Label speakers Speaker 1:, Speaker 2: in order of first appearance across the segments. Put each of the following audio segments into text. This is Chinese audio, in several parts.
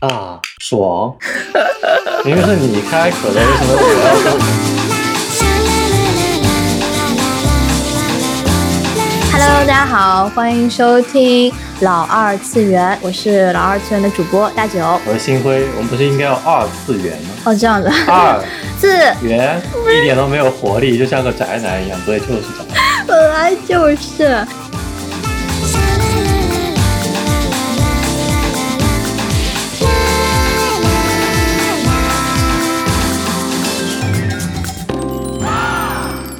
Speaker 1: 啊，爽！明明是你开可乐，为什么我要？
Speaker 2: Hello，大家好，欢迎收听老二次元，我是老二次元的主播大九。
Speaker 1: 我是星辉，我们不是应该要二次元吗？
Speaker 2: 哦，这样子，
Speaker 1: 二
Speaker 2: 字
Speaker 1: 元一点都没有活力，就像个宅男一样，对，就是宅男。
Speaker 2: 本来就是。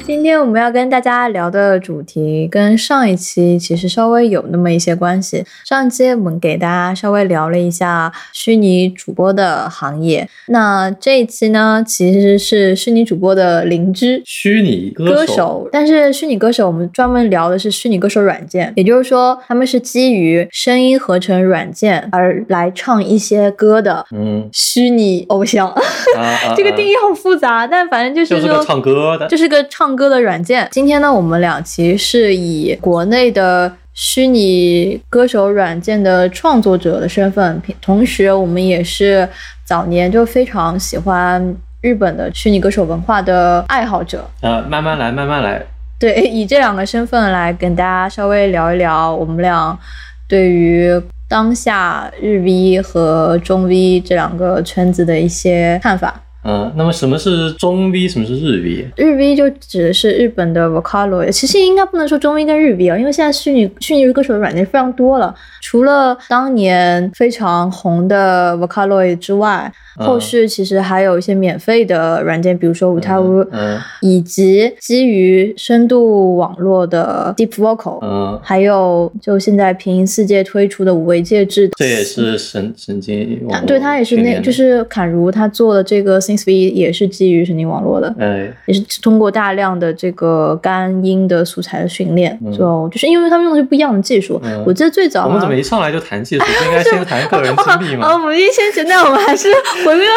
Speaker 2: 今天我们要跟大家聊的主题跟上一期其实稍微有那么一些关系。上一期我们给大家稍微聊了一下虚拟主播的行业，那这一期呢其实是虚拟主播的灵芝，
Speaker 1: 虚拟
Speaker 2: 歌
Speaker 1: 歌
Speaker 2: 手，但是虚拟歌手我们专门聊的是虚拟歌手软件，也就是说他们是基于声音合成软件而来唱一些歌的
Speaker 1: 嗯，
Speaker 2: 虚拟偶像。
Speaker 1: 啊啊
Speaker 2: 这个定
Speaker 1: 义
Speaker 2: 义好复杂，但反正就
Speaker 1: 就是是
Speaker 2: 说
Speaker 1: 个。唱歌的
Speaker 2: 这是个唱歌的软件。今天呢，我们两期是以国内的虚拟歌手软件的创作者的身份，平同时我们也是早年就非常喜欢日本的虚拟歌手文化的爱好者。
Speaker 1: 啊，慢慢来，慢慢来。
Speaker 2: 对，以这两个身份来跟大家稍微聊一聊，我们俩对于当下日 V 和中 V 这两个圈子的一些看法。
Speaker 1: 嗯，那么什么是中 V，什么是日 V？
Speaker 2: 日 V 就指的是日本的 Vocaloid，其实应该不能说中 V 跟日 V 啊，因为现在虚拟虚拟歌手的软件非常多了，除了当年非常红的 Vocaloid 之外，
Speaker 1: 嗯
Speaker 2: 后续其实还有一些免费的软件，比如说舞台屋，
Speaker 1: 嗯
Speaker 2: 以及基于深度网络的 Deep Vocal，、
Speaker 1: 嗯，
Speaker 2: 还有就现在平行世界推出的五维介质，
Speaker 1: 这也是神神经网
Speaker 2: 它
Speaker 1: 络
Speaker 2: 对它也是
Speaker 1: 训
Speaker 2: 那
Speaker 1: 练的
Speaker 2: 就是侃如他做的这个 Things V 也是基于神经网络的。
Speaker 1: 哎，
Speaker 2: 也是通过大量的这个干音的素材的训练，
Speaker 1: 嗯
Speaker 2: 就就是因为他们用的是不一样的技术。
Speaker 1: 嗯
Speaker 2: 我记得最早
Speaker 1: 我们怎
Speaker 2: 好像
Speaker 1: 么一上来就谈技术？不应该先谈个人经历
Speaker 2: 啊，
Speaker 1: 吗？
Speaker 2: 我们一先简单，我们还是回归到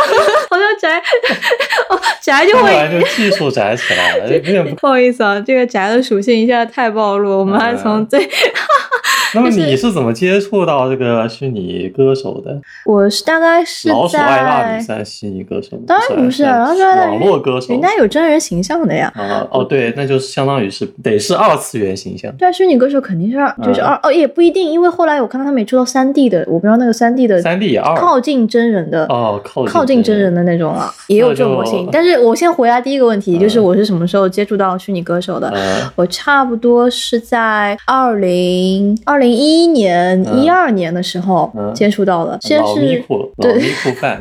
Speaker 2: 回到宅， 哦，宅就
Speaker 1: 突然
Speaker 2: 会
Speaker 1: 就技术宅起来了，有点不。
Speaker 2: 不好意思啊，这个宅的属性一下太暴露，我们
Speaker 1: 嗯
Speaker 2: 还从最，
Speaker 1: 那么你是怎么接触到这个虚拟歌手的？
Speaker 2: 我是大概是
Speaker 1: 老鼠爱大比
Speaker 2: 在，
Speaker 1: 赛虚拟歌手？
Speaker 2: 当然不是啊，然后
Speaker 1: 是
Speaker 2: 说
Speaker 1: 网络歌手
Speaker 2: 人。家有真人形象的呀。
Speaker 1: 啊哦对，那就是相当于是得是二次元形象，
Speaker 2: 啊但虚拟歌手肯定是二，就是
Speaker 1: 嗯
Speaker 2: 二、哦，也不一定，因为后来我看到他们也出到三 D 的，我不知道那个三 D 的
Speaker 1: 三 D 也二
Speaker 2: 靠近真人的
Speaker 1: 哦靠
Speaker 2: 靠近真人的那种了，也有这种模型
Speaker 1: 就。
Speaker 2: 但是我先回答第一个问题，
Speaker 1: 嗯
Speaker 2: 就是我是什么时候接触到虚拟歌手的？
Speaker 1: 呃
Speaker 2: 我差不多是在二零二零一一年、
Speaker 1: 嗯
Speaker 2: 一二年的时候
Speaker 1: 嗯
Speaker 2: 接触到的，先
Speaker 1: 老咪
Speaker 2: 是。
Speaker 1: 酷老
Speaker 2: 对
Speaker 1: 咪酷 fans，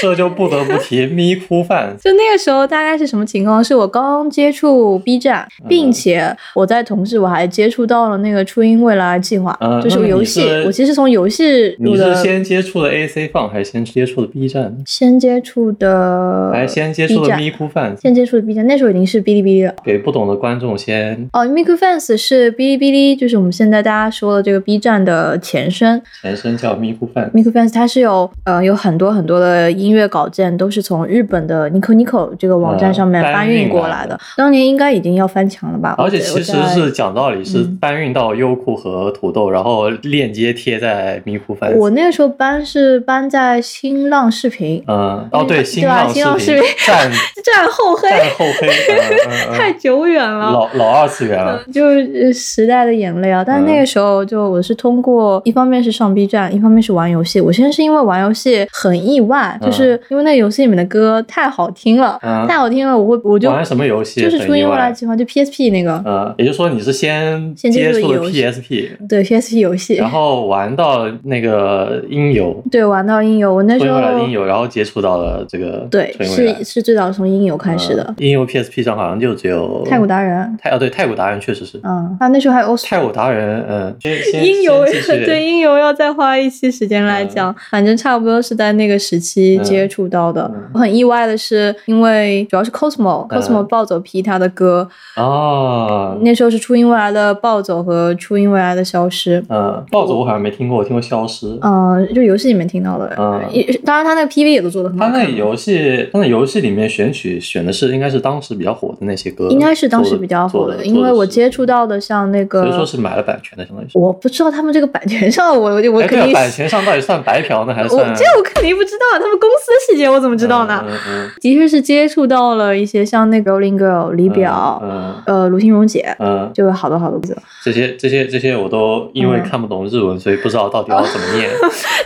Speaker 1: 这就不得不提咪酷 fans
Speaker 2: 就那个时候大概是什么情况？是我刚接触 B 站，
Speaker 1: 嗯
Speaker 2: 并且我在同时我还接触到了那个初音未来计划，
Speaker 1: 嗯
Speaker 2: 就是游戏
Speaker 1: 那么你。是
Speaker 2: 我其实从游戏入
Speaker 1: 你
Speaker 2: 的
Speaker 1: 是，先接触的 AC 放还是先接触的 B 站？
Speaker 2: 先接触的，
Speaker 1: 还是先接触
Speaker 2: 呃
Speaker 1: 的
Speaker 2: B 站
Speaker 1: 咪酷 fans？
Speaker 2: 先接触的 B 站，那时候已经是哔哩哔哩了。
Speaker 1: 给不懂的观众先
Speaker 2: 哦 m i k u Fans 是哔哩哔哩，就是我们现在大家说的这个 B 站的前身。
Speaker 1: 前身叫咪咕饭
Speaker 2: m i k u Fans 它是有呃有很多很多的音乐稿件，都是从日本的 Nico Nico 这个网站上面
Speaker 1: 嗯
Speaker 2: 搬
Speaker 1: 搬运
Speaker 2: 运过
Speaker 1: 来
Speaker 2: 来
Speaker 1: 的
Speaker 2: 的。当年应该已经要翻墙了吧？
Speaker 1: 而且
Speaker 2: 我
Speaker 1: 其实
Speaker 2: 我在
Speaker 1: 是讲道理是
Speaker 2: 嗯
Speaker 1: 搬运到优酷和土豆，然后链接贴在咪咕饭。
Speaker 2: 我那个时候搬是搬在新浪视频，
Speaker 1: 嗯，哦对，新
Speaker 2: 对吧
Speaker 1: 浪
Speaker 2: 新浪
Speaker 1: 视
Speaker 2: 视
Speaker 1: 频
Speaker 2: 频
Speaker 1: 战
Speaker 2: 战后黑
Speaker 1: 战后黑，嗯嗯
Speaker 2: 太
Speaker 1: 嗯
Speaker 2: 久远了。嗯
Speaker 1: 老嗯老二次元了。
Speaker 2: 就是时代的眼泪啊！但是那个时候，就我是通过一方面是上 B 站，一方面是玩游戏。我先是因为玩游戏很意外，
Speaker 1: 嗯
Speaker 2: 就是因为那游戏里面的歌太好听了，
Speaker 1: 嗯
Speaker 2: 太好听了，我会我就
Speaker 1: 玩什么游戏？
Speaker 2: 就是初
Speaker 1: 很意
Speaker 2: 音未来
Speaker 1: 外。
Speaker 2: 计划，就 PSP 那个，
Speaker 1: 嗯，也就是说你是先
Speaker 2: 先
Speaker 1: 接
Speaker 2: 接触
Speaker 1: 触的
Speaker 2: 游戏
Speaker 1: PSP，
Speaker 2: 对 PSP 游戏
Speaker 1: 然，后玩到那个音游，
Speaker 2: 对玩到音游，我那
Speaker 1: 推
Speaker 2: 时
Speaker 1: 回来的音
Speaker 2: 候
Speaker 1: 游，然后接触到了这个
Speaker 2: 对
Speaker 1: 春未来
Speaker 2: 是是最早从音游开始的
Speaker 1: 嗯，音游 PSP 上好像就只有
Speaker 2: 太古达人，
Speaker 1: 太哦对太古达人确实是
Speaker 2: 嗯，啊那时候还有 o s
Speaker 1: 太古达人，
Speaker 2: 呃
Speaker 1: 嗯，先先
Speaker 2: 音游
Speaker 1: 先继续嗯
Speaker 2: 对音游要再花一期时间来讲，反正差不多是在那个时期接触到的。
Speaker 1: 嗯
Speaker 2: 我很意外的是，因为主要是 Cosmo、
Speaker 1: 嗯
Speaker 2: Cosmo 暴走皮他的歌，
Speaker 1: 哦，
Speaker 2: 那时候是初音未来的暴走和初音未来的消失。
Speaker 1: 嗯，暴走我好像没听过，我听过消失。
Speaker 2: 嗯、就游戏里面听到的，
Speaker 1: 嗯
Speaker 2: 也当然他那个 PV 也都做的很
Speaker 1: 他
Speaker 2: 好看。
Speaker 1: 那游戏，他那游戏里面选曲选的是应该是当时比较火的那些歌，
Speaker 2: 应该是当时比较火
Speaker 1: 的，做
Speaker 2: 的，因为我接触
Speaker 1: 到，
Speaker 2: 到的像那
Speaker 1: 所以说
Speaker 2: 个，
Speaker 1: 是买了版权的，相当于是。
Speaker 2: 我不知道他们这个版权上，我我我
Speaker 1: 哎，
Speaker 2: 肯
Speaker 1: 对啊，
Speaker 2: 定
Speaker 1: 版
Speaker 2: 是，
Speaker 1: 权上到底算白嫖呢，还是
Speaker 2: 我
Speaker 1: 算？
Speaker 2: 这我肯定不知道，他们公司的细节我怎么知道呢？
Speaker 1: 嗯嗯
Speaker 2: 的确是接触到了一些像那个 Rolling Girl、李
Speaker 1: 嗯，
Speaker 2: 表、
Speaker 1: 嗯
Speaker 2: 呃卢心荣姐，
Speaker 1: 嗯，
Speaker 2: 就有好多好多歌。
Speaker 1: 这些这些这些我都因为看不懂日文，所以不知道到底要怎么 念。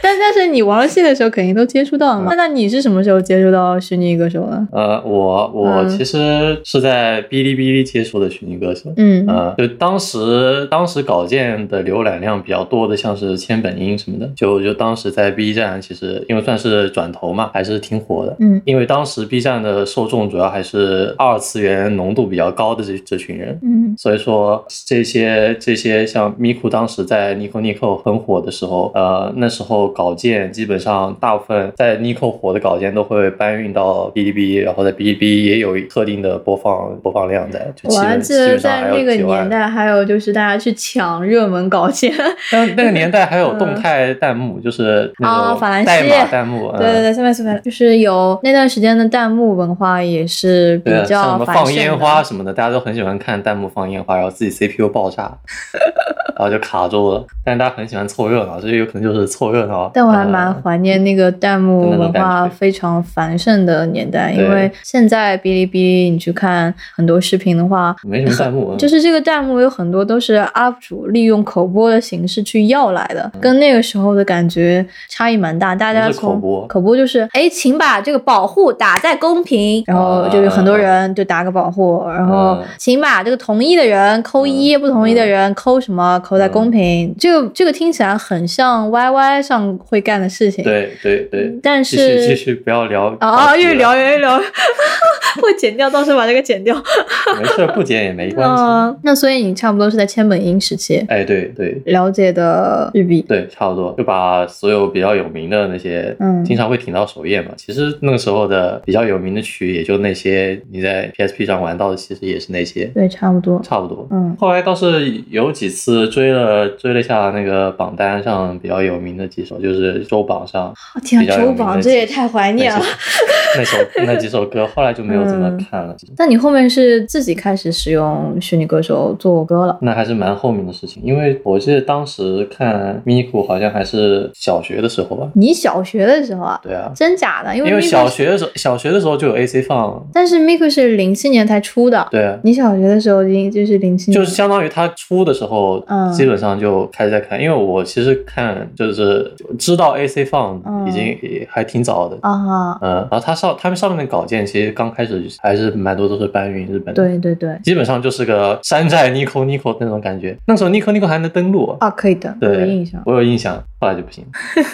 Speaker 2: 但但是你玩游戏的时候肯定都接触到了嘛？那那你是什么时候接触到虚拟歌手的？
Speaker 1: 呃，我我
Speaker 2: 嗯
Speaker 1: 其实是在哔哩哔哩接触的虚拟歌手。
Speaker 2: 嗯
Speaker 1: 呃，就当时当时稿件的浏览量比较多的，像是千本樱什么的，就就当时在 B 站，其实因为算是转头嘛，还是挺火的。
Speaker 2: 嗯
Speaker 1: 因为当时 B 站的受众主要还是二次元浓度比较高的这这群人，
Speaker 2: 嗯
Speaker 1: 所以说这些这些像 Miku 当时在 Nico Nico 很火的时候，呃，那时候稿件基本上大部分在 Nico 火的稿件都会搬运到哔哩哔哩，然后在哔哩哔哩也有特定的播放播放量在，就
Speaker 2: 我
Speaker 1: 基
Speaker 2: 还
Speaker 1: 本
Speaker 2: 记
Speaker 1: 基
Speaker 2: 得
Speaker 1: 本上
Speaker 2: 在
Speaker 1: 还
Speaker 2: 那
Speaker 1: 有
Speaker 2: 个
Speaker 1: 几
Speaker 2: 年
Speaker 1: 万。
Speaker 2: 代，还有就是大家去抢热门稿件，
Speaker 1: 但那个年代还有
Speaker 2: 嗯
Speaker 1: 动态弹幕，就是那
Speaker 2: 哦法兰
Speaker 1: 种代码
Speaker 2: 西
Speaker 1: 弹幕，
Speaker 2: 对对
Speaker 1: 嗯
Speaker 2: 对，下面是就是有那段时间的弹幕文化也是比
Speaker 1: 对啊，像
Speaker 2: 较
Speaker 1: 什么
Speaker 2: 繁
Speaker 1: 放
Speaker 2: 盛
Speaker 1: 烟
Speaker 2: 的
Speaker 1: 花什么的，大家都很喜欢看弹幕放烟花，然后自己 CPU 爆炸，然后就卡住了。但是大家很喜欢凑热闹，这有可能就是凑热闹。
Speaker 2: 但我还蛮
Speaker 1: 嗯
Speaker 2: 怀念那个弹幕
Speaker 1: 就那种
Speaker 2: 文化
Speaker 1: 感觉
Speaker 2: 非常繁盛的年代，因
Speaker 1: 对
Speaker 2: 为现在哔哩哔哩你去看很多视频的话，
Speaker 1: 没什么弹幕，啊
Speaker 2: 就是这个弹幕有很多都是 UP 主利用口播的形式去要来的，跟那个时候的感觉差异蛮大。大家
Speaker 1: 什么是
Speaker 2: 从
Speaker 1: 口播
Speaker 2: 口播就是，哎，请把这个保护打在公屏，然后就有很多人就打个保护，然后
Speaker 1: 啊嗯
Speaker 2: 请把这个同意的人扣一，
Speaker 1: 嗯
Speaker 2: 不同意的人扣什么，扣在公屏。这个这个听起来很像 YY 上会干的事情，
Speaker 1: 对对对。
Speaker 2: 嗯但
Speaker 1: 继续
Speaker 2: 是
Speaker 1: 继续，不要聊
Speaker 2: 啊啊，越
Speaker 1: 聊
Speaker 2: 聊
Speaker 1: 题
Speaker 2: 越聊， 会剪掉，到时候把这个剪掉。
Speaker 1: 了没事，不剪也没关系。
Speaker 2: 嗯，那所以你差不多是在千本樱时期
Speaker 1: 哎，对对
Speaker 2: 了解的日币。
Speaker 1: 对，差不多，就把所有比较有名的那些，
Speaker 2: 嗯
Speaker 1: 经常会挺到首页嘛。其实那个时候的比较有名的曲，也就那些你在 PSP 上玩到的，其实也是那些。
Speaker 2: 对，差不多。
Speaker 1: 差不多。
Speaker 2: 嗯
Speaker 1: 后来倒是有几次追了追了一下那个榜单上比较有名的几首，就是周榜上
Speaker 2: 我天
Speaker 1: 比
Speaker 2: 啊，
Speaker 1: 较有
Speaker 2: 周
Speaker 1: 名的
Speaker 2: 榜
Speaker 1: 几
Speaker 2: 这也太怀念了。
Speaker 1: 那首那几首歌，后来就没有怎么看了。
Speaker 2: 那你后面是自己开始使用虚拟歌手做歌了？
Speaker 1: 那还是蛮后面的事情，因为我记得当时看 Miku 好像还是小学的时候吧。
Speaker 2: 你小学的时候啊？
Speaker 1: 对啊，
Speaker 2: 真假的？因为
Speaker 1: 因为
Speaker 2: Miku
Speaker 1: 小
Speaker 2: 是，
Speaker 1: 学的时候小学的时候就有 AC 放，
Speaker 2: 但是 Miku 是零七年才出的。
Speaker 1: 对啊。
Speaker 2: 你小学的时候已经就是零七年，
Speaker 1: 就是相当于他出的时候，
Speaker 2: 嗯
Speaker 1: 基本上就开始在看，因为我其实看就是知道 AC 放
Speaker 2: 嗯
Speaker 1: 已经也还挺早的，
Speaker 2: 啊哈，
Speaker 1: 嗯，然后它上他们上面的稿件其实刚开始还是蛮多都是搬运日本的，，
Speaker 2: 对对对，
Speaker 1: 基本上就是个山寨 Nico Nico 那种感觉。那时候 Nico Nico 还能登录，
Speaker 2: 啊，可以的，我有
Speaker 1: 对，
Speaker 2: 印象。
Speaker 1: 我有印象，后来就不行。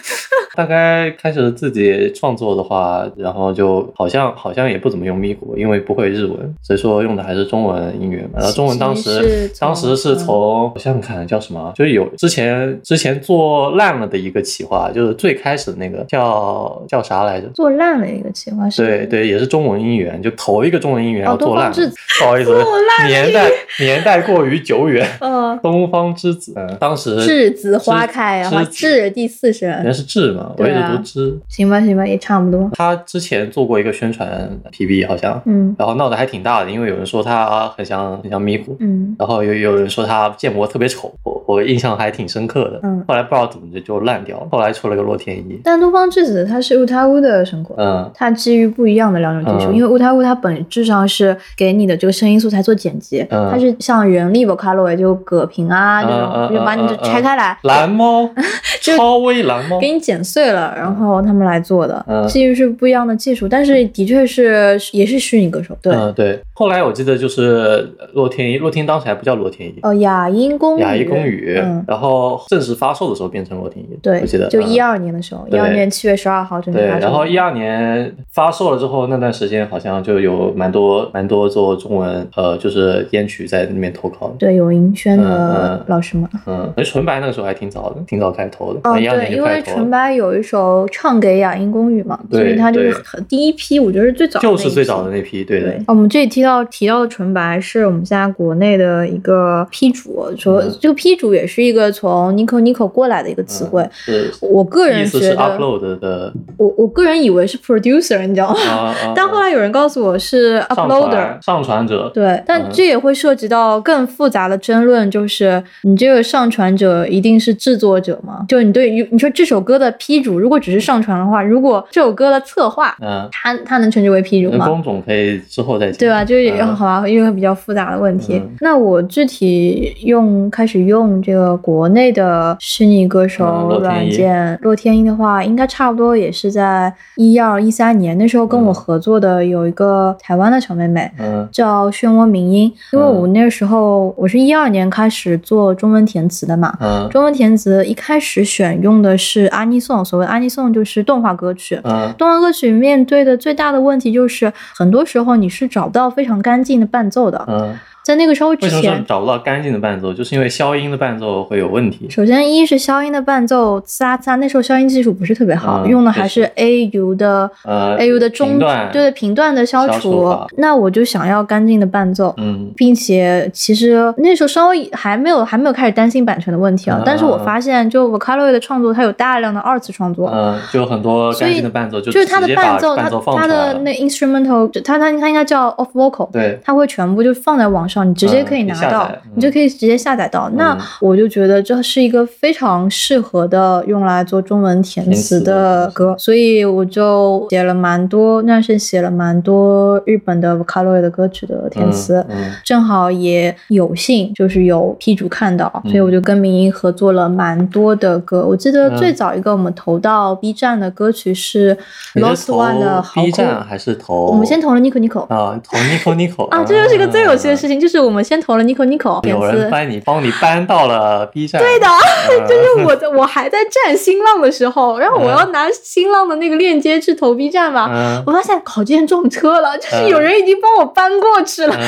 Speaker 1: 大概开始自己创作的话，然后就好像好像也不怎么用咪咕，因为不会日文，所以说用的还是中文音乐嘛。然后中文当
Speaker 2: 其实
Speaker 1: 时
Speaker 2: 是从
Speaker 1: 当时是从我想想看叫什么，啊就是有之前之前做烂了的一个企划，就是最开始的那个叫叫啥来着？
Speaker 2: 做烂了一个企划是吗
Speaker 1: 对，对，也是中文音源，就头一个中文音源
Speaker 2: 哦
Speaker 1: 要做烂了，
Speaker 2: 东方之
Speaker 1: 不好意思
Speaker 2: 做烂，了
Speaker 1: 年代 年代过于久远。
Speaker 2: 嗯，
Speaker 1: 东方之子，嗯、当时
Speaker 2: 栀子花开啊，
Speaker 1: 栀
Speaker 2: 花
Speaker 1: 栀子
Speaker 2: 栀第四
Speaker 1: 人家
Speaker 2: 声，
Speaker 1: 是智嘛，我
Speaker 2: 对
Speaker 1: 一直
Speaker 2: 啊
Speaker 1: 读知。
Speaker 2: 行吧行吧，也差不多。
Speaker 1: 他之前做过一个宣传 PV 好像，
Speaker 2: 嗯
Speaker 1: 然后闹得还挺大的，因为有人说他很像很像咪咕，
Speaker 2: 嗯，
Speaker 1: 然后有有人说他建模特别丑，我我印象还挺深刻的。
Speaker 2: 嗯
Speaker 1: 后来不知道怎么的就烂掉了，后来出了个洛天依，
Speaker 2: 但东方栀子它是 Utawu 的神国，
Speaker 1: 嗯，
Speaker 2: 它基于不一样的两种技术，
Speaker 1: 嗯
Speaker 2: 因为 Utawu 它本质上是给你的这个声音素材做剪辑，
Speaker 1: 嗯
Speaker 2: 它是像人力 vocaloid 就葛平啊
Speaker 1: 嗯
Speaker 2: 这
Speaker 1: 嗯
Speaker 2: 种，就
Speaker 1: 嗯
Speaker 2: 把你就
Speaker 1: 嗯
Speaker 2: 拆开来，
Speaker 1: 蓝猫，
Speaker 2: 啊 就
Speaker 1: 超威蓝猫，
Speaker 2: 给你剪碎了，然后他们来做的，
Speaker 1: 嗯
Speaker 2: 基于是不一样的技术，但是的确是也是虚拟歌手，对，
Speaker 1: 嗯对。后来我记得就是洛天依，洛天依当时还不叫洛天依，
Speaker 2: 哦，雅音公语，
Speaker 1: 雅一公语，
Speaker 2: 嗯。
Speaker 1: 然后正式发售的时候变成洛天依，
Speaker 2: 对
Speaker 1: 我记得，
Speaker 2: 就
Speaker 1: 嗯
Speaker 2: 一二年的时候，一
Speaker 1: 对
Speaker 2: 二年七月十二号正式
Speaker 1: 对，
Speaker 2: 发售。
Speaker 1: 然后一二年发售了之后，那段时间好像就有蛮多蛮多做中文呃，就是编曲在那边投稿的。
Speaker 2: 对有银轩
Speaker 1: 嗯
Speaker 2: 的
Speaker 1: 嗯
Speaker 2: 老师嘛，
Speaker 1: 嗯，那纯白那个时候还挺早的，挺早开头的，
Speaker 2: 哦，
Speaker 1: 很一样的
Speaker 2: 对，
Speaker 1: 一
Speaker 2: 因
Speaker 1: 个开
Speaker 2: 为纯
Speaker 1: 头。
Speaker 2: 白有一首《唱给雅音公寓》嘛，所以
Speaker 1: 对
Speaker 2: 它就是
Speaker 1: 对
Speaker 2: 很第一批，我觉得是最早的那
Speaker 1: 就
Speaker 2: 一批，
Speaker 1: 是最早的那批，对的，嗯
Speaker 2: 对，哦我们这里提到提到的纯白是我们现在国内的一个批主，说、
Speaker 1: 嗯
Speaker 2: 这个批主也是一个从 Nico Nico 过来的一个词汇。
Speaker 1: 嗯是
Speaker 2: 我个
Speaker 1: 意
Speaker 2: 人
Speaker 1: 思
Speaker 2: 觉
Speaker 1: 是
Speaker 2: 得，
Speaker 1: upload 的
Speaker 2: 我我个人以为是 producer，你知道吗？
Speaker 1: 啊啊，
Speaker 2: 但后
Speaker 1: 啊
Speaker 2: 来有人告诉我是
Speaker 1: 上
Speaker 2: uploader
Speaker 1: 传。上传者，
Speaker 2: 对，但
Speaker 1: 嗯
Speaker 2: 这也会涉及到更复杂的争论，就是你这个上传者一定是制作者吗？就你对于你说这首歌的批主，如果只是上传的话，如果这首歌的策划，
Speaker 1: 嗯，
Speaker 2: 他他能称之为批主吗？
Speaker 1: 工种可以之后再讲，
Speaker 2: 对吧？就是也
Speaker 1: 嗯
Speaker 2: 好啊，一个比较复杂的问题。
Speaker 1: 嗯
Speaker 2: 那我具体用开始用这个国内的虚拟歌
Speaker 1: 嗯
Speaker 2: 手
Speaker 1: 洛天
Speaker 2: 软
Speaker 1: 依
Speaker 2: 件洛天依的话，应该差不多也是在一二一三年那时候跟我
Speaker 1: 嗯
Speaker 2: 合作的有一个台湾的小妹妹。
Speaker 1: 嗯
Speaker 2: 叫漩涡鸣音，因为
Speaker 1: 嗯
Speaker 2: 我那时候我是一二年开始做中文填词的嘛，
Speaker 1: 嗯
Speaker 2: 中文填词一开始选用的是阿尼颂，所谓阿尼颂就是动画歌曲，
Speaker 1: 嗯
Speaker 2: 动画歌曲面对的最大的问题就是，很多时候你是找不到非常干净的伴奏的。
Speaker 1: 嗯，
Speaker 2: 在那个时候之
Speaker 1: 为什么说
Speaker 2: 前，
Speaker 1: 找不到干净的伴奏？就是因为消音的伴奏会有问题，
Speaker 2: 首先一是消音的伴奏，仨仨那时候消音技术不是特别好，
Speaker 1: 嗯
Speaker 2: 用的还
Speaker 1: 确
Speaker 2: 是 A U 的。
Speaker 1: 呃
Speaker 2: A U 的中
Speaker 1: 频段
Speaker 2: 对的频段的消
Speaker 1: 消除法
Speaker 2: 那我就想要干净的伴奏，
Speaker 1: 嗯
Speaker 2: 并且其实那时候稍微还没有还没有开始担心版权的问题啊，
Speaker 1: 嗯
Speaker 2: 但是我
Speaker 1: 嗯嗯
Speaker 2: 发现就 Vocaloid 的创作，它有大量的二次创作，
Speaker 1: 嗯，就很多
Speaker 2: 所
Speaker 1: 干
Speaker 2: 以
Speaker 1: 净的伴奏，
Speaker 2: 就是它
Speaker 1: 直
Speaker 2: 的
Speaker 1: 接
Speaker 2: 伴
Speaker 1: 把
Speaker 2: 奏，
Speaker 1: 伴奏放
Speaker 2: 它它
Speaker 1: 出来
Speaker 2: 的
Speaker 1: 了，
Speaker 2: 那 instrumental，它它它应该叫 off vocal，
Speaker 1: 对，
Speaker 2: 它会全部就放在网上，你直接
Speaker 1: 嗯
Speaker 2: 可以拿
Speaker 1: 可以下
Speaker 2: 到
Speaker 1: 载，嗯
Speaker 2: 你就可以直接下载到。那
Speaker 1: 嗯
Speaker 2: 我就觉得这是一个非常适合的用来做中文填词的歌，所以我就写了蛮多，那是写了蛮多日本的 Vocaloid 的歌曲的填词。
Speaker 1: 嗯嗯
Speaker 2: 正好也有幸就是有批主看到，
Speaker 1: 嗯
Speaker 2: 所以我就跟明英合作了蛮多的歌。我记得
Speaker 1: 嗯
Speaker 2: 最早一个我们投到 B 站的歌曲是
Speaker 1: 你是
Speaker 2: Lost One 的
Speaker 1: 投
Speaker 2: 好
Speaker 1: B
Speaker 2: 歌，
Speaker 1: 站还是投？
Speaker 2: 我们先投了 Nico Nico。
Speaker 1: 啊，投 Nico Nico
Speaker 2: 啊，这就是个最有趣的事
Speaker 1: 情。
Speaker 2: 情，就是我们先投了 Nico Nico 点
Speaker 1: 有
Speaker 2: 词
Speaker 1: 人，搬你，帮你搬到了 B 站。
Speaker 2: 对的，
Speaker 1: 嗯，
Speaker 2: 就是我在我还在站新浪的时候，然后我
Speaker 1: 嗯
Speaker 2: 要拿新浪的那个链接去投 B 站嘛，
Speaker 1: 嗯
Speaker 2: 我发现稿件撞车了，就是
Speaker 1: 嗯
Speaker 2: 有人已经帮我搬过去了，
Speaker 1: 嗯，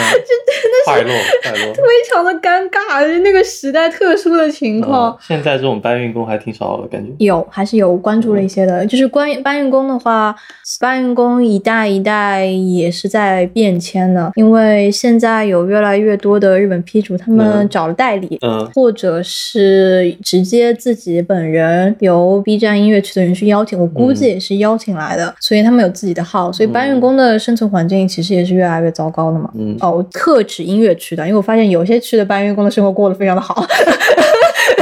Speaker 1: 快乐快乐。
Speaker 2: 非常的尴尬，就是那个时代特殊的情况。
Speaker 1: 嗯现在这种搬运工还挺少的感觉。
Speaker 2: 有还是有关
Speaker 1: 嗯
Speaker 2: 注了一些的，就是关于搬运工的话，搬运工一代一代也是在变迁的，因为现在有越来越多的日本批主，他们
Speaker 1: 嗯
Speaker 2: 找了代理，
Speaker 1: 嗯
Speaker 2: 或者是直接自己本人由 B 站音乐区的人去邀请，我估
Speaker 1: 嗯
Speaker 2: 计也是邀请来的，所以他们有自己的号，所以搬运工的生存环境其实也是越来越糟糕的嘛。
Speaker 1: 嗯，
Speaker 2: 哦，特指音乐区的，因为我发现有些区的搬运工的生活过得非常的好，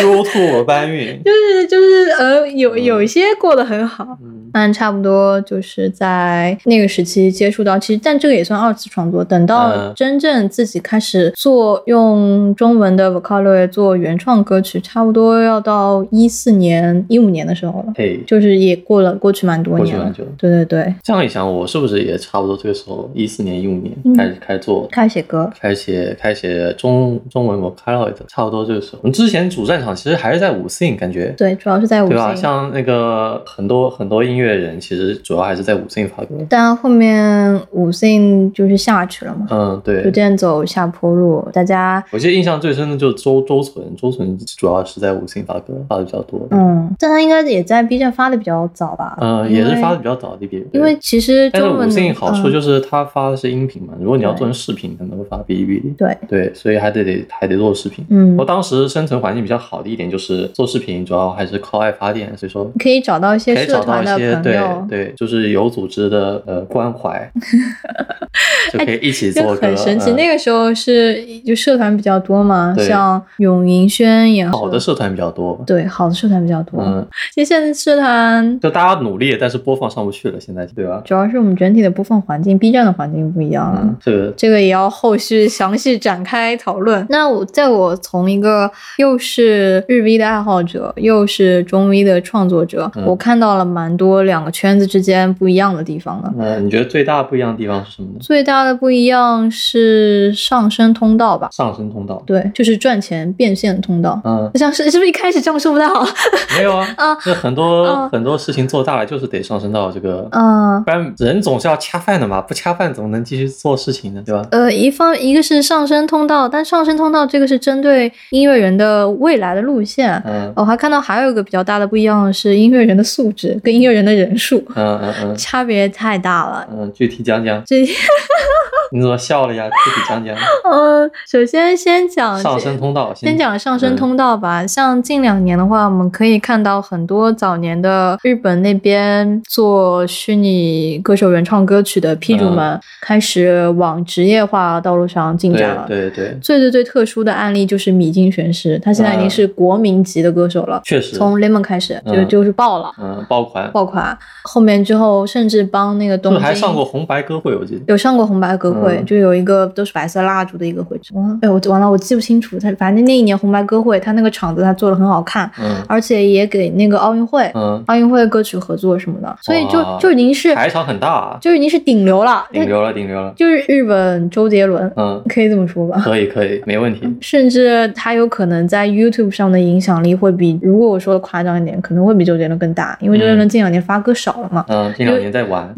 Speaker 1: 优兔搬运。
Speaker 2: 就是就是呃，有
Speaker 1: 嗯
Speaker 2: 有一些过得很好。
Speaker 1: 嗯
Speaker 2: 但差不多就是在那个时期接触到，其实但这个也算二次创作。等到
Speaker 1: 嗯
Speaker 2: 真正自己开始做用中文的 Vocaloid 做原创歌曲，差不多要到一四年、一五年的时候了，
Speaker 1: 嘿，
Speaker 2: 就是也过了过去蛮多
Speaker 1: 过
Speaker 2: 年
Speaker 1: 去
Speaker 2: 了
Speaker 1: 蛮。久了。
Speaker 2: 对对对，
Speaker 1: 这样一想，我是不是也差不多这个时候，一四年、一五
Speaker 2: 嗯
Speaker 1: 年开始开始做，
Speaker 2: 开始写歌，
Speaker 1: 开写开写中中文 Vocaloid，差不多这个时候。我们之前主战场其实还是在五 Sing，感觉
Speaker 2: 对，主要是在五
Speaker 1: 对吧？
Speaker 2: 星。
Speaker 1: 像那个很多很多音乐人，其实主要还是在五 Sing 发歌。
Speaker 2: 但后面五星就是下去了嘛，
Speaker 1: 嗯，
Speaker 2: 逐
Speaker 1: 对。
Speaker 2: 渐走下坡路，大家
Speaker 1: 我记得印象最深的就是周周纯，周纯主要是在五星发歌发的比较多，
Speaker 2: 嗯，但他应该也在 B 站发的比较早吧？
Speaker 1: 嗯，
Speaker 2: 因
Speaker 1: 也是
Speaker 2: 为
Speaker 1: 发的比较早的一批。
Speaker 2: 因为其实
Speaker 1: 但是
Speaker 2: 中文
Speaker 1: 五
Speaker 2: 的
Speaker 1: 星好处
Speaker 2: 嗯
Speaker 1: 就是它发的是音频嘛，如果你要
Speaker 2: 对
Speaker 1: 做成视频，可能会发哔哩哔哩。
Speaker 2: 对，
Speaker 1: 对，所以还得得还得做视频。
Speaker 2: 嗯
Speaker 1: 我，当时生存环境比较好的一点就是做视频，主要还是靠爱发电，所以说
Speaker 2: 可以找到一些
Speaker 1: 可以
Speaker 2: 社
Speaker 1: 找到
Speaker 2: 团
Speaker 1: 一
Speaker 2: 的
Speaker 1: 些
Speaker 2: 朋
Speaker 1: 对
Speaker 2: 友，
Speaker 1: 对，就是有组织的呃关 怀，就可以一起
Speaker 2: 就
Speaker 1: 做歌。
Speaker 2: 哎很神奇。
Speaker 1: 嗯
Speaker 2: 那个时候是就社团比较多嘛，
Speaker 1: 对
Speaker 2: 像永银轩也
Speaker 1: 好的
Speaker 2: 是
Speaker 1: 社团比较多，
Speaker 2: 对好的社团比较多。
Speaker 1: 嗯，
Speaker 2: 其实现在社团
Speaker 1: 就大家努力，但是播放上不去了，现在对吧？
Speaker 2: 主要是我们整体的播放环境，B 站的环境不一样了。
Speaker 1: 嗯，这个
Speaker 2: 这个也要后续 详细展开讨论。那我在我从一个又是日 V 的爱好者，又是中 V 的创作者，
Speaker 1: 嗯
Speaker 2: 我看到了蛮多两个圈子之间不一样的地方的。
Speaker 1: 嗯，你觉得最大不一样的地方是什么呢？
Speaker 2: 最大家的不一样是上升通道吧？
Speaker 1: 上升通道。
Speaker 2: 对，就是赚钱变现通道。
Speaker 1: 嗯，
Speaker 2: 像是是不是一开始这么说不太好？
Speaker 1: 没有啊，
Speaker 2: 啊
Speaker 1: 这很多、
Speaker 2: 啊
Speaker 1: 很多事情做大了就是得上升到这个，
Speaker 2: 嗯。
Speaker 1: 不然人总是要恰饭的嘛，不恰饭怎么能继续做事情呢？对吧？
Speaker 2: 呃，一方一个是上升通道，但上升通道这个是针对音乐人的未来的路线。
Speaker 1: 嗯
Speaker 2: 我还看到还有一个比较大的不一样是音乐人的素质跟音乐人的人数
Speaker 1: 嗯嗯嗯
Speaker 2: 差别太大了。
Speaker 1: 嗯，具体讲讲，
Speaker 2: 这，
Speaker 1: 你怎么笑了呀？具体讲讲，
Speaker 2: 呃，首先先讲
Speaker 1: 上升通道，
Speaker 2: 先讲上升
Speaker 1: 嗯
Speaker 2: 通道吧。像近两年的话，我们可以看到很多早年的日本那边做虚拟歌手原创歌曲
Speaker 1: 嗯
Speaker 2: 的 P 主们，开始往职业化道路上进展了。
Speaker 1: 对对对，
Speaker 2: 最最最特殊的案例就是米津玄师，他现在已经
Speaker 1: 嗯
Speaker 2: 是国民级的歌手了，
Speaker 1: 确实，
Speaker 2: 从 Lemon 开始就、
Speaker 1: 嗯
Speaker 2: 就是爆了，
Speaker 1: 嗯爆款，
Speaker 2: 爆款。后面之后甚至帮那个
Speaker 1: 是
Speaker 2: 东
Speaker 1: 不是
Speaker 2: 京
Speaker 1: 还上过红白歌会？我记得。
Speaker 2: 有上过红白歌会，
Speaker 1: 嗯
Speaker 2: 就有一个都是白色蜡烛的一个会场。哇哎，我完了，我记不清楚。他反正那一年红白歌会，他那个场子他做的很好看，
Speaker 1: 嗯
Speaker 2: 而且也给那个奥运会、
Speaker 1: 嗯，
Speaker 2: 奥运会歌曲合作什么的，所以就
Speaker 1: 哇
Speaker 2: 就已经是
Speaker 1: 排场很大啊，
Speaker 2: 就已经是顶流了，
Speaker 1: 顶流了，顶流了。
Speaker 2: 就就是日本周杰伦，
Speaker 1: 嗯，
Speaker 2: 可以这么说吧。
Speaker 1: 可以可以，没问题。
Speaker 2: 甚至他有可能在 YouTube 上的影响力会比，如果我说的夸张一点，可能会比周杰伦更大，因为周杰伦近两年发歌少了嘛。
Speaker 1: 嗯，近两年在玩，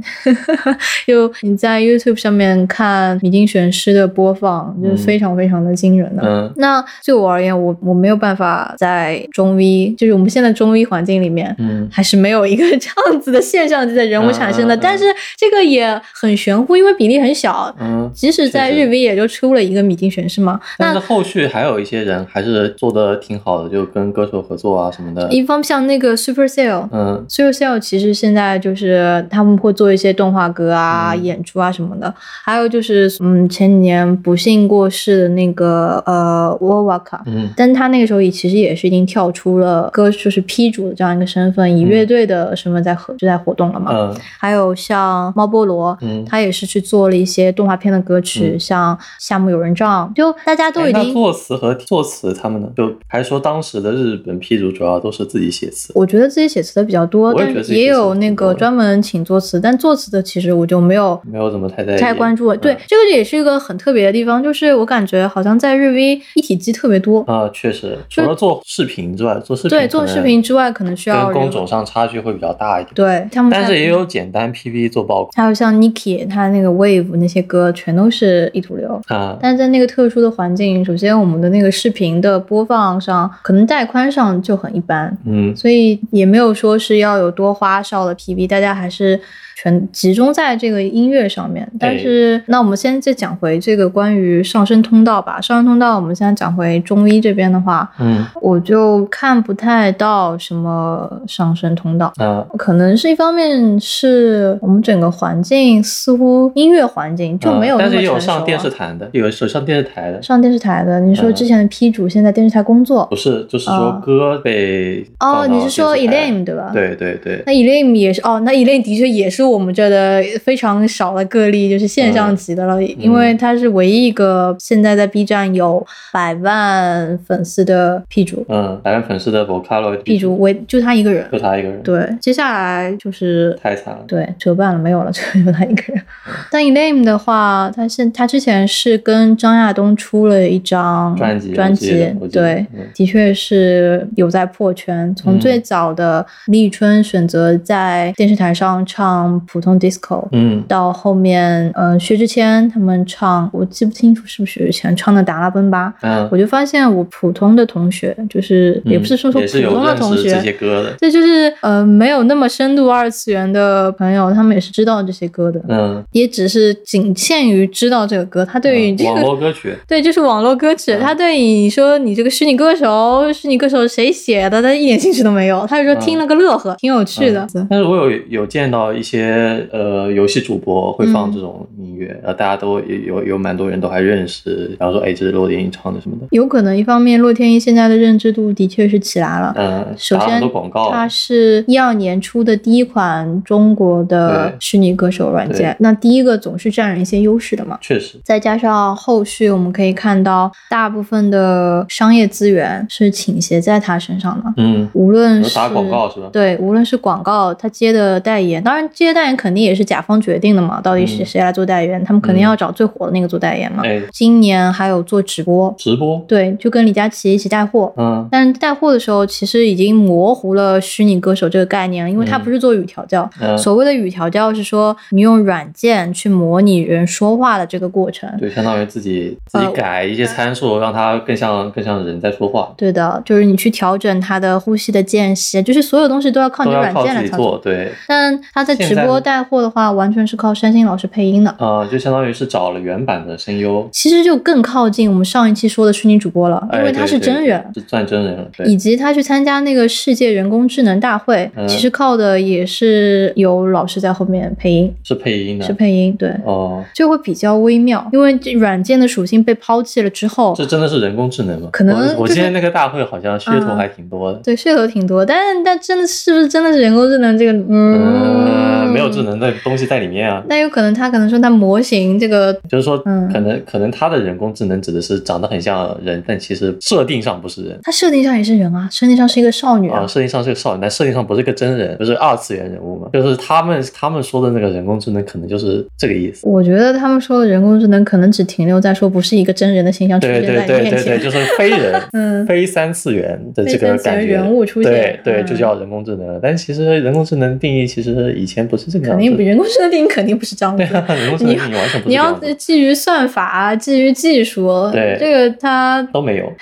Speaker 2: 就你在 YouTube 上面看米津玄师的播放，就是非常非常的惊人的。
Speaker 1: 嗯
Speaker 2: 那就我而言，我我没有办法在中 V，就是我们现在中 V 环境里面，
Speaker 1: 嗯，
Speaker 2: 还是没有一个这样子的现象级的人物产生
Speaker 1: 嗯
Speaker 2: 的。
Speaker 1: 嗯嗯
Speaker 2: 但是这个也很玄乎，因为比例很小。
Speaker 1: 嗯
Speaker 2: 即使在
Speaker 1: 确实
Speaker 2: 日 V 也就出了一个米津玄师嘛，
Speaker 1: 但是
Speaker 2: 那
Speaker 1: 后续还有一些人还是做的挺好的，就跟歌手合作啊什么的。
Speaker 2: 一方像那个 Supercell，
Speaker 1: 嗯
Speaker 2: Supercell 其实现在就是他们会做一些动画歌啊、
Speaker 1: 嗯
Speaker 2: 演出啊什么的，还有就是嗯前几年不幸过世的那个呃 w a w a k a
Speaker 1: 嗯
Speaker 2: 但他那个时候也其实也是已经跳出了歌就是 P 主的这样一个身份，以乐队的身份在合就在活动了嘛。
Speaker 1: 嗯
Speaker 2: 还有像猫菠萝，
Speaker 1: 嗯。
Speaker 2: 他也是去做了一些动画片的歌曲，
Speaker 1: 嗯
Speaker 2: 像《夏目友人帐》，就大家都
Speaker 1: 哎
Speaker 2: 已
Speaker 1: 那
Speaker 2: 经。
Speaker 1: 作词和作词他们呢？就还是说当时的日本 P 主主要都是自己写词。
Speaker 2: 我觉得自己写词的比较多，
Speaker 1: 我也觉得
Speaker 2: 但
Speaker 1: 自己
Speaker 2: 也
Speaker 1: 写词
Speaker 2: 有
Speaker 1: 挺
Speaker 2: 那
Speaker 1: 多
Speaker 2: 个
Speaker 1: 的
Speaker 2: 专门请作词，但作词的其实我就没有
Speaker 1: 没有怎么太在意，嗯
Speaker 2: 太关注了。对，这个也是一个很特别的地方，就是我感觉好像在日 V 一体机特别多。
Speaker 1: 啊、确实，除了做视频之外，做视频
Speaker 2: 对，做
Speaker 1: 可能
Speaker 2: 视频之外，可能需要
Speaker 1: 跟工
Speaker 2: 人
Speaker 1: 种上差距会比较大一点。，
Speaker 2: 对他们现
Speaker 1: 但
Speaker 2: 在，
Speaker 1: 是也有简单 PV 做爆
Speaker 2: 还有像 Niki 他那个 Wave 那些歌，全都是意图流。
Speaker 1: 款啊，
Speaker 2: 但是在那个特殊的环境，首先我们的那个视频的播放上，可能带宽上就很一般，
Speaker 1: 嗯
Speaker 2: 所以也没有说是要有多花哨的 PV，大家还是全集中在这个音乐上面。但是，那我们先再讲回这个关于上升通道吧。上升通道，我们现在讲回中医这边的话，
Speaker 1: 嗯
Speaker 2: 我就看不太到什么上升通道。
Speaker 1: 啊
Speaker 2: 可能是一方面是我们整个环境似乎音乐环境就没有
Speaker 1: 啊
Speaker 2: 那
Speaker 1: 但
Speaker 2: 么
Speaker 1: 是
Speaker 2: 成
Speaker 1: 也
Speaker 2: 熟、
Speaker 1: 有
Speaker 2: 啊
Speaker 1: 上电视台的，有有上电视台的，
Speaker 2: 上电视台的，你说
Speaker 1: 嗯
Speaker 2: 之前的 P 主现在电视台工作
Speaker 1: 不是就是
Speaker 2: 啊
Speaker 1: 说歌被放到
Speaker 2: 哦，你是说
Speaker 1: 电视台
Speaker 2: Elaine 对吧？。
Speaker 1: 对对对，
Speaker 2: 那 Elaine 也是哦，那 Elaine 的确也是我们这的非常少的个例，就是线上
Speaker 1: 嗯
Speaker 2: 级的了，因为他是唯一一个现在在 B 站有百万粉丝的 P 主
Speaker 1: 嗯，百万粉丝的 Vocalo
Speaker 2: ，P 主唯就他一个人。
Speaker 1: 就他一个人，，
Speaker 2: 对，接下来就是
Speaker 1: 太惨了，
Speaker 2: 对，折半了，没有了，只 有他一个人。但 Elaine 的话，他现他之前是跟张亚东出了一张
Speaker 1: 专辑
Speaker 2: 专
Speaker 1: 我记
Speaker 2: 辑
Speaker 1: 得我，记得
Speaker 2: 对
Speaker 1: 嗯，
Speaker 2: 的确是有在破圈。从
Speaker 1: 嗯
Speaker 2: 最早的立春选择在电视台上唱普通 disco，
Speaker 1: 嗯
Speaker 2: 到后面，嗯，薛之谦他们唱，我记不清楚是不是薛之谦唱的《达拉崩吧》。
Speaker 1: 嗯，
Speaker 2: 我就发现我普通的同学，就是也不是说说
Speaker 1: 嗯也
Speaker 2: 普
Speaker 1: 是有
Speaker 2: 通的
Speaker 1: 认
Speaker 2: 同
Speaker 1: 识
Speaker 2: 学，
Speaker 1: 这些歌的，
Speaker 2: 这就是呃没有那么深度二次元的朋友，他们也是知道这些歌的，
Speaker 1: 嗯，
Speaker 2: 也只是仅限于知道这个歌。他对于
Speaker 1: 嗯
Speaker 2: 这
Speaker 1: 网
Speaker 2: 个、
Speaker 1: 络歌 曲，
Speaker 2: 对，就是网络歌曲，
Speaker 1: 嗯
Speaker 2: 他对你说你这个虚拟歌手，虚拟歌手谁写的，他一点兴趣都没有。他就说
Speaker 1: 嗯
Speaker 2: 听了个乐呵，挺有趣的。嗯
Speaker 1: 但是我有有见到一些呃游戏主播会
Speaker 2: 嗯
Speaker 1: 放这种音乐，呃，大家都有有蛮多人都还认识，然后说哎，这是罗点唱的什么的，
Speaker 2: 有可能一方面，洛天依现在的认知度的确是起来了。
Speaker 1: 嗯，
Speaker 2: 首
Speaker 1: 打了很
Speaker 2: 先
Speaker 1: 多广，告，
Speaker 2: 它是一二年出的第一款中国的
Speaker 1: 对
Speaker 2: 虚拟歌手软件
Speaker 1: 对，
Speaker 2: 那第一个总是占有一些优势的嘛。
Speaker 1: 确实，
Speaker 2: 再加上后续我们可以看到，大部分的商业资源是倾斜在他身上的，
Speaker 1: 嗯，
Speaker 2: 无论
Speaker 1: 有
Speaker 2: 是
Speaker 1: 打广告是吧？
Speaker 2: 对，无论是广告他接的代言，当然接代言肯定也是甲方决定的嘛，到底是谁来做代言，他们肯定要找最火的那个做代言嘛。
Speaker 1: 嗯哎，
Speaker 2: 今年还有做直播，
Speaker 1: 直播，
Speaker 2: 对，就跟李佳琦一起带货。
Speaker 1: 嗯
Speaker 2: 但带货的时候，其实已经模糊了虚拟歌手这个概念，因为它
Speaker 1: 嗯
Speaker 2: 不是做语调教。
Speaker 1: 嗯，
Speaker 2: 所谓的语调教是说，你用软件去模拟人说话的这个过程。
Speaker 1: 对，相当于自己自己
Speaker 2: 呃
Speaker 1: 改一些参数，让它更像更像人在说话，
Speaker 2: 对的，就是你去调整它的呼吸的间隙，就是所有东西都要靠
Speaker 1: 都
Speaker 2: 你
Speaker 1: 要
Speaker 2: 的软
Speaker 1: 靠
Speaker 2: 件
Speaker 1: 自
Speaker 2: 来
Speaker 1: 己
Speaker 2: 操作。
Speaker 1: 做，对，
Speaker 2: 但他在直播带货的话，完全是靠山新老师配音的，
Speaker 1: 啊，就相当于是找了原版的声优，
Speaker 2: 其实就更靠近我们上一期说的虚拟主播了，
Speaker 1: 哎
Speaker 2: 因为他
Speaker 1: 对
Speaker 2: 是
Speaker 1: 对
Speaker 2: 真
Speaker 1: 对
Speaker 2: 人。
Speaker 1: 是算真人了，对，
Speaker 2: 以及他去参加那个世界人工智能大会，
Speaker 1: 嗯
Speaker 2: 其实靠的也是有老师在后面配音，
Speaker 1: 是配音
Speaker 2: 是
Speaker 1: 的，
Speaker 2: 配音，对，
Speaker 1: 哦，
Speaker 2: 就会比较微妙，因为这软件的属性被抛弃了之后，
Speaker 1: 这真的是人工智能吗？
Speaker 2: 可能
Speaker 1: 我我
Speaker 2: 就是
Speaker 1: 记得那个大会好像噱头
Speaker 2: 嗯
Speaker 1: 还挺多的，
Speaker 2: 对，噱头挺多，但但真的是不是真的是人工智能这个，嗯，
Speaker 1: 嗯，没有智。能的东西在里面啊。
Speaker 2: 那有可能他可能说他模型这个
Speaker 1: 就是说，
Speaker 2: 嗯
Speaker 1: 可能可能它的人工智能指的是长得很像人，但其实设定上不是人
Speaker 2: 它设定上也是人啊，设定上是一个少女
Speaker 1: 啊，设定上是个少女，但设定上不是个真人，就是二次元人物嘛。就是他们他们说的那个人工智能，可能就是这个意思。
Speaker 2: 我觉得他们说的人工智能可能只停留在说不是一个真人的形象出
Speaker 1: 对
Speaker 2: 现
Speaker 1: 对
Speaker 2: 在你
Speaker 1: 对
Speaker 2: 面
Speaker 1: 对对，
Speaker 2: 前，。
Speaker 1: 就是非人
Speaker 2: 嗯，
Speaker 1: 非三次元的这个
Speaker 2: 非三
Speaker 1: 感
Speaker 2: 次
Speaker 1: 觉，
Speaker 2: 元人物出现
Speaker 1: 对对，
Speaker 2: 嗯
Speaker 1: 就叫人工智能。但其实人工智能定义其实以前不是这个样
Speaker 2: 肯
Speaker 1: 子，
Speaker 2: 定不人工智能定义肯定不是这样子
Speaker 1: 对。啊， 人工智能定义完全不是这
Speaker 2: 你要
Speaker 1: 样子，
Speaker 2: 基于算法，啊基于技术，
Speaker 1: 对
Speaker 2: 这个它
Speaker 1: 都 没有。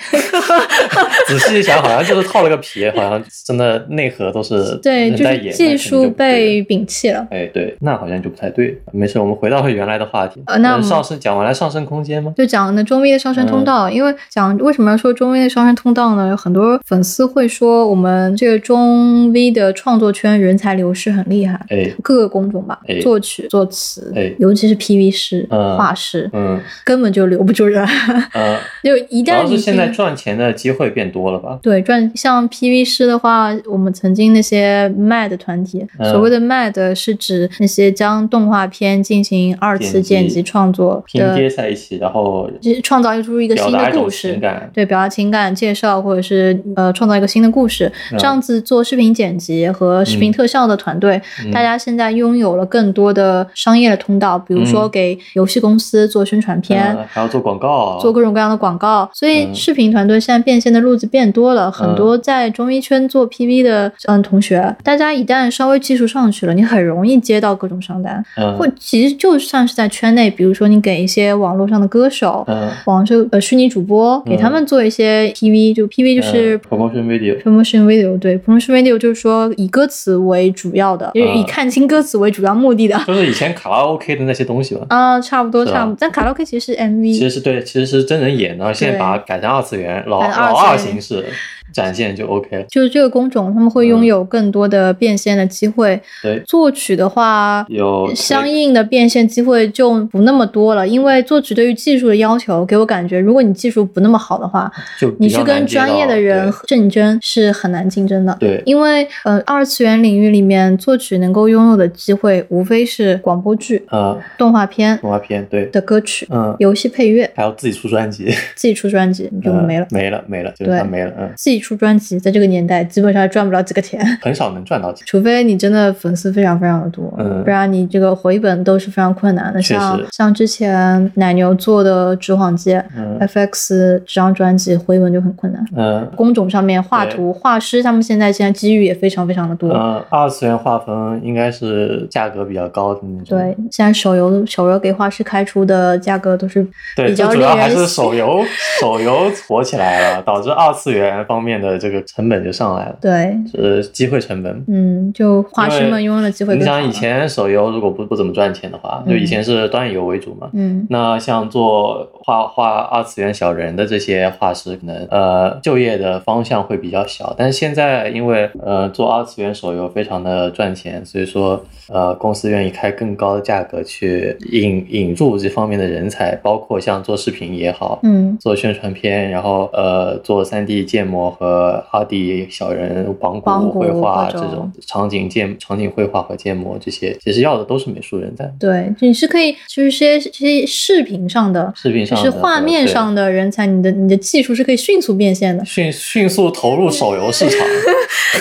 Speaker 1: 仔细一想，好像就是套了个皮，好像真的内核都是
Speaker 2: 对
Speaker 1: 人
Speaker 2: 就
Speaker 1: 在
Speaker 2: 是
Speaker 1: 演，
Speaker 2: 技术
Speaker 1: 被。
Speaker 2: 被摒弃了。
Speaker 1: 哎，对，那好像就不太对。没事，我们回到原来的话题。
Speaker 2: 呃那我们
Speaker 1: 上升讲完了上升空间吗？
Speaker 2: 就讲的中微的上升通
Speaker 1: 嗯
Speaker 2: 道，因为讲为什么要说中微的上升通道呢？有很多粉丝会说我们这个中微的创作圈人才流失很厉害，
Speaker 1: 哎，
Speaker 2: 各个工种吧
Speaker 1: 哎，
Speaker 2: 作曲、作词
Speaker 1: 哎，
Speaker 2: 尤其是 PV 师、
Speaker 1: 嗯
Speaker 2: 画师，
Speaker 1: 嗯
Speaker 2: 根本就留不住 人。
Speaker 1: 呃，
Speaker 2: 就一
Speaker 1: 主
Speaker 2: 旦
Speaker 1: 要
Speaker 2: 你
Speaker 1: 是现在
Speaker 2: 进
Speaker 1: 赚钱的机会变多了吧？
Speaker 2: 对赚像 PV 师的话，我们曾经那些 MAD 团体，
Speaker 1: 嗯
Speaker 2: 所谓的 MAD 是指那些将动画片进行二次
Speaker 1: 剪
Speaker 2: 剪
Speaker 1: 辑
Speaker 2: 辑创作
Speaker 1: 拼
Speaker 2: 的，
Speaker 1: 接在一起，然后
Speaker 2: 就是创造出一个
Speaker 1: 表
Speaker 2: 新
Speaker 1: 达
Speaker 2: 的
Speaker 1: 一
Speaker 2: 故
Speaker 1: 种情
Speaker 2: 事。
Speaker 1: 感。
Speaker 2: 对，表达情感介绍，或者是呃，创造一个新的故事，
Speaker 1: 嗯
Speaker 2: 这样子做视频剪辑和视频
Speaker 1: 嗯
Speaker 2: 特效的团队，
Speaker 1: 嗯
Speaker 2: 大家现在拥有了更多的商业的通道，比如说
Speaker 1: 嗯
Speaker 2: 给游戏公司做宣传片，
Speaker 1: 嗯还要做广告，
Speaker 2: 做各种各样的广告，所以
Speaker 1: 嗯
Speaker 2: 视频团队现在变现的路子变多了，
Speaker 1: 嗯
Speaker 2: 很多在中医圈做 PV 的嗯同学，大家一旦稍微技术上去了，你很容易接到各种商单，
Speaker 1: 嗯
Speaker 2: 或其实就算是在圈内，比如说你给一些网络上的歌手。
Speaker 1: 嗯，
Speaker 2: 网上呃虚拟主播给他们做一些 PV，、就 PV 就是
Speaker 1: 嗯 promotion video，
Speaker 2: promotion video，对 promotion video 就是说以歌词为主要的，就是以
Speaker 1: 嗯
Speaker 2: 看清歌词为主要目的的
Speaker 1: 就是以前卡拉 OK 的那些东西吧。
Speaker 2: 啊、差不多
Speaker 1: 是啊
Speaker 2: 差不多。但卡拉 OK 其实是
Speaker 1: 其
Speaker 2: MV，
Speaker 1: 实是对，其实是真人演，然后现在把它改成二次元，老
Speaker 2: 改成二
Speaker 1: 老
Speaker 2: 次元
Speaker 1: 二形式展现就 OK 了。
Speaker 2: 就是这个工种他们会
Speaker 1: 嗯
Speaker 2: 拥有更多的变现的机会。
Speaker 1: 对，
Speaker 2: 作曲的话。
Speaker 1: 有
Speaker 2: 相应的变现机会就不那么多了，因为作曲对于技术的要求，给我感觉，如果你技术不那么好的话，
Speaker 1: 就比
Speaker 2: 你
Speaker 1: 较
Speaker 2: 去跟
Speaker 1: 难接
Speaker 2: 专业
Speaker 1: 到
Speaker 2: 的人竞争是很难竞争的。
Speaker 1: 对对
Speaker 2: 因为呃，二次元领域里面作曲能够拥有的机会，无非是广播剧、
Speaker 1: 呃
Speaker 2: 动画片
Speaker 1: 动画片对，
Speaker 2: 的歌曲、
Speaker 1: 嗯，
Speaker 2: 游戏配乐，
Speaker 1: 还要自己出专辑，
Speaker 2: 自己出专辑 就
Speaker 1: 嗯
Speaker 2: 没了。
Speaker 1: 没了没了，就是
Speaker 2: 对
Speaker 1: 他没了，嗯，
Speaker 2: 自己出专辑，在这个年代基本上赚不了几个钱，
Speaker 1: 很少能赚到钱。
Speaker 2: 除非你真的粉丝非常非常的多，
Speaker 1: 嗯
Speaker 2: 不然你这个回本都是非常困难的。
Speaker 1: 确实
Speaker 2: 像像之前奶牛做的《纸谎街》
Speaker 1: 嗯
Speaker 2: FX 这张专辑回本就很困难。
Speaker 1: 嗯
Speaker 2: 工种上面画
Speaker 1: 对
Speaker 2: 图、画师，他们现在现在机遇也非常非常的多。
Speaker 1: 嗯，二次元画风应该是价格比较高的那种。
Speaker 2: 对，现在手游手游给画师开出的价格都是
Speaker 1: 对，
Speaker 2: 比
Speaker 1: 这
Speaker 2: 较
Speaker 1: 主
Speaker 2: 令
Speaker 1: 要还是
Speaker 2: 人
Speaker 1: 手游 手游火起来了，导致二次元方面的这个成本就上来了，
Speaker 2: 对，
Speaker 1: 呃，机会成本。
Speaker 2: 嗯，就画师们拥有的机会
Speaker 1: 你
Speaker 2: 更好
Speaker 1: 想
Speaker 2: 了。
Speaker 1: 以前手游如果不不怎么赚钱的话，就以
Speaker 2: 嗯
Speaker 1: 前是端游为主嘛。
Speaker 2: 嗯，
Speaker 1: 那像做画画二次元小人的这些画师，可能呃就业的方向会比较小。但是现在因为呃做二次元手游非常的赚钱，所以说呃公司愿意开更高的价格去引引入这方面的人才，包括像做视频也好，
Speaker 2: 嗯
Speaker 1: 做宣传片，然后呃做 3D 建模和阿迪、小人、榜
Speaker 2: 榜
Speaker 1: 古
Speaker 2: 古
Speaker 1: 绘画
Speaker 2: 各
Speaker 1: 这
Speaker 2: 种
Speaker 1: 种场景建场景绘画和建模这些，其实要的都是美术人在
Speaker 2: 对，你是可以就是这些这些视频上的，
Speaker 1: 视频上
Speaker 2: 是
Speaker 1: 的
Speaker 2: 画
Speaker 1: 对
Speaker 2: 面上的人才，你的你的技术是可以迅速变现 的。
Speaker 1: 迅迅速投
Speaker 2: 嗯
Speaker 1: 入手游市 场，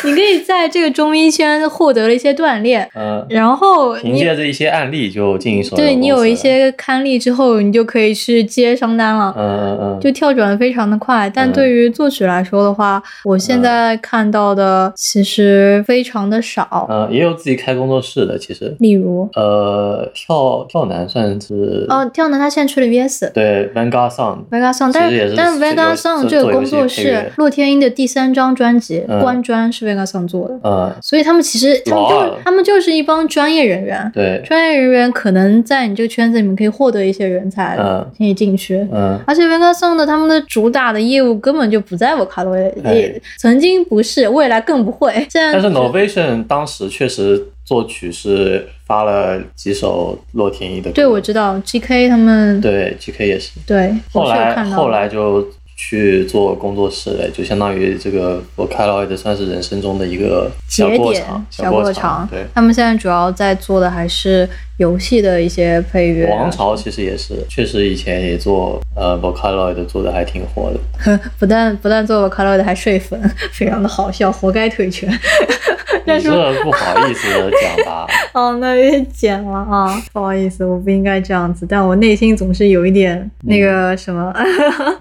Speaker 2: 你可以在这个中医圈获得了一些锻炼，
Speaker 1: 嗯，
Speaker 2: 然后
Speaker 1: 凭
Speaker 2: 你
Speaker 1: 借着一些案例就经营手游
Speaker 2: 对你
Speaker 1: 公
Speaker 2: 有
Speaker 1: 司
Speaker 2: 一些刊例之后，你就可以去接商单了。
Speaker 1: 嗯嗯嗯，
Speaker 2: 就跳转非常的快，但
Speaker 1: 嗯
Speaker 2: 对于作曲来说的话，我现在看到的其实非常的少。
Speaker 1: 嗯也有自己开工作室的，其实
Speaker 2: 例如，
Speaker 1: 呃跳跳男算是
Speaker 2: 哦，跳呢，他现在去了 VS
Speaker 1: 对 Vanga Song
Speaker 2: Vega Song，
Speaker 1: 其
Speaker 2: 但
Speaker 1: 实也是
Speaker 2: 但
Speaker 1: 这游
Speaker 2: Vega
Speaker 1: 戏
Speaker 2: Song
Speaker 1: 做
Speaker 2: 这个
Speaker 1: 做游
Speaker 2: 工
Speaker 1: 戏
Speaker 2: 作
Speaker 1: 配
Speaker 2: 室
Speaker 1: 乐
Speaker 2: 洛天依的第三张专辑
Speaker 1: 嗯
Speaker 2: 官专是 Vega Song 做的，
Speaker 1: 嗯
Speaker 2: 所以他们其实他们
Speaker 1: 老二
Speaker 2: 就
Speaker 1: 了
Speaker 2: 他们就是一帮专业人员，
Speaker 1: 对
Speaker 2: 专业人员可能在你这个圈子里面可以获得一些人才，
Speaker 1: 嗯
Speaker 2: 可以进去。
Speaker 1: 嗯
Speaker 2: 而且 Vega Song 的他们的主打的业务根本就不在 Vocalo，
Speaker 1: 哎
Speaker 2: 也曾经不是，未来更不会。现在
Speaker 1: 但是 Novation 当时确实作曲是发了几首洛天依的歌，
Speaker 2: 对我知道 GK 他们
Speaker 1: 对 GK 也是，
Speaker 2: 对我
Speaker 1: 后
Speaker 2: 是有
Speaker 1: 来
Speaker 2: 看到的
Speaker 1: 后来就去做工作室了，就相当于这个 Vocaloid 算是人生中的一个小
Speaker 2: 节
Speaker 1: 过
Speaker 2: 点
Speaker 1: 场，小
Speaker 2: 小过
Speaker 1: 场
Speaker 2: 场
Speaker 1: 对。，
Speaker 2: 他们现在主要在做的还是游戏的一些配乐啊，
Speaker 1: 王朝其实也是，确实以前也做呃 Vocaloid 做的还挺火 的，
Speaker 2: 不但不但做 Vocalo 的还睡粉，非常的好笑，活该退圈。但
Speaker 1: 你
Speaker 2: 是
Speaker 1: 这不好意思的讲吧？
Speaker 2: 哦，那也剪了啊，不好意思，我不应该这样子，但我内心总是有一点那个什么。
Speaker 1: 嗯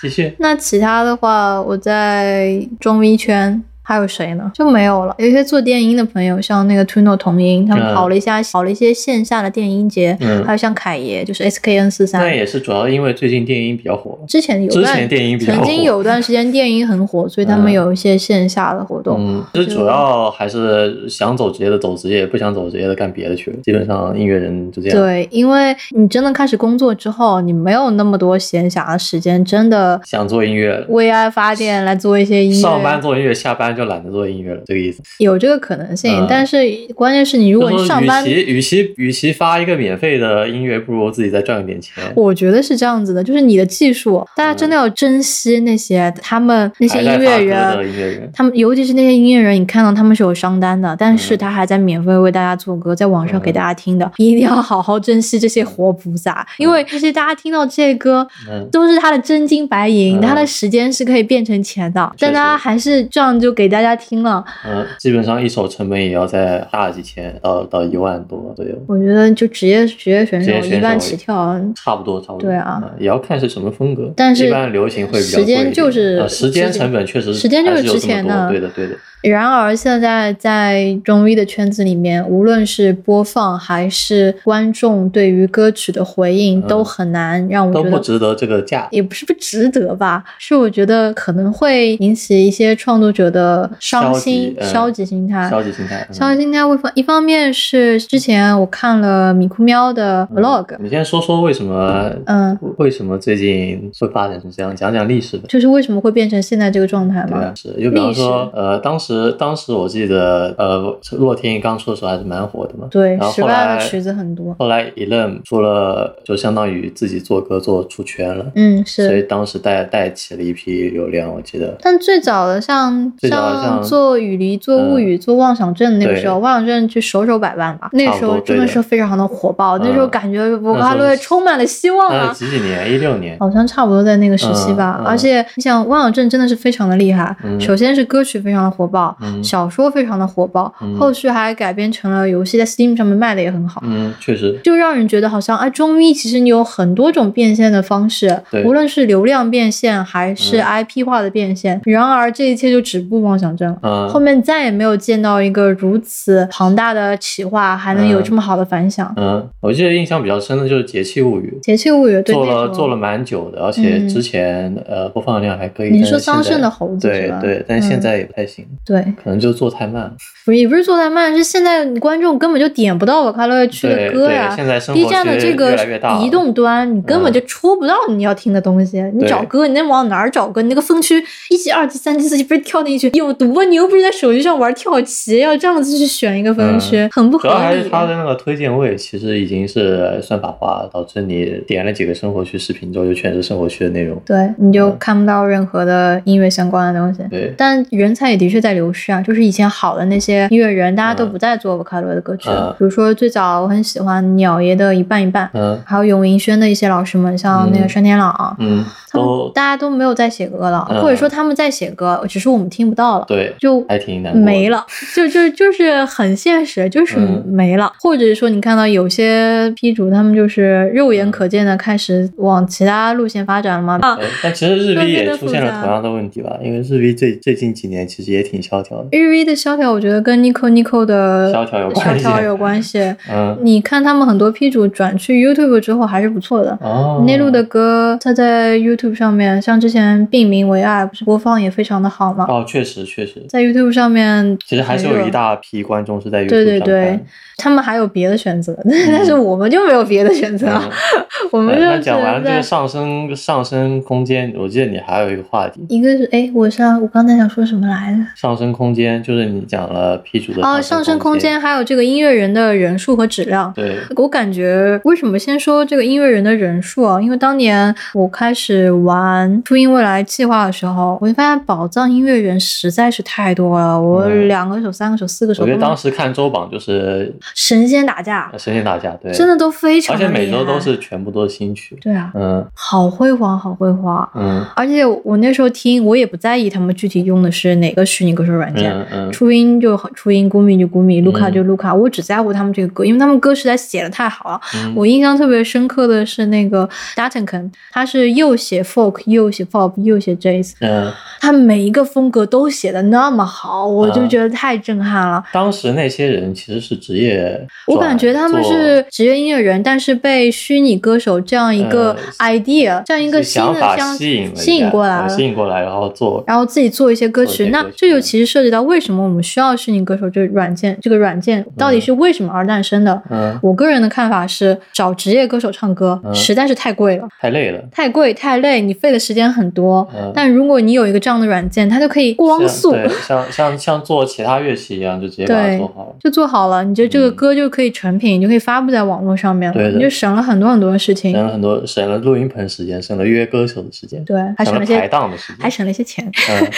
Speaker 1: 继 续，
Speaker 2: 那其他的话，我在中医圈。还有谁呢？就没有了。有一些做电音的朋友，像那个 Tuno 童音，他们
Speaker 1: 嗯
Speaker 2: 跑了一下，跑了一些线下的电音节，
Speaker 1: 嗯
Speaker 2: 还有像凯爷，就是 SKN 四
Speaker 1: 那
Speaker 2: 三。
Speaker 1: 也是主要因为最近电音比较火，
Speaker 2: 之前有
Speaker 1: 之
Speaker 2: 段
Speaker 1: 前电音比较火
Speaker 2: 曾经有段时间电音很火，所以他们
Speaker 1: 嗯
Speaker 2: 有一些线下的活动。
Speaker 1: 嗯，就是
Speaker 2: 就
Speaker 1: 主要还是想走职业的走职业，不想走职业的干别的去了。基本上音乐人就这样，
Speaker 2: 对，因为你真的开始工作之后，你没有那么多闲暇的时间，真的
Speaker 1: 想做音乐，
Speaker 2: 为爱发电来做一些音乐，
Speaker 1: 上班做音乐，下班就懒得做音乐了，这个意思。
Speaker 2: 有这个可能性。
Speaker 1: 嗯
Speaker 2: 但是关键是你如果
Speaker 1: 就
Speaker 2: 你
Speaker 1: 是
Speaker 2: 上班
Speaker 1: 说，与其与其与其发一个免费的音乐，不如自己再赚点钱。
Speaker 2: 我觉得是这样子的，就是你的技术，大家真的要珍惜那些他们那些
Speaker 1: 嗯还在
Speaker 2: 音
Speaker 1: 发
Speaker 2: 乐
Speaker 1: 歌
Speaker 2: 人
Speaker 1: 的。音乐人，
Speaker 2: 他们尤其是那些音乐人，你看到他们是有商单的，但是
Speaker 1: 嗯
Speaker 2: 他还在免费为大家做歌，在网上给大家听的，一定要好好珍惜这些活菩萨，因为这些大家听到这些歌，
Speaker 1: 嗯，
Speaker 2: 都是他的真金白
Speaker 1: 嗯
Speaker 2: 银，他的时间是可以变成钱的，
Speaker 1: 确
Speaker 2: 但
Speaker 1: 实
Speaker 2: 他还是这样就给大家听了。
Speaker 1: 嗯，基本上一首成本也要在大几千到到一万多左右，
Speaker 2: 我觉得就职业职业选手
Speaker 1: 职业选手
Speaker 2: 一万起跳，
Speaker 1: 差不多差不多。
Speaker 2: 对啊
Speaker 1: 嗯也要看是什么风格。
Speaker 2: 但是
Speaker 1: 一般流行会比较贵
Speaker 2: 时
Speaker 1: 一点
Speaker 2: 间就是
Speaker 1: 呃时间成本确实
Speaker 2: 时间就
Speaker 1: 还
Speaker 2: 是
Speaker 1: 是有
Speaker 2: 之
Speaker 1: 这么
Speaker 2: 前
Speaker 1: 多
Speaker 2: 的
Speaker 1: 对的对的。
Speaker 2: 然而现在在中医的圈子里面，无论是播放还是观众对于歌曲的回应，
Speaker 1: 嗯
Speaker 2: 都很难让我
Speaker 1: 都
Speaker 2: 觉
Speaker 1: 不
Speaker 2: 得。
Speaker 1: 值得这个价。
Speaker 2: 也不是不值得吧，是我觉得可能会引起一些创作者的伤心
Speaker 1: 消、极嗯
Speaker 2: 消极心态。
Speaker 1: 消极心态，嗯
Speaker 2: 消极心态，为方一方面是之前我看了米库喵的
Speaker 1: 嗯
Speaker 2: vlog，
Speaker 1: 你先说说为什么？
Speaker 2: 嗯，
Speaker 1: 为什么最近会发展成这样？讲讲历史呗。
Speaker 2: 就是为什么会变成现在这个状态
Speaker 1: 对
Speaker 2: 嘛
Speaker 1: 啊？，是就比
Speaker 2: 历
Speaker 1: 方
Speaker 2: 史
Speaker 1: 说，呃，当时当时我记得，呃，洛天依刚出的时候还是蛮火的嘛。
Speaker 2: 对
Speaker 1: 然，后
Speaker 2: 室
Speaker 1: 后
Speaker 2: 外
Speaker 1: 来
Speaker 2: 的曲子很多。
Speaker 1: 后来 Elem 出了，就相当于自己做歌做出圈了，
Speaker 2: 嗯，
Speaker 1: 所以
Speaker 2: 是。
Speaker 1: 当时带带起了一批流量，我记得。
Speaker 2: 但最早的像
Speaker 1: 最早的像嗯
Speaker 2: 做雨梨、做物语、做妄想症那个
Speaker 1: 对
Speaker 2: 时候，妄想症就手手百万吧，那
Speaker 1: 差不
Speaker 2: 时
Speaker 1: 多
Speaker 2: 候真的
Speaker 1: 对的
Speaker 2: 是非常的火爆，
Speaker 1: 嗯
Speaker 2: 那时候感觉我
Speaker 1: 那时候
Speaker 2: 哈洛充满了希望
Speaker 1: 呃，
Speaker 2: 啊。哦
Speaker 1: 几几年？一六年。
Speaker 2: 好像差不多在那个时期吧，
Speaker 1: 嗯嗯
Speaker 2: 而且你想，汪小正真的是非常的厉害。
Speaker 1: 嗯
Speaker 2: 首先是歌曲非常的火爆，
Speaker 1: 嗯
Speaker 2: 小说非常的火爆，
Speaker 1: 嗯
Speaker 2: 后续还改编成了游戏，在 Steam 上面卖的也很好。
Speaker 1: 嗯，确实。
Speaker 2: 就让人觉得好像哎，中医其实你有很多种变现的方式
Speaker 1: 对，
Speaker 2: 无论是流量变现还是
Speaker 1: 嗯
Speaker 2: IP 化的变现。然而这一切就止步妄想症了。
Speaker 1: 嗯
Speaker 2: 后面再也没有见到一个如此庞大的企划还能有
Speaker 1: 嗯
Speaker 2: 这么好的反响。
Speaker 1: 嗯，我记得印象比较深的就是《节气物语》，
Speaker 2: 节气物语对
Speaker 1: 做
Speaker 2: 那时候
Speaker 1: 了做了蛮久的，而且
Speaker 2: 嗯
Speaker 1: 之前、呃播放量还可以。
Speaker 2: 你
Speaker 1: 但是
Speaker 2: 说桑
Speaker 1: 现在
Speaker 2: 葚的猴子是
Speaker 1: 对
Speaker 2: 吧
Speaker 1: 对，但是现
Speaker 2: 嗯
Speaker 1: 在也不太行，
Speaker 2: 对，
Speaker 1: 可能就做太慢了。
Speaker 2: 不是也不是做太慢，是现在观众根本就点不到我快乐区的
Speaker 1: 对
Speaker 2: 歌
Speaker 1: 对
Speaker 2: 呀。
Speaker 1: 现在生活
Speaker 2: B 站的
Speaker 1: 区
Speaker 2: 这个
Speaker 1: 越来越大了嗯
Speaker 2: 移动端，你根本就戳不到你要听的东西。你
Speaker 1: 对
Speaker 2: 找歌，你能往哪儿找歌？你那个分区一级、二级、三级、四级，不是跳进去有我赌博你又不是在手机上玩跳棋，要这样子去选一个分区，
Speaker 1: 嗯
Speaker 2: 很不
Speaker 1: 主
Speaker 2: 合
Speaker 1: 要还是
Speaker 2: 理。
Speaker 1: 它的那个推荐位，其实已经是算法化，导致你点了几个生活区视频之后，就全是生活区的内容。
Speaker 2: 对，你就看不到任何的音乐相关的东西。
Speaker 1: 嗯对，
Speaker 2: 但人才也的确在流失啊，就是以前好的那些音乐人，大家都不再做 Vocalo 的歌曲了。
Speaker 1: 嗯
Speaker 2: 比如说最早我很喜欢鸟爷的《一半一半》，
Speaker 1: 嗯
Speaker 2: 还有永云轩的一些老师们，像那个
Speaker 1: 嗯
Speaker 2: 山田朗，
Speaker 1: 嗯，
Speaker 2: 他们
Speaker 1: 都
Speaker 2: 大家都没有在写歌了，
Speaker 1: 嗯
Speaker 2: 或者说他们在写歌，只是我们听不到了，
Speaker 1: 对，
Speaker 2: 就
Speaker 1: 还挺难过的
Speaker 2: 没。了，就就就是很现实，就是
Speaker 1: 嗯
Speaker 2: 没了。或者说，你看到有些批主他们就是肉眼可见的开始往其他路线发展了嘛？啊，
Speaker 1: 对但其实日
Speaker 2: 就
Speaker 1: V
Speaker 2: 变得
Speaker 1: 也出现了
Speaker 2: 复杂
Speaker 1: 同样的问题吧，因为日 V 最最近几年其实也挺萧条的。
Speaker 2: 日 V 的萧条，我觉得跟 Nico Nico 的
Speaker 1: 萧条有
Speaker 2: 萧
Speaker 1: 关系
Speaker 2: 条有 关系。
Speaker 1: 嗯，
Speaker 2: 你看他们很多批主转去 YouTube 之后还是不错的。
Speaker 1: 哦，
Speaker 2: 嗯内陆的歌，他在 YouTube 上面，像之前《病名为爱》，不是播放也非常的好嘛？
Speaker 1: 哦，确实确实，
Speaker 2: 在 YouTube 上面，
Speaker 1: 其实还是
Speaker 2: 很
Speaker 1: 有
Speaker 2: 热
Speaker 1: 一大批观众是在 YouTube
Speaker 2: 对对
Speaker 1: 上
Speaker 2: 对
Speaker 1: 看，
Speaker 2: 他们还有别的选择，但但是我们就没有别的选择，
Speaker 1: 嗯
Speaker 2: 我们
Speaker 1: 哎
Speaker 2: 就
Speaker 1: 那
Speaker 2: 是
Speaker 1: 讲完这
Speaker 2: 在
Speaker 1: 个上升上升空间，我记得你还有一个话题，
Speaker 2: 一个是哎，我上我刚才想说什么来着？
Speaker 1: 上升空间就是你讲了 P 主的
Speaker 2: 哦，上升空间，还有这个音乐人的人数和质量。
Speaker 1: 对，
Speaker 2: 我感觉为什么先说这个音乐人的人数啊？因为当年我开始玩初音未来计划的时候，我就发现宝藏音乐人实在是太多了，我
Speaker 1: 嗯
Speaker 2: 两个手、三个手、四个手
Speaker 1: 我觉得
Speaker 2: 根
Speaker 1: 当
Speaker 2: 本
Speaker 1: 时看周榜就是
Speaker 2: 神仙打架，
Speaker 1: 神仙打架，对，
Speaker 2: 真的，都非常
Speaker 1: 而且
Speaker 2: 的
Speaker 1: 每
Speaker 2: 厉害。
Speaker 1: 周都是全部都是新曲，
Speaker 2: 对啊，
Speaker 1: 嗯
Speaker 2: 好辉煌，好辉煌。
Speaker 1: 嗯
Speaker 2: 而且我那时候听，我也不在意他们具体用的是哪个虚拟歌手软件，
Speaker 1: 嗯嗯，
Speaker 2: 初音就好初音，咕米就咕米，卢卡就卢卡，我只在乎他们这个歌，因为他们歌实在写的太好了。
Speaker 1: 嗯
Speaker 2: 我印象特别深刻的是那个 d a t e n k e n 他是又写 folk 又写 pop 又写 jazz，
Speaker 1: 嗯，
Speaker 2: 他每一个风格都写的那么好，我就
Speaker 1: 嗯
Speaker 2: 觉得太震撼了。
Speaker 1: 当时那些人其实是职业做，
Speaker 2: 我感觉他们
Speaker 1: 做
Speaker 2: 是职业音乐人，但是被虚拟歌手这样一个
Speaker 1: 呃
Speaker 2: idea，、这样一个新
Speaker 1: 想
Speaker 2: 的
Speaker 1: 法
Speaker 2: 相
Speaker 1: 吸引了
Speaker 2: 吸
Speaker 1: 一
Speaker 2: 引
Speaker 1: 下
Speaker 2: 过来
Speaker 1: 嗯
Speaker 2: 了
Speaker 1: 吸。引过来，然后做，
Speaker 2: 然后自己做一些歌
Speaker 1: 做
Speaker 2: 曲
Speaker 1: 一，些
Speaker 2: 那
Speaker 1: 歌曲
Speaker 2: 这就其实涉及到为什么我们需要虚拟歌手这个软件，这个软件到底是为什么而诞生的？
Speaker 1: 嗯，
Speaker 2: 我个人的看法是，找职业歌手唱歌
Speaker 1: 嗯
Speaker 2: 实在是太贵了。
Speaker 1: 太累了。
Speaker 2: 太贵太累，你费的时间很多。
Speaker 1: 嗯
Speaker 2: 但如果你有一个这样的软件，它就可以光
Speaker 1: 像
Speaker 2: 速
Speaker 1: 对，像像像做其他乐器一样，就直接把它
Speaker 2: 对
Speaker 1: 做好了。
Speaker 2: 就做好了，你就这个
Speaker 1: 嗯
Speaker 2: 歌就可以成品，你就可以发布在网络上面了，
Speaker 1: 对的
Speaker 2: 你就省了很多很多的事情。
Speaker 1: 省了很多，省了录音棚时间，省了约歌手的时间，
Speaker 2: 对，还
Speaker 1: 省
Speaker 2: 省了
Speaker 1: 了
Speaker 2: 些
Speaker 1: 排档的时间，
Speaker 2: 还省了一些钱，
Speaker 1: 嗯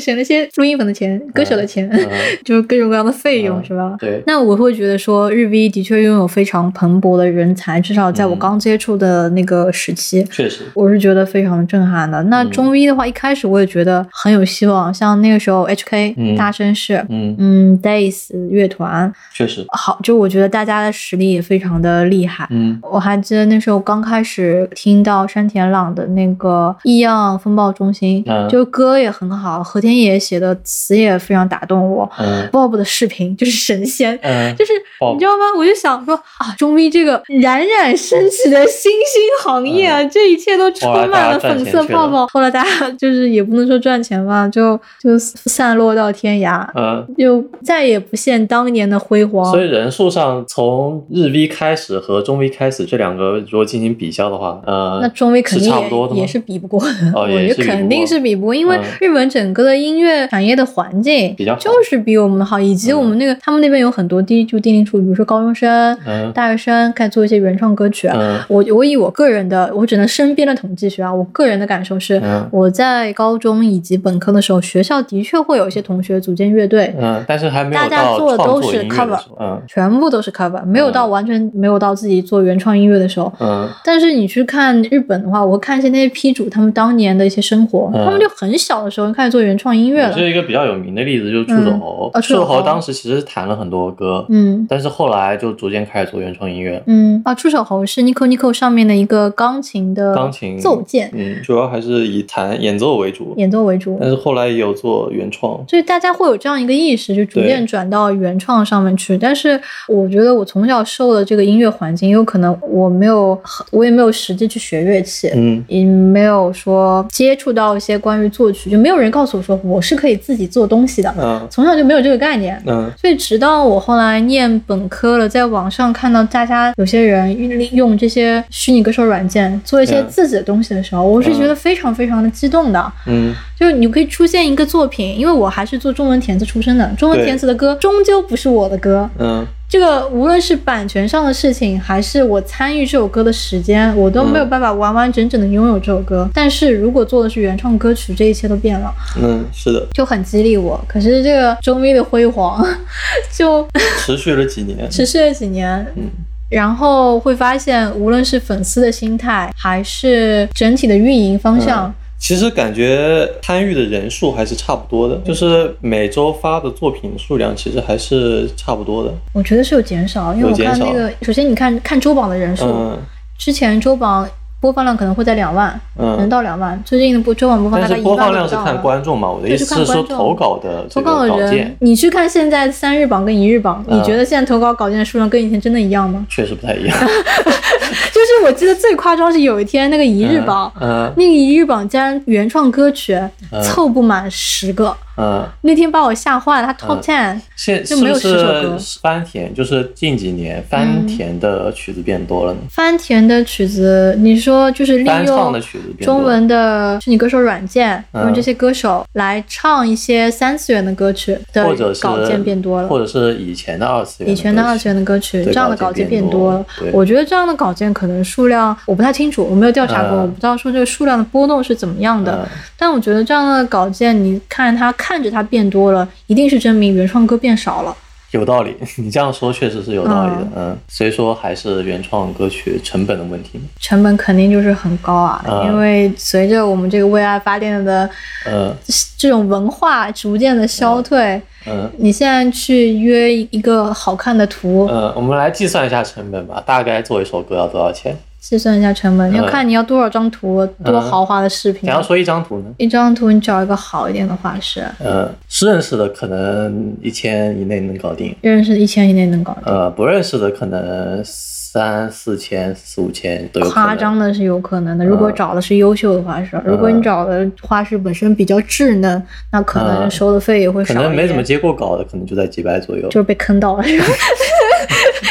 Speaker 2: 省了些录音棚的钱、歌手的钱，
Speaker 1: 嗯
Speaker 2: 就是各种各样的费用，
Speaker 1: 嗯
Speaker 2: 是吧？
Speaker 1: 对，
Speaker 2: 那我会觉得说，日 V 的确拥有非常蓬勃的人才，至少在我
Speaker 1: 嗯
Speaker 2: 刚接触的 那个时期，
Speaker 1: 确实，
Speaker 2: 我是觉得非常震撼的。那
Speaker 1: 嗯
Speaker 2: 中 V 的话，一开始我也觉得很有希望，像那个时候 HK、
Speaker 1: 嗯
Speaker 2: 大绅士，
Speaker 1: 嗯，
Speaker 2: 嗯，Days 乐团，
Speaker 1: 确实，
Speaker 2: 好，就我觉得大家的实力也非常的厉害。
Speaker 1: 嗯
Speaker 2: 我还记得那时候刚开始听到山田朗的那个《异样风暴中心》，
Speaker 1: 嗯
Speaker 2: 就歌也很好，和田野写的词也非常打动我。
Speaker 1: 嗯
Speaker 2: Bob 的视频就是神仙，
Speaker 1: 嗯，
Speaker 2: 就是
Speaker 1: Bob
Speaker 2: 你知道吗？我就想说啊，中 V 这个冉冉升起的新兴行业啊，
Speaker 1: 嗯
Speaker 2: 这一切都充满了粉色泡泡。后来大家就是也不能说赚钱吧，就就散落到天涯，
Speaker 1: 嗯，
Speaker 2: 就再也不见当年的辉煌
Speaker 1: 所。以人数上，从日 V 开始和中 V 开始这两个如果进行比较的话，呃，
Speaker 2: 那中 V 肯定
Speaker 1: 是差不多的
Speaker 2: 也
Speaker 1: 吗
Speaker 2: 也是比不过的，
Speaker 1: 哦
Speaker 2: 我
Speaker 1: 也是
Speaker 2: 觉
Speaker 1: 比不
Speaker 2: 得
Speaker 1: 过
Speaker 2: 肯定是比不过，因为
Speaker 1: 嗯
Speaker 2: 日本整个的音乐产业的环境
Speaker 1: 比较好
Speaker 2: 就是比我们的好，以及我们那个他们那边有很多低就低龄处，比如说高中生、
Speaker 1: 嗯
Speaker 2: 大学生，开始做一些原创歌曲，啊
Speaker 1: 嗯
Speaker 2: 我我以我个人的，我只能身边的统计学啊，我个人的感受是
Speaker 1: 嗯，
Speaker 2: 我在高中以及本科的时候，学校的确会有一些同学组建乐队，
Speaker 1: 嗯，但是还没有
Speaker 2: 大家
Speaker 1: 到
Speaker 2: 做的
Speaker 1: 创
Speaker 2: 都
Speaker 1: 作
Speaker 2: 是
Speaker 1: 音乐的
Speaker 2: cover
Speaker 1: 时候，嗯
Speaker 2: 全部都是 cover，没有到完全没有到自己做原创音乐的时候。
Speaker 1: 嗯
Speaker 2: 但是你去看日本的话，我看一些那些批主他们当年的一些生活，
Speaker 1: 嗯
Speaker 2: 他们就很小的时候就开始做原创音乐
Speaker 1: 我
Speaker 2: 了
Speaker 1: 觉。得一个比较有名的例子就是出走猴
Speaker 2: 啊，出
Speaker 1: 出
Speaker 2: 走
Speaker 1: 走
Speaker 2: 猴
Speaker 1: 猴当时其实弹了很多歌，
Speaker 2: 嗯
Speaker 1: 但是后来就逐渐开始做原创音乐，
Speaker 2: 嗯啊，出手猴是 Nico Nico 上面的一个钢琴的
Speaker 1: 钢琴
Speaker 2: 嗯奏键
Speaker 1: 嗯，主要还是以弹演奏为主，
Speaker 2: 演奏为主。
Speaker 1: 但是后来也有做原创，
Speaker 2: 所以大家会有这样一个意识，就逐渐
Speaker 1: 对
Speaker 2: 转到原创上面去。但是我觉得我从小受的这个音乐环境，有可能我没有，我也没有实际去学乐器，
Speaker 1: 嗯
Speaker 2: 也没有说接触到一些关于作曲，就没有人告诉我说我是可以自己做东西的，
Speaker 1: 嗯
Speaker 2: 从小就没有这个概念。
Speaker 1: 嗯
Speaker 2: 所以，直到我后来念本科了，在网上看到大家有些人用用这些虚拟歌手软件做一些
Speaker 1: 嗯
Speaker 2: 自己的东西的时候，我是觉得非常非常的激动的。
Speaker 1: 嗯
Speaker 2: 就是你可以出现一个作品，因为我还是做中文填词出身的，中文
Speaker 1: 对
Speaker 2: 填词的歌终究不是我的歌，
Speaker 1: 嗯
Speaker 2: 这个无论是版权上的事情，还是我参与这首歌的时间，我都没有办法完完整整的拥有这首歌。但是如果做的是原创歌曲，这一切都变了，
Speaker 1: 嗯，是的，
Speaker 2: 就很激励我。可是这个周密的辉煌， 就
Speaker 1: 持续了几年，
Speaker 2: 持续了几年，
Speaker 1: 嗯
Speaker 2: 然后会发现，无论是粉丝的心态，还是整体的运营方向，
Speaker 1: 嗯其实感觉参与的人数还是差不多的，就是每周发的作品数量其实还是差不多的。
Speaker 2: 我觉得是有减少。因为我
Speaker 1: 有减
Speaker 2: 看
Speaker 1: 少
Speaker 2: 那个，首先你看看周榜的人数，
Speaker 1: 嗯
Speaker 2: 之前周榜播放量可能会在两万，能
Speaker 1: 嗯，
Speaker 2: 到两万。最近的播周榜播放
Speaker 1: 但
Speaker 2: 大概
Speaker 1: 是
Speaker 2: 一
Speaker 1: 播
Speaker 2: 万
Speaker 1: 放
Speaker 2: 都
Speaker 1: 量
Speaker 2: 不
Speaker 1: 是
Speaker 2: 到
Speaker 1: 看
Speaker 2: 了
Speaker 1: 观众嘛，我的意
Speaker 2: 对是
Speaker 1: 思
Speaker 2: 看
Speaker 1: 是说
Speaker 2: 观众
Speaker 1: 投稿的这
Speaker 2: 投
Speaker 1: 个
Speaker 2: 稿的
Speaker 1: 稿
Speaker 2: 人
Speaker 1: 件，
Speaker 2: 你去看现在三日榜跟一日榜，
Speaker 1: 嗯
Speaker 2: 你觉得现在投稿稿件的数量跟以前真的一样吗？
Speaker 1: 确实不太一样。
Speaker 2: 就是我记得最夸张是有一天那个一日榜，
Speaker 1: 嗯
Speaker 2: 那个一日榜竟然原创歌曲
Speaker 1: 嗯
Speaker 2: 凑不满十个，
Speaker 1: 嗯，
Speaker 2: 那天把我吓坏了，他 top ten，
Speaker 1: 现
Speaker 2: 就是没有
Speaker 1: 不
Speaker 2: 十首歌嗯
Speaker 1: 是翻田？就是近几年翻田的曲子变多了呢，
Speaker 2: 翻田的曲子，你说就是利
Speaker 1: 翻唱
Speaker 2: 用
Speaker 1: 的曲子变多了。
Speaker 2: 中文的虚拟歌手软件，
Speaker 1: 嗯
Speaker 2: 用这些歌手来唱一些三次元的歌曲的
Speaker 1: 或者是
Speaker 2: 稿件变多了，
Speaker 1: 或者是以前的二次元歌
Speaker 2: 以
Speaker 1: 曲，
Speaker 2: 前的二次元的歌曲，
Speaker 1: 对
Speaker 2: 这样的稿
Speaker 1: 稿
Speaker 2: 件
Speaker 1: 件
Speaker 2: 变
Speaker 1: 变
Speaker 2: 多
Speaker 1: 多
Speaker 2: 了
Speaker 1: 了。对
Speaker 2: 我觉得这样的稿件可能数量我不太清楚，我没有调查过，
Speaker 1: 嗯
Speaker 2: 我不知道说这个数量的波动是怎么样的。
Speaker 1: 嗯
Speaker 2: 但我觉得这样的稿件，你看它看着它变多了，一定是证明原创歌变少了。
Speaker 1: 有道理， 你这样说确实是有道理的，嗯，所以说还是原创歌曲成本的问题嘛，
Speaker 2: 成本肯定就是很高啊，
Speaker 1: 嗯
Speaker 2: 因为随着我们这个为爱发电的呃
Speaker 1: 嗯
Speaker 2: 这种文化逐渐的消退，
Speaker 1: 嗯
Speaker 2: 你现在去约一个好看的图，
Speaker 1: 嗯，我们来计算一下成本吧，大概做一首歌要多少钱？
Speaker 2: 计算一下成本，
Speaker 1: 嗯
Speaker 2: 要看你要多少张图，多
Speaker 1: 嗯
Speaker 2: 豪华的视频
Speaker 1: 假。如说一张图呢？
Speaker 2: 一张图你找一个好一点的画师，
Speaker 1: 呃，是认识的可能一千以内能搞定，
Speaker 2: 认识一千以内能搞定。
Speaker 1: 呃，不认识的可能三四千、四五千都有可能。啊
Speaker 2: 夸张的是有可能的，如果找的是优秀的画师，如果你找的画师本身比较稚嫩，那可能
Speaker 1: 嗯
Speaker 2: 收的费也会
Speaker 1: 可
Speaker 2: 少
Speaker 1: 能
Speaker 2: 一
Speaker 1: 没怎么
Speaker 2: 点。
Speaker 1: 接过稿的，可能就在几百左右。
Speaker 2: 就是被坑到了，是吧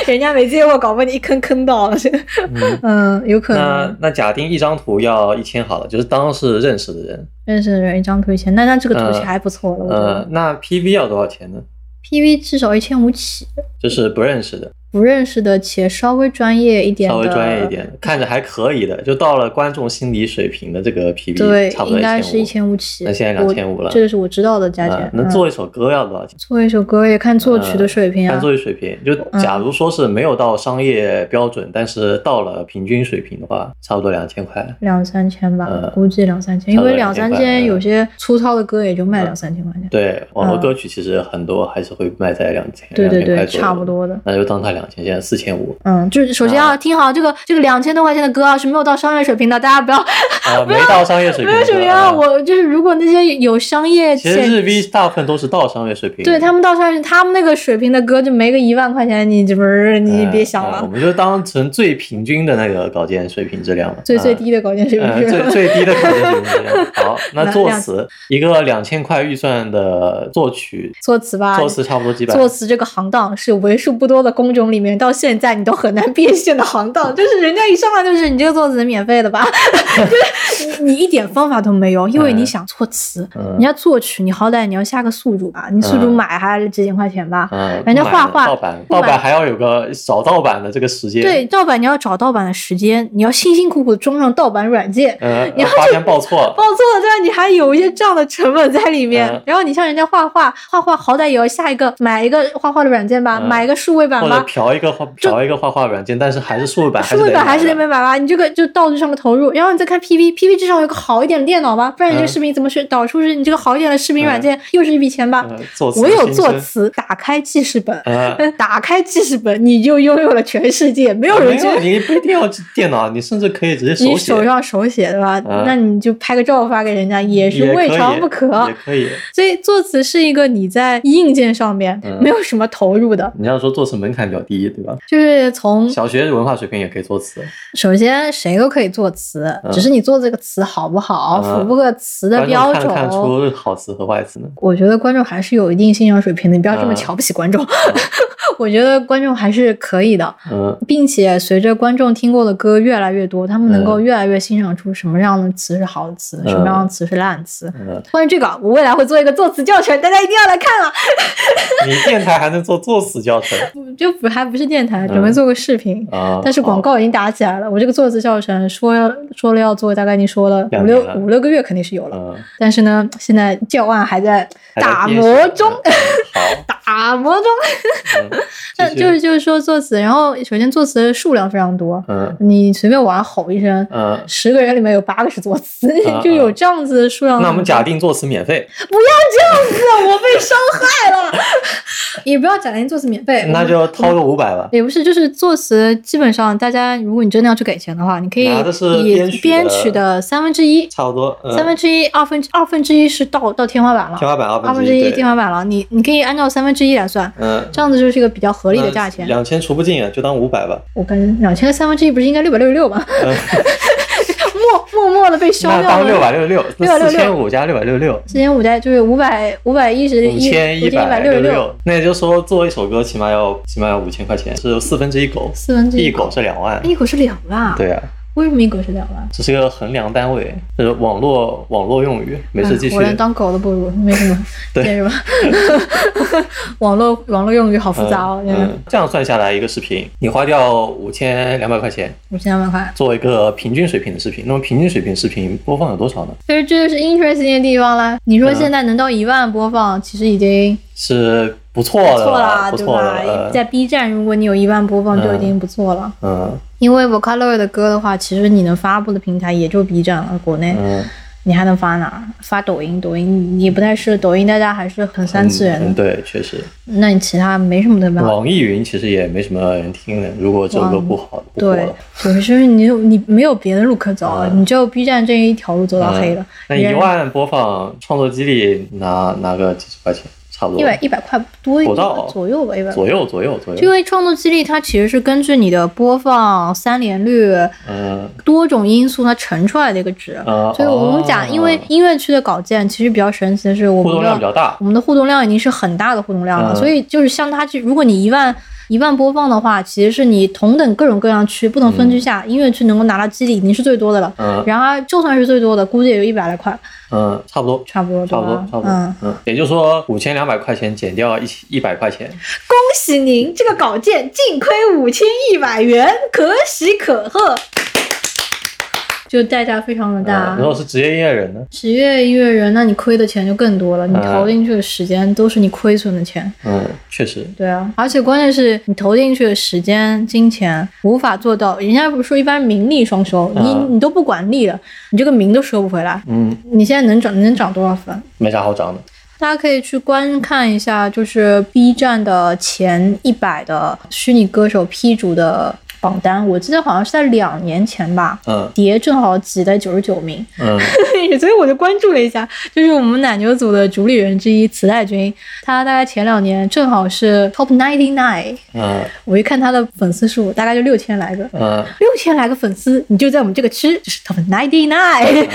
Speaker 2: 人家没接过稿，被你一坑坑到了，是嗯，有可能
Speaker 1: 那那假定一张图要一千好了，就是当是认识的人。
Speaker 2: 认识的人一张图一千，那那这个图
Speaker 1: 嗯
Speaker 2: 其实还不错了，我觉
Speaker 1: 呃
Speaker 2: 得，
Speaker 1: 那 PV 要多少钱呢？
Speaker 2: PV 至少一千五起，
Speaker 1: 就是不认识的，
Speaker 2: 不认识的且稍微专业一点的，
Speaker 1: 稍微专业一点的，看着还可以的，就到了观众心理水平的这个 PV，
Speaker 2: 对
Speaker 1: 差，不多
Speaker 2: 应该是一
Speaker 1: 千
Speaker 2: 千五起。
Speaker 1: 那现在
Speaker 2: 我
Speaker 1: 2500了
Speaker 2: 这个是我知道的价钱。
Speaker 1: 啊，能
Speaker 2: 嗯
Speaker 1: 做一首歌要多少钱？
Speaker 2: 做一首歌也看作曲的水平啊。
Speaker 1: 呃看作业水平，就
Speaker 2: 嗯
Speaker 1: 假如说是没有到商业标准，但是到了平均水平的话，差不多两千块。
Speaker 2: 两三千吧，
Speaker 1: 嗯
Speaker 2: 估计两三千，因
Speaker 1: 差不多
Speaker 2: 为两三千
Speaker 1: 嗯
Speaker 2: 有些粗糙的歌也就卖两三千块钱。
Speaker 1: 对，网络
Speaker 2: 嗯
Speaker 1: 歌曲其实很多还是会卖在两千、
Speaker 2: 对对
Speaker 1: 2000块
Speaker 2: 对，
Speaker 1: 左右
Speaker 2: 差不。多的。
Speaker 1: 那就当它两千，现在四千五
Speaker 2: 嗯，就是首先
Speaker 1: 啊
Speaker 2: 要听好这个这个两千多块钱的歌啊，是没有到商业水平的，大 家不要
Speaker 1: 啊，没到商业水
Speaker 2: 没
Speaker 1: 平。
Speaker 2: 有水平啊。
Speaker 1: 啊，
Speaker 2: 我就是如果那些有商业
Speaker 1: 其实
Speaker 2: 潜
Speaker 1: 日 V 大部分都是到商业水平。哎
Speaker 2: 对他们到商业，他们那个水平的歌就没个一万块钱，你这不是你别想
Speaker 1: 嗯嗯
Speaker 2: 了
Speaker 1: 我。们就当成最平均的那个稿件水平质量吧，
Speaker 2: 最
Speaker 1: 嗯
Speaker 2: 最。低的稿件水平
Speaker 1: 嗯，
Speaker 2: 是
Speaker 1: 最
Speaker 2: 吧
Speaker 1: 最低的稿件水平质量。好，那
Speaker 2: 那
Speaker 1: 作
Speaker 2: 两
Speaker 1: 词一个两千块预算的作曲，
Speaker 2: 作词吧，
Speaker 1: 作词差不多几百。
Speaker 2: 啊作词这个行当是为数不多的工种里面，到现在你都很难变现的行 当，就是人家一上来就是你这个作词免费的吧， 就是你你一点方法都没有，因为你想作词，
Speaker 1: 嗯
Speaker 2: 人家作曲你好歹你要下个宿主吧，你宿主
Speaker 1: 嗯
Speaker 2: 买还几千块钱吧，
Speaker 1: 嗯，
Speaker 2: 人家
Speaker 1: 不
Speaker 2: 画
Speaker 1: 买
Speaker 2: 画
Speaker 1: 盗版，
Speaker 2: 不
Speaker 1: 盗
Speaker 2: 买
Speaker 1: 版还要有个找盗版的这个时间。
Speaker 2: 对，，盗版你要找盗版的时间，你要辛辛苦苦地装上盗版软件，
Speaker 1: 嗯
Speaker 2: 你要，
Speaker 1: 发
Speaker 2: 去
Speaker 1: 现报错了
Speaker 2: 报，错了，但你还有一些这样的成本在里面。
Speaker 1: 嗯
Speaker 2: 然后你像人家画画，画画好歹也要下一个买一个画画的软件吧，
Speaker 1: 嗯
Speaker 2: 买一个数位版
Speaker 1: 或者
Speaker 2: 吧。
Speaker 1: 嫖一个画嫖一个画画软件，但是还是数位版，
Speaker 2: 数位版还是得
Speaker 1: 买
Speaker 2: 没买吧，你这个就道具上的投入，然后你再看 PV，PV 至少有个好一点的电脑吧，不然你这个
Speaker 1: 嗯
Speaker 2: 视频怎么去导出是你这个好一点的视频软件又是一笔钱吧
Speaker 1: 的。？嗯作词
Speaker 2: 唯有
Speaker 1: 新
Speaker 2: 作
Speaker 1: 生，
Speaker 2: 词，打开记事本，呃
Speaker 1: 嗯，
Speaker 2: 打开记事本，你就拥有了全世界， 没有人
Speaker 1: 呃啊没
Speaker 2: 觉得
Speaker 1: 有，你不一定要电脑，你甚至可以直接
Speaker 2: 你
Speaker 1: 手写
Speaker 2: 手上手写对吧？
Speaker 1: 嗯
Speaker 2: 那你就拍个照发给人家，也是
Speaker 1: 也
Speaker 2: 未
Speaker 1: 可以
Speaker 2: 尝不
Speaker 1: 也可以。
Speaker 2: 所以作词是一个你在硬件上面
Speaker 1: 嗯
Speaker 2: 没有什么投入的，
Speaker 1: 你要说作词门槛比较低，对吧？
Speaker 2: 就是从
Speaker 1: 小学文化水平也可以作词，
Speaker 2: 首先谁都可以作词，
Speaker 1: 嗯
Speaker 2: 只是你做这个词好不好，
Speaker 1: 嗯
Speaker 2: 符不符合词的
Speaker 1: 观
Speaker 2: 标
Speaker 1: 众看
Speaker 2: 准哦
Speaker 1: 得。看出好词和坏词呢？
Speaker 2: 我觉得观众还是有一定欣赏水平的，你不要这么
Speaker 1: 嗯
Speaker 2: 瞧不起观众。 我觉得观众还是可以的，
Speaker 1: 嗯，
Speaker 2: 并且随着观众听过的歌越来越多，他们能够
Speaker 1: 嗯
Speaker 2: 越来越欣赏出什么样的词是好词，什么样的词是烂词。
Speaker 1: 嗯
Speaker 2: 关于这个，我未来会做一个作词教程，大家一定要来看啊！
Speaker 1: 你电台还能做作死教程
Speaker 2: 就不还不是电台，
Speaker 1: 嗯
Speaker 2: 准备做个视频。
Speaker 1: 啊？
Speaker 2: 但是广
Speaker 1: 告
Speaker 2: 告已经打起来了，我这个作词教程说要说了要做，大概已经说了五
Speaker 1: 两
Speaker 2: 六
Speaker 1: 年了
Speaker 2: 五六个月肯定是有了，
Speaker 1: 嗯，嗯
Speaker 2: 但是呢，现在教案还在
Speaker 1: 还在
Speaker 2: 打
Speaker 1: 编
Speaker 2: 磨
Speaker 1: 写
Speaker 2: 中，
Speaker 1: 嗯好，
Speaker 2: 打磨 中。
Speaker 1: 嗯
Speaker 2: 但
Speaker 1: 继续
Speaker 2: 就是就是说作词，然后首先作词的数量非常多，
Speaker 1: 嗯
Speaker 2: 你随便网上吼一声，
Speaker 1: 嗯，
Speaker 2: 十个人里面有八个是作词，
Speaker 1: 啊
Speaker 2: 就有这样子的数量。
Speaker 1: 那我们假定作词免费，
Speaker 2: 不要这样子，啊我被伤害了。 也不要假定作词免费，
Speaker 1: 那就掏个五百吧。
Speaker 2: 也不是，就是作词基本上大家，如果你真的要去给钱的话，你可以
Speaker 1: 拿的是编曲
Speaker 2: 以
Speaker 1: 的
Speaker 2: 编曲的三分之一。
Speaker 1: 差不多，嗯、
Speaker 2: 三分之一、二分之二分之一是到到天花板了，
Speaker 1: 天花板二
Speaker 2: 二分之
Speaker 1: 一，
Speaker 2: 一
Speaker 1: 对
Speaker 2: 天花板了。你你可以按照三分之一来算，
Speaker 1: 嗯，
Speaker 2: 这样子就是一个比较合理的价钱。
Speaker 1: 两千除不尽啊，就当五百吧。
Speaker 2: 我感觉两千三分之一不是应该六百六十六吗？
Speaker 1: 嗯，
Speaker 2: 默默默的被消
Speaker 1: 那
Speaker 2: 掉
Speaker 1: 当
Speaker 2: 了。
Speaker 1: 六百六十六，那
Speaker 2: 666
Speaker 1: 四千五加六百六十六，
Speaker 2: 之前五代就是五百五百一十
Speaker 1: 五
Speaker 2: 一
Speaker 1: 千
Speaker 2: 一
Speaker 1: 百
Speaker 2: 六
Speaker 1: 六
Speaker 2: 十六，
Speaker 1: 六。那也就是说，做一首歌起码要起码要五千块钱，是四分之一狗，
Speaker 2: 四分之
Speaker 1: 一
Speaker 2: 狗哎
Speaker 1: 狗，是两万。
Speaker 2: 一狗是两万，，
Speaker 1: 对啊，
Speaker 2: 为什么一狗是两万？
Speaker 1: 这是个衡量单位，是网络网络用语。没事，
Speaker 2: 哎
Speaker 1: 继续
Speaker 2: 我。连当狗都不如，没什么，
Speaker 1: 对
Speaker 2: 那什么， 网络网络用语好复杂哦，
Speaker 1: 嗯嗯，这样算下来一个视频，你花掉五千两百块钱
Speaker 2: 五千两百块。
Speaker 1: 做一个平均水平的视频，那么平均水平视频播放有多少呢？
Speaker 2: 所以这就是 interesting 的地方啦。你说
Speaker 1: 嗯
Speaker 2: 现在能到一万播放，其实已经
Speaker 1: 是不嗯错
Speaker 2: 不
Speaker 1: 的
Speaker 2: 错啦，
Speaker 1: 不
Speaker 2: 对
Speaker 1: 错
Speaker 2: 吧？
Speaker 1: 的。
Speaker 2: 在 B 站，如果你有一万播放，就已
Speaker 1: 嗯
Speaker 2: 经不错了。
Speaker 1: 嗯
Speaker 2: 因为 Vocaloid 的歌的话，其实你能发布的平台也就 B 站了，国内。
Speaker 1: 嗯，
Speaker 2: 你还能发哪儿？发抖音，抖音也不太是抖音，大家还是很三次元的。
Speaker 1: 嗯对，确实，
Speaker 2: 那你其他没什么的办法。
Speaker 1: 网易云其实也没什么人听的。如果这首歌不好不火
Speaker 2: 对
Speaker 1: 了，，
Speaker 2: 就是你就你没有别的路可走了，
Speaker 1: 嗯
Speaker 2: 你只有 B 站这一条路走到黑了。
Speaker 1: 啊那
Speaker 2: 别
Speaker 1: 一
Speaker 2: 人
Speaker 1: 万播放创作激励拿拿个几十块钱，差不多
Speaker 2: 一百一百块多一
Speaker 1: 不到
Speaker 2: 左右吧，一百。
Speaker 1: 左右左右左
Speaker 2: 因
Speaker 1: 右。
Speaker 2: 为创作激励它其实是根据你的播放、三连率、
Speaker 1: 嗯
Speaker 2: 多种因素它乘出来的一个值。
Speaker 1: 呃，
Speaker 2: 所以我们讲，
Speaker 1: 哦
Speaker 2: 因为音乐区的稿件其实比较神奇的是，我
Speaker 1: 互
Speaker 2: 们
Speaker 1: 动
Speaker 2: 的
Speaker 1: 量比较大，
Speaker 2: 我们的互动量已经是很大的互动量了，
Speaker 1: 嗯
Speaker 2: 所以就是像它去，如果你一万一万播放的话，其实是你同等各种各样区不同分区下，音乐区能够拿到激励已经是最多的了。
Speaker 1: 嗯
Speaker 2: 然而就算是最多的，估计也就一百来块，
Speaker 1: 嗯，差不多。
Speaker 2: 差不多对
Speaker 1: 差不多
Speaker 2: 吧，？
Speaker 1: 差不多
Speaker 2: 嗯，，
Speaker 1: 嗯，也就是说，五千两百块钱减掉一一百块钱，
Speaker 2: 恭喜您，这个稿件净亏五千一百元，可喜可贺。就代价非常的大
Speaker 1: 嗯，如，果是职业音乐人呢？
Speaker 2: 职业音乐人，那你亏的钱就更多了，你
Speaker 1: 嗯
Speaker 2: 投进去的时间都是你亏损的钱。
Speaker 1: 嗯，确实，
Speaker 2: 对啊，而且关键是你投进去的时间、金钱无法做到。人家不是说一般名利双收，你
Speaker 1: 嗯
Speaker 2: 你都不管利了，你这个名都收不回来。
Speaker 1: 嗯，
Speaker 2: 你现在能涨，你能涨多少分？
Speaker 1: 没啥好涨的。
Speaker 2: 大家可以去观看一下，就是 B 站的前一百的虚拟歌手批主的榜单，我记得好像是在两年前吧。
Speaker 1: 嗯
Speaker 2: 碟正好挤在九十九名，
Speaker 1: 嗯
Speaker 2: 所以我就关注了一下，就是我们奶牛组的主理人之一磁带君，他大概前两年正好是 top ninety nine，
Speaker 1: 嗯
Speaker 2: 我一看他的粉丝数，大概就六千来个，
Speaker 1: 嗯，
Speaker 2: 六千来个粉丝，你就在我们这个区，就是 top ninety nine，
Speaker 1: 嗯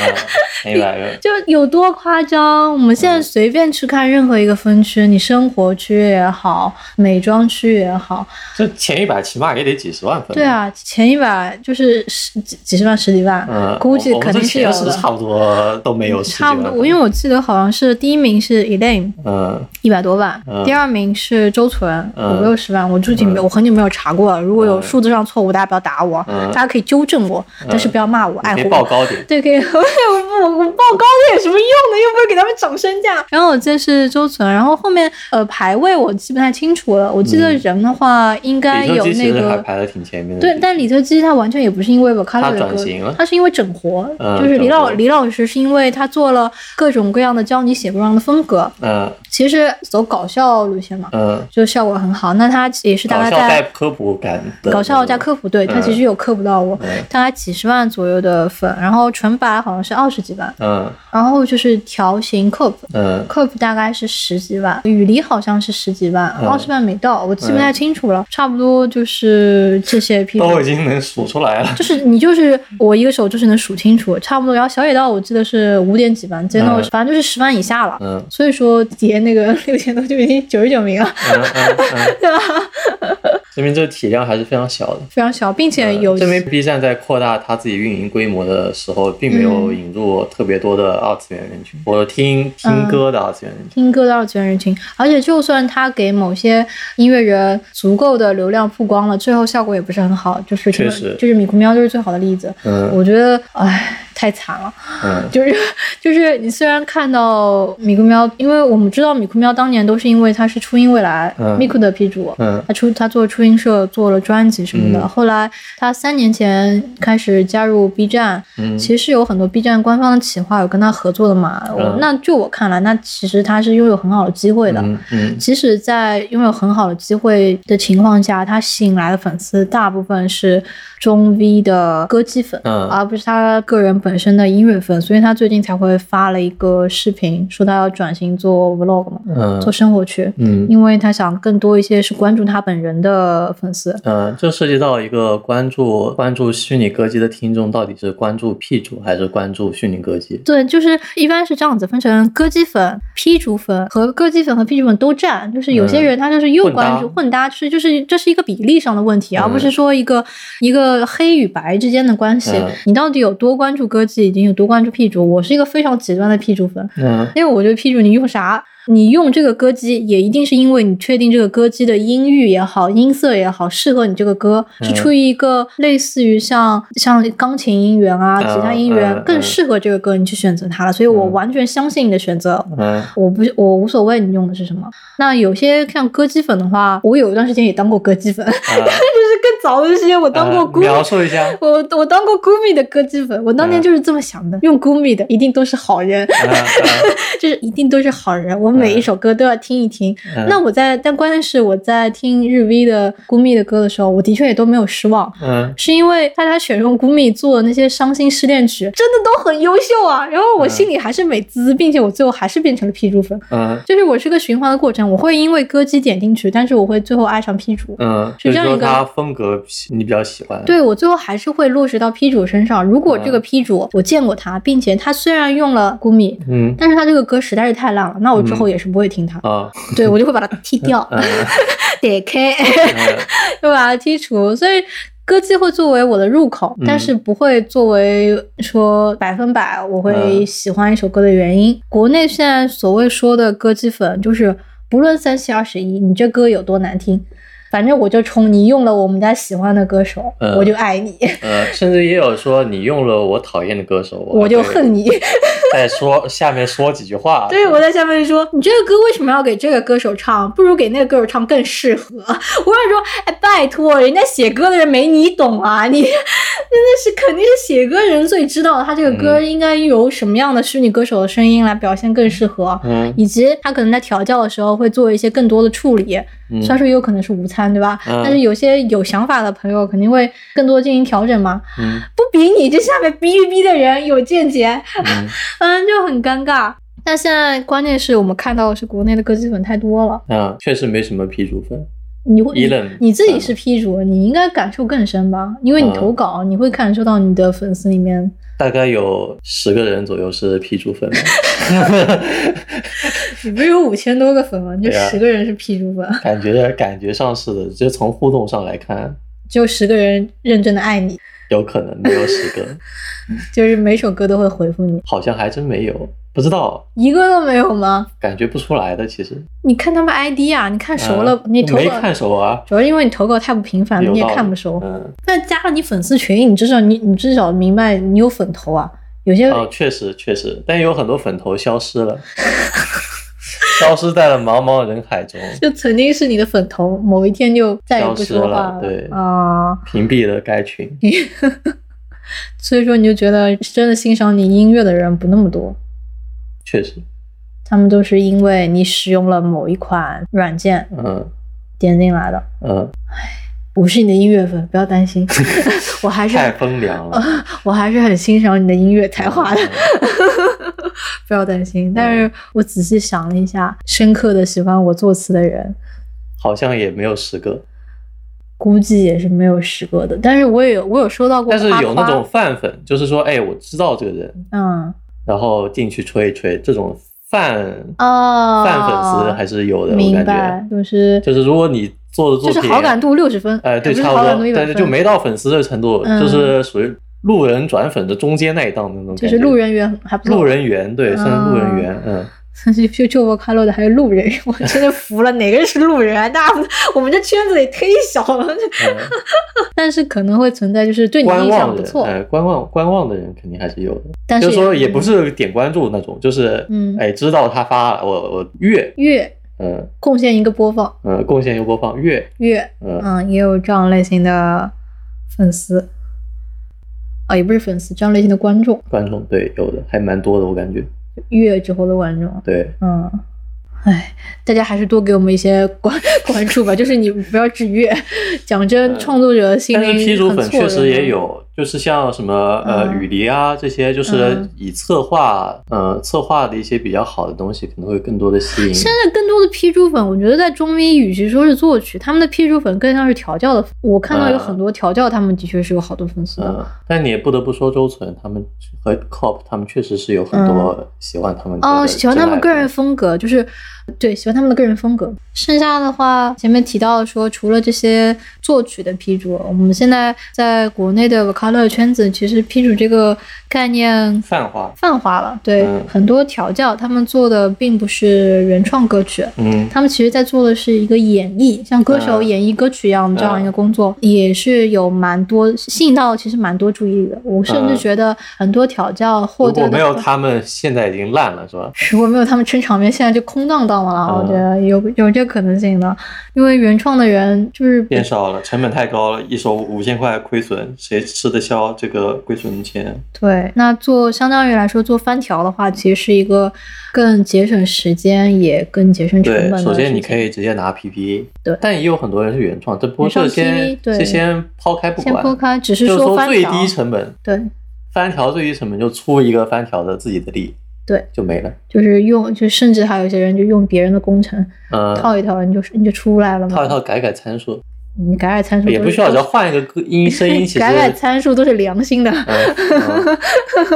Speaker 1: 一百个，
Speaker 2: 就有多夸张？我们现在随便去看任何一个分区，你生活区也好，美妆区也好，
Speaker 1: 这前一百起码也得几十万分。
Speaker 2: 对，啊，前一百就是十几几十万、十几万，
Speaker 1: 嗯，
Speaker 2: 估计肯定是有
Speaker 1: 我们这前十
Speaker 2: 的。
Speaker 1: 差不多都没有十几
Speaker 2: 差
Speaker 1: 万
Speaker 2: 不
Speaker 1: 分。
Speaker 2: 多，因为我记得好像是第一名是 Elaine，
Speaker 1: 嗯
Speaker 2: 一百多万，
Speaker 1: 嗯
Speaker 2: 第二名是周纯，
Speaker 1: 嗯
Speaker 2: 五六十万。我具体没有，我很久没有查过了。如果有
Speaker 1: 嗯
Speaker 2: 数字上错误，大家不要打我，
Speaker 1: 嗯
Speaker 2: 大家可以纠正我，但是不要骂我，爱
Speaker 1: 你
Speaker 2: 护
Speaker 1: 可以
Speaker 2: 我。
Speaker 1: 报高点。
Speaker 2: 对，可以， 我我我报高的有什么用呢？又不会给他们涨身价。然后我这是周纯，然后后面呃排位我记不太清楚了。我记得人的话应
Speaker 1: 嗯
Speaker 2: 该
Speaker 1: 李特
Speaker 2: 有
Speaker 1: 基其
Speaker 2: 那
Speaker 1: 实还
Speaker 2: 个。
Speaker 1: 排的挺前面的。
Speaker 2: 对，但李特基他完全也不是因为 Vocalo
Speaker 1: 他
Speaker 2: 的歌
Speaker 1: 转型了，
Speaker 2: 他是因为整活，
Speaker 1: 嗯
Speaker 2: 就是李老
Speaker 1: 整活
Speaker 2: 李老师是因为他做了各种各样的教你写不让的风格，
Speaker 1: 嗯
Speaker 2: 其实走搞笑路线嘛，
Speaker 1: 嗯，
Speaker 2: 就效果很好。那他也是大
Speaker 1: 搞
Speaker 2: 概
Speaker 1: 笑
Speaker 2: 在
Speaker 1: 带科普感的。
Speaker 2: 搞笑加。科普，对他
Speaker 1: 嗯
Speaker 2: 其实有科普到我，
Speaker 1: 嗯
Speaker 2: 大概几十万左右的粉，然后纯白好像是二十几万，
Speaker 1: 嗯
Speaker 2: 然后就是条形 cup。
Speaker 1: 嗯
Speaker 2: cup 大概是十几万，雨梨好像是十几万，
Speaker 1: 嗯
Speaker 2: 二十万没到，我记不太清楚了，差不多就是这些 P
Speaker 1: 都已经能数出来了。
Speaker 2: 就是你就是我一个手就是能数清楚，差不多。然后小野道我记得是五点几万，真的、
Speaker 1: 嗯
Speaker 2: 反正就是十万以下了。
Speaker 1: 嗯
Speaker 2: 所以说叠那个六千多就已经九十九名了，
Speaker 1: 嗯嗯嗯，
Speaker 2: 对吧？
Speaker 1: 证明这体量还是非常小的。
Speaker 2: 非常小，并且
Speaker 1: 呃
Speaker 2: 哎有
Speaker 1: 证明 B 站在扩大它自己运营规模的时候，并没有
Speaker 2: 嗯
Speaker 1: 引入特别多的二次元人群，我听听
Speaker 2: 嗯
Speaker 1: 歌的二次元人群。
Speaker 2: 听歌的二次元人群，而且就算他给某些音乐人足够的流量曝光了，最后效果也不是很好，就是
Speaker 1: 确实
Speaker 2: 就是米库喵就是最好的例子。
Speaker 1: 嗯
Speaker 2: 我觉得，唉，太惨了。
Speaker 1: 嗯，
Speaker 2: 就是就是，你虽然看到米库喵，因为我们知道米库喵当年都是因为他是初音未来、
Speaker 1: 嗯
Speaker 2: Miku 的批主，
Speaker 1: 嗯
Speaker 2: 他出他做初音社做了专辑什么的。
Speaker 1: 嗯
Speaker 2: 后来他三年前开始加入 B 站，
Speaker 1: 嗯
Speaker 2: 其实有很多 B 站官方的企划有跟他合作的嘛。我
Speaker 1: 嗯
Speaker 2: 哦那就我看来，那其实他是拥有很好的机会的。
Speaker 1: 嗯嗯
Speaker 2: 即使在拥有很好的机会的情况下，他吸引来的粉丝大部分是中 V 的歌姬粉，
Speaker 1: 嗯
Speaker 2: 而不是他个人本身的音乐粉，所以他最近才会发了一个视频，说他要转型做 vlog 嘛，做
Speaker 1: 嗯
Speaker 2: 生活区，
Speaker 1: 嗯
Speaker 2: 因为他想更多一些是关注他本人的粉丝。
Speaker 1: 嗯，这涉及到一个关注关注虚拟歌姬的听众到底是关注 P 主还是关注虚拟歌姬？
Speaker 2: 对，就是一般是这样子，分成歌姬粉、P 主粉和歌姬粉和 P 主粉都占，就是有些人他就是又
Speaker 1: 嗯混搭
Speaker 2: 关注混搭，是就是这是一个比例上的问题，而不是说一个一个黑与白之间的关系
Speaker 1: 嗯。
Speaker 2: 你到底有多关注歌姬，已经有多关注 P 主？我是一个非常极端的 P 主粉，
Speaker 1: 嗯
Speaker 2: 因为我觉得 P 主你用啥，你用这个歌姬，也一定是因为你确定这个歌姬的音域也好，音色也好，适合你这个歌，
Speaker 1: 嗯
Speaker 2: 是出于一个类似于像像钢琴音源啊、
Speaker 1: 嗯
Speaker 2: 吉他音
Speaker 1: 嗯
Speaker 2: 源
Speaker 1: 嗯
Speaker 2: 更适合这个歌，你去选择它了。所以我
Speaker 1: 嗯
Speaker 2: 完全相信你的选择。
Speaker 1: 嗯
Speaker 2: 我不，我无所谓你用的是什么。那有些像歌姬粉的话，我有一段时间也当过歌姬粉， 就是
Speaker 1: 啊，
Speaker 2: 更早的时间我当过
Speaker 1: 呃
Speaker 2: 姑。
Speaker 1: 描述嗯一下
Speaker 2: 我我当过 Gumi 的歌姬粉，我当年就是这么想的，用 Gumi 的一定都是好人，
Speaker 1: 嗯嗯
Speaker 2: 就是一定都是好人，我每一首歌都要听一听。
Speaker 1: 嗯
Speaker 2: 那我在，但关键是我在听日 V 的 Gumi 的歌的时候，我的确也都没有失望。
Speaker 1: 嗯
Speaker 2: 是因为大家选用 Gumi 做的那些伤心失恋曲，真的都很优秀啊。然后我心里还是美滋，并且我最后还是变成了 P 主粉，
Speaker 1: 嗯
Speaker 2: 就是我是个循环的过程。我会因为歌姬点进去，但是我会最后爱上 P 主。
Speaker 1: 嗯，
Speaker 2: 是
Speaker 1: 就
Speaker 2: 这
Speaker 1: 是
Speaker 2: 样一
Speaker 1: 说
Speaker 2: 个
Speaker 1: 他风格你比较喜欢。
Speaker 2: 对我最后还是会落实到 P 主身上。如果这个
Speaker 1: 嗯
Speaker 2: P 主我见过他，并且他虽然用了 Gumi，
Speaker 1: 嗯
Speaker 2: 但是他这个歌实在是太烂了，那我之后也是不会听他。
Speaker 1: 啊
Speaker 2: 对我就会把它踢掉，
Speaker 1: 嗯
Speaker 2: 得开， 就把它剔除。所以歌姬会作为我的入口，
Speaker 1: 嗯
Speaker 2: 但是不会作为说百分百我会
Speaker 1: 嗯
Speaker 2: 喜欢一首歌的原因。国内现在所谓说的歌姬粉，就是不论三七二十一，你这歌有多难听。反正我就冲你用了我们家喜欢的歌手，
Speaker 1: 嗯
Speaker 2: 我就爱你，
Speaker 1: 呃，甚至也有说你用了我讨厌的歌手，
Speaker 2: 我就
Speaker 1: 还会
Speaker 2: 恨你。
Speaker 1: 再说下面说几句话。
Speaker 2: 对，我在下面说，你这个歌为什么要给这个歌手唱？不如给那个歌手唱更适合。我 想说，哎，拜托，人家写歌的人没你懂啊！你 真的是肯定是写歌人最知道他这个歌
Speaker 1: 嗯
Speaker 2: 应该由什么样的虚拟歌手的声音来表现更适合，
Speaker 1: 嗯
Speaker 2: 以及他可能在调教的时候会做一些更多的处理。
Speaker 1: 嗯
Speaker 2: 虽然说也有可能是午餐，对吧？
Speaker 1: 嗯
Speaker 2: 但是有些有想法的朋友肯定会更多进行调整嘛。
Speaker 1: 嗯
Speaker 2: 不比你这下面逼一逼的人有见解，
Speaker 1: 嗯
Speaker 2: 嗯，就很尴尬。但现在关键是我们看到的是国内的歌姬粉太多了，
Speaker 1: 啊，确实没什么 P 主分。
Speaker 2: 你会
Speaker 1: 一愣
Speaker 2: 你自己
Speaker 1: 嗯
Speaker 2: 是 P 主，你应该感受更深吧？因为你投稿，你会感受到你的粉丝 里面，
Speaker 1: 大概有十个人左右是 P 主分吧，
Speaker 2: 你不是有五千多个粉吗？就
Speaker 1: 对啊
Speaker 2: 十个人是 P 主粉，
Speaker 1: 感觉感觉上是的，就从互动上来看，
Speaker 2: 只有十个人认真的爱你，
Speaker 1: 有可能没有十个，
Speaker 2: 就是每首歌都会回复你，
Speaker 1: 好像还真没有，不知道，
Speaker 2: 一个都没有吗？
Speaker 1: 感觉不出来的。其实
Speaker 2: 你看他们 ID 啊，你看熟了，
Speaker 1: 啊
Speaker 2: 你投
Speaker 1: 没
Speaker 2: 稿
Speaker 1: 看熟啊？
Speaker 2: 主要因为你投稿太不频繁了，
Speaker 1: 有
Speaker 2: 你也
Speaker 1: 道理
Speaker 2: 看不熟。
Speaker 1: 嗯，
Speaker 2: 那加上你粉丝群，你至少你你至少明白你有粉头啊，有些
Speaker 1: 哦，确实确实，但有很多粉头消失了， 消失在了茫茫人海中，
Speaker 2: 就曾经是你的粉头，某一天就再也不说
Speaker 1: 消失
Speaker 2: 话
Speaker 1: 了对
Speaker 2: 啊、
Speaker 1: 屏蔽了该群。
Speaker 2: 所以说你就觉得真的欣赏你音乐的人不那么多，
Speaker 1: 确实，
Speaker 2: 他们都是因为你使用了某一款软件
Speaker 1: 嗯
Speaker 2: 点进来的。
Speaker 1: 嗯，
Speaker 2: 我是你的音乐粉，不要 担心，我还是
Speaker 1: 太风凉了。
Speaker 2: 我还是很欣赏你的音乐才华的，
Speaker 1: 哦
Speaker 2: 不要担心。但是我仔细想了一下，深刻的喜欢我作词的人，
Speaker 1: 好像也没有十个，
Speaker 2: 估计也是没有十个的。但是我也有我有收到过
Speaker 1: 但
Speaker 2: 夸
Speaker 1: 是
Speaker 2: 夸，
Speaker 1: 有那种饭粉，就是说，哎，我知道这个人，
Speaker 2: 嗯
Speaker 1: 然后进去吹一吹，这种饭、
Speaker 2: 哦，
Speaker 1: 饭粉丝还是有的，我
Speaker 2: 明
Speaker 1: 感
Speaker 2: 白
Speaker 1: 觉。，
Speaker 2: 就是
Speaker 1: 就是如果你做的作
Speaker 2: 就
Speaker 1: 品，
Speaker 2: 是好感度六十分，
Speaker 1: 哎，对，
Speaker 2: 不是
Speaker 1: 差不
Speaker 2: 好感度
Speaker 1: 多
Speaker 2: 一，百
Speaker 1: 但是
Speaker 2: 分，
Speaker 1: 就没到粉丝的程度，
Speaker 2: 嗯
Speaker 1: 就是属于路人转粉的中间那一档的那种感觉，
Speaker 2: 就是路人缘还不错，
Speaker 1: 路人缘，对，算是路人缘，嗯，
Speaker 2: 就就就我看漏的还有路人， 我真的服了，哪个是路人啊？大家我们这圈子也忒小了，
Speaker 1: 嗯
Speaker 2: 但是可能会存在就是对你
Speaker 1: 观
Speaker 2: 印象
Speaker 1: 望
Speaker 2: 不
Speaker 1: 人，
Speaker 2: 错，
Speaker 1: 哎，观望观望的人肯定还是有的，
Speaker 2: 但是
Speaker 1: 就是说也不是点关注那种，就是
Speaker 2: 嗯
Speaker 1: 哎，知道他发了，我我月，
Speaker 2: 月
Speaker 1: 嗯
Speaker 2: 贡献一个播放
Speaker 1: 嗯，贡献又播放月，
Speaker 2: 月，
Speaker 1: 嗯，
Speaker 2: 嗯，也有这样类型的粉丝，啊、也不是粉丝，这样类型的观众，
Speaker 1: 观众对有的还蛮多的，我感觉，
Speaker 2: 月之后的观众，
Speaker 1: 对，
Speaker 2: 嗯。哎，大家还是多给我们一些关关 注吧。就是你不要只月，讲真，
Speaker 1: 嗯
Speaker 2: 创作者心
Speaker 1: 但是
Speaker 2: 里
Speaker 1: 批主
Speaker 2: 很
Speaker 1: 粉
Speaker 2: 错
Speaker 1: 确
Speaker 2: 的
Speaker 1: 实也有，就是像什么呃
Speaker 2: 嗯
Speaker 1: 雨梨啊这些，就是
Speaker 2: 嗯
Speaker 1: 以策划呃策划的一些比较好的东西，可能会更多的吸引。
Speaker 2: 现在更多的批猪粉，我觉得在中医与其说是作曲，他们的批猪粉更像是调教的粉。我看到有很多调教，他们的确是有好多粉丝的。
Speaker 1: 嗯，但你也不得不说周存他们和 COP 他们确实是有很多喜欢他们歌的
Speaker 2: 嗯哦，喜欢他们个人
Speaker 1: 真
Speaker 2: 风格，就是对喜欢他们的个人风格。剩下的话，前面提到说，除了这些作曲的批注，我们现在在国内的 vocal 圈子，其实批注这个概念
Speaker 1: 爱粉泛化，
Speaker 2: 泛化了。对，
Speaker 1: 嗯
Speaker 2: 很多调教他们做的并不是原创歌曲，
Speaker 1: 嗯，
Speaker 2: 他们其实在做的是一个演绎，像歌手
Speaker 1: 嗯
Speaker 2: 演绎歌曲一样的这样一个工作，也是有蛮多吸引到其实蛮多注意力的。我甚至
Speaker 1: 嗯
Speaker 2: 觉得很多调教获
Speaker 1: 如
Speaker 2: 得
Speaker 1: 果
Speaker 2: 的
Speaker 1: 没有他们，现在已经烂了是吧？
Speaker 2: 如果没有他们撑场面，现在就空荡荡
Speaker 1: 嗯
Speaker 2: 了。我觉得有有这个可能性的，因为原创的人就是比
Speaker 1: 变少了，成本太高了，一首五千块亏损，谁吃得消这个亏损钱？
Speaker 2: 对，那做相当于来说做翻调的话，其实是一个更节省时间，也更节省成本
Speaker 1: 对
Speaker 2: 的，事情。
Speaker 1: 首先你可以直接拿 PP，
Speaker 2: 对
Speaker 1: 但也有很多人是原创，这不
Speaker 2: 原创
Speaker 1: 是先
Speaker 2: PP 对
Speaker 1: 这先抛开不
Speaker 2: 先
Speaker 1: 管，
Speaker 2: 抛开，只是
Speaker 1: 就是说
Speaker 2: 翻
Speaker 1: 最
Speaker 2: 调
Speaker 1: 低成本
Speaker 2: 对。
Speaker 1: 翻条最低成本就出一个翻条的自己的力，
Speaker 2: 对，
Speaker 1: 就没了。
Speaker 2: 就是用，就甚至还有一些人就用别人的工程
Speaker 1: 嗯，
Speaker 2: 套一套，你就你就出来了嘛。
Speaker 1: 套一套改改参数，
Speaker 2: 你改改参数
Speaker 1: 也
Speaker 2: 都
Speaker 1: 不
Speaker 2: 嗯是
Speaker 1: 需要，
Speaker 2: 都
Speaker 1: 只要换一个歌音声 音，其实
Speaker 2: 改改参数都是良心的。
Speaker 1: 嗯嗯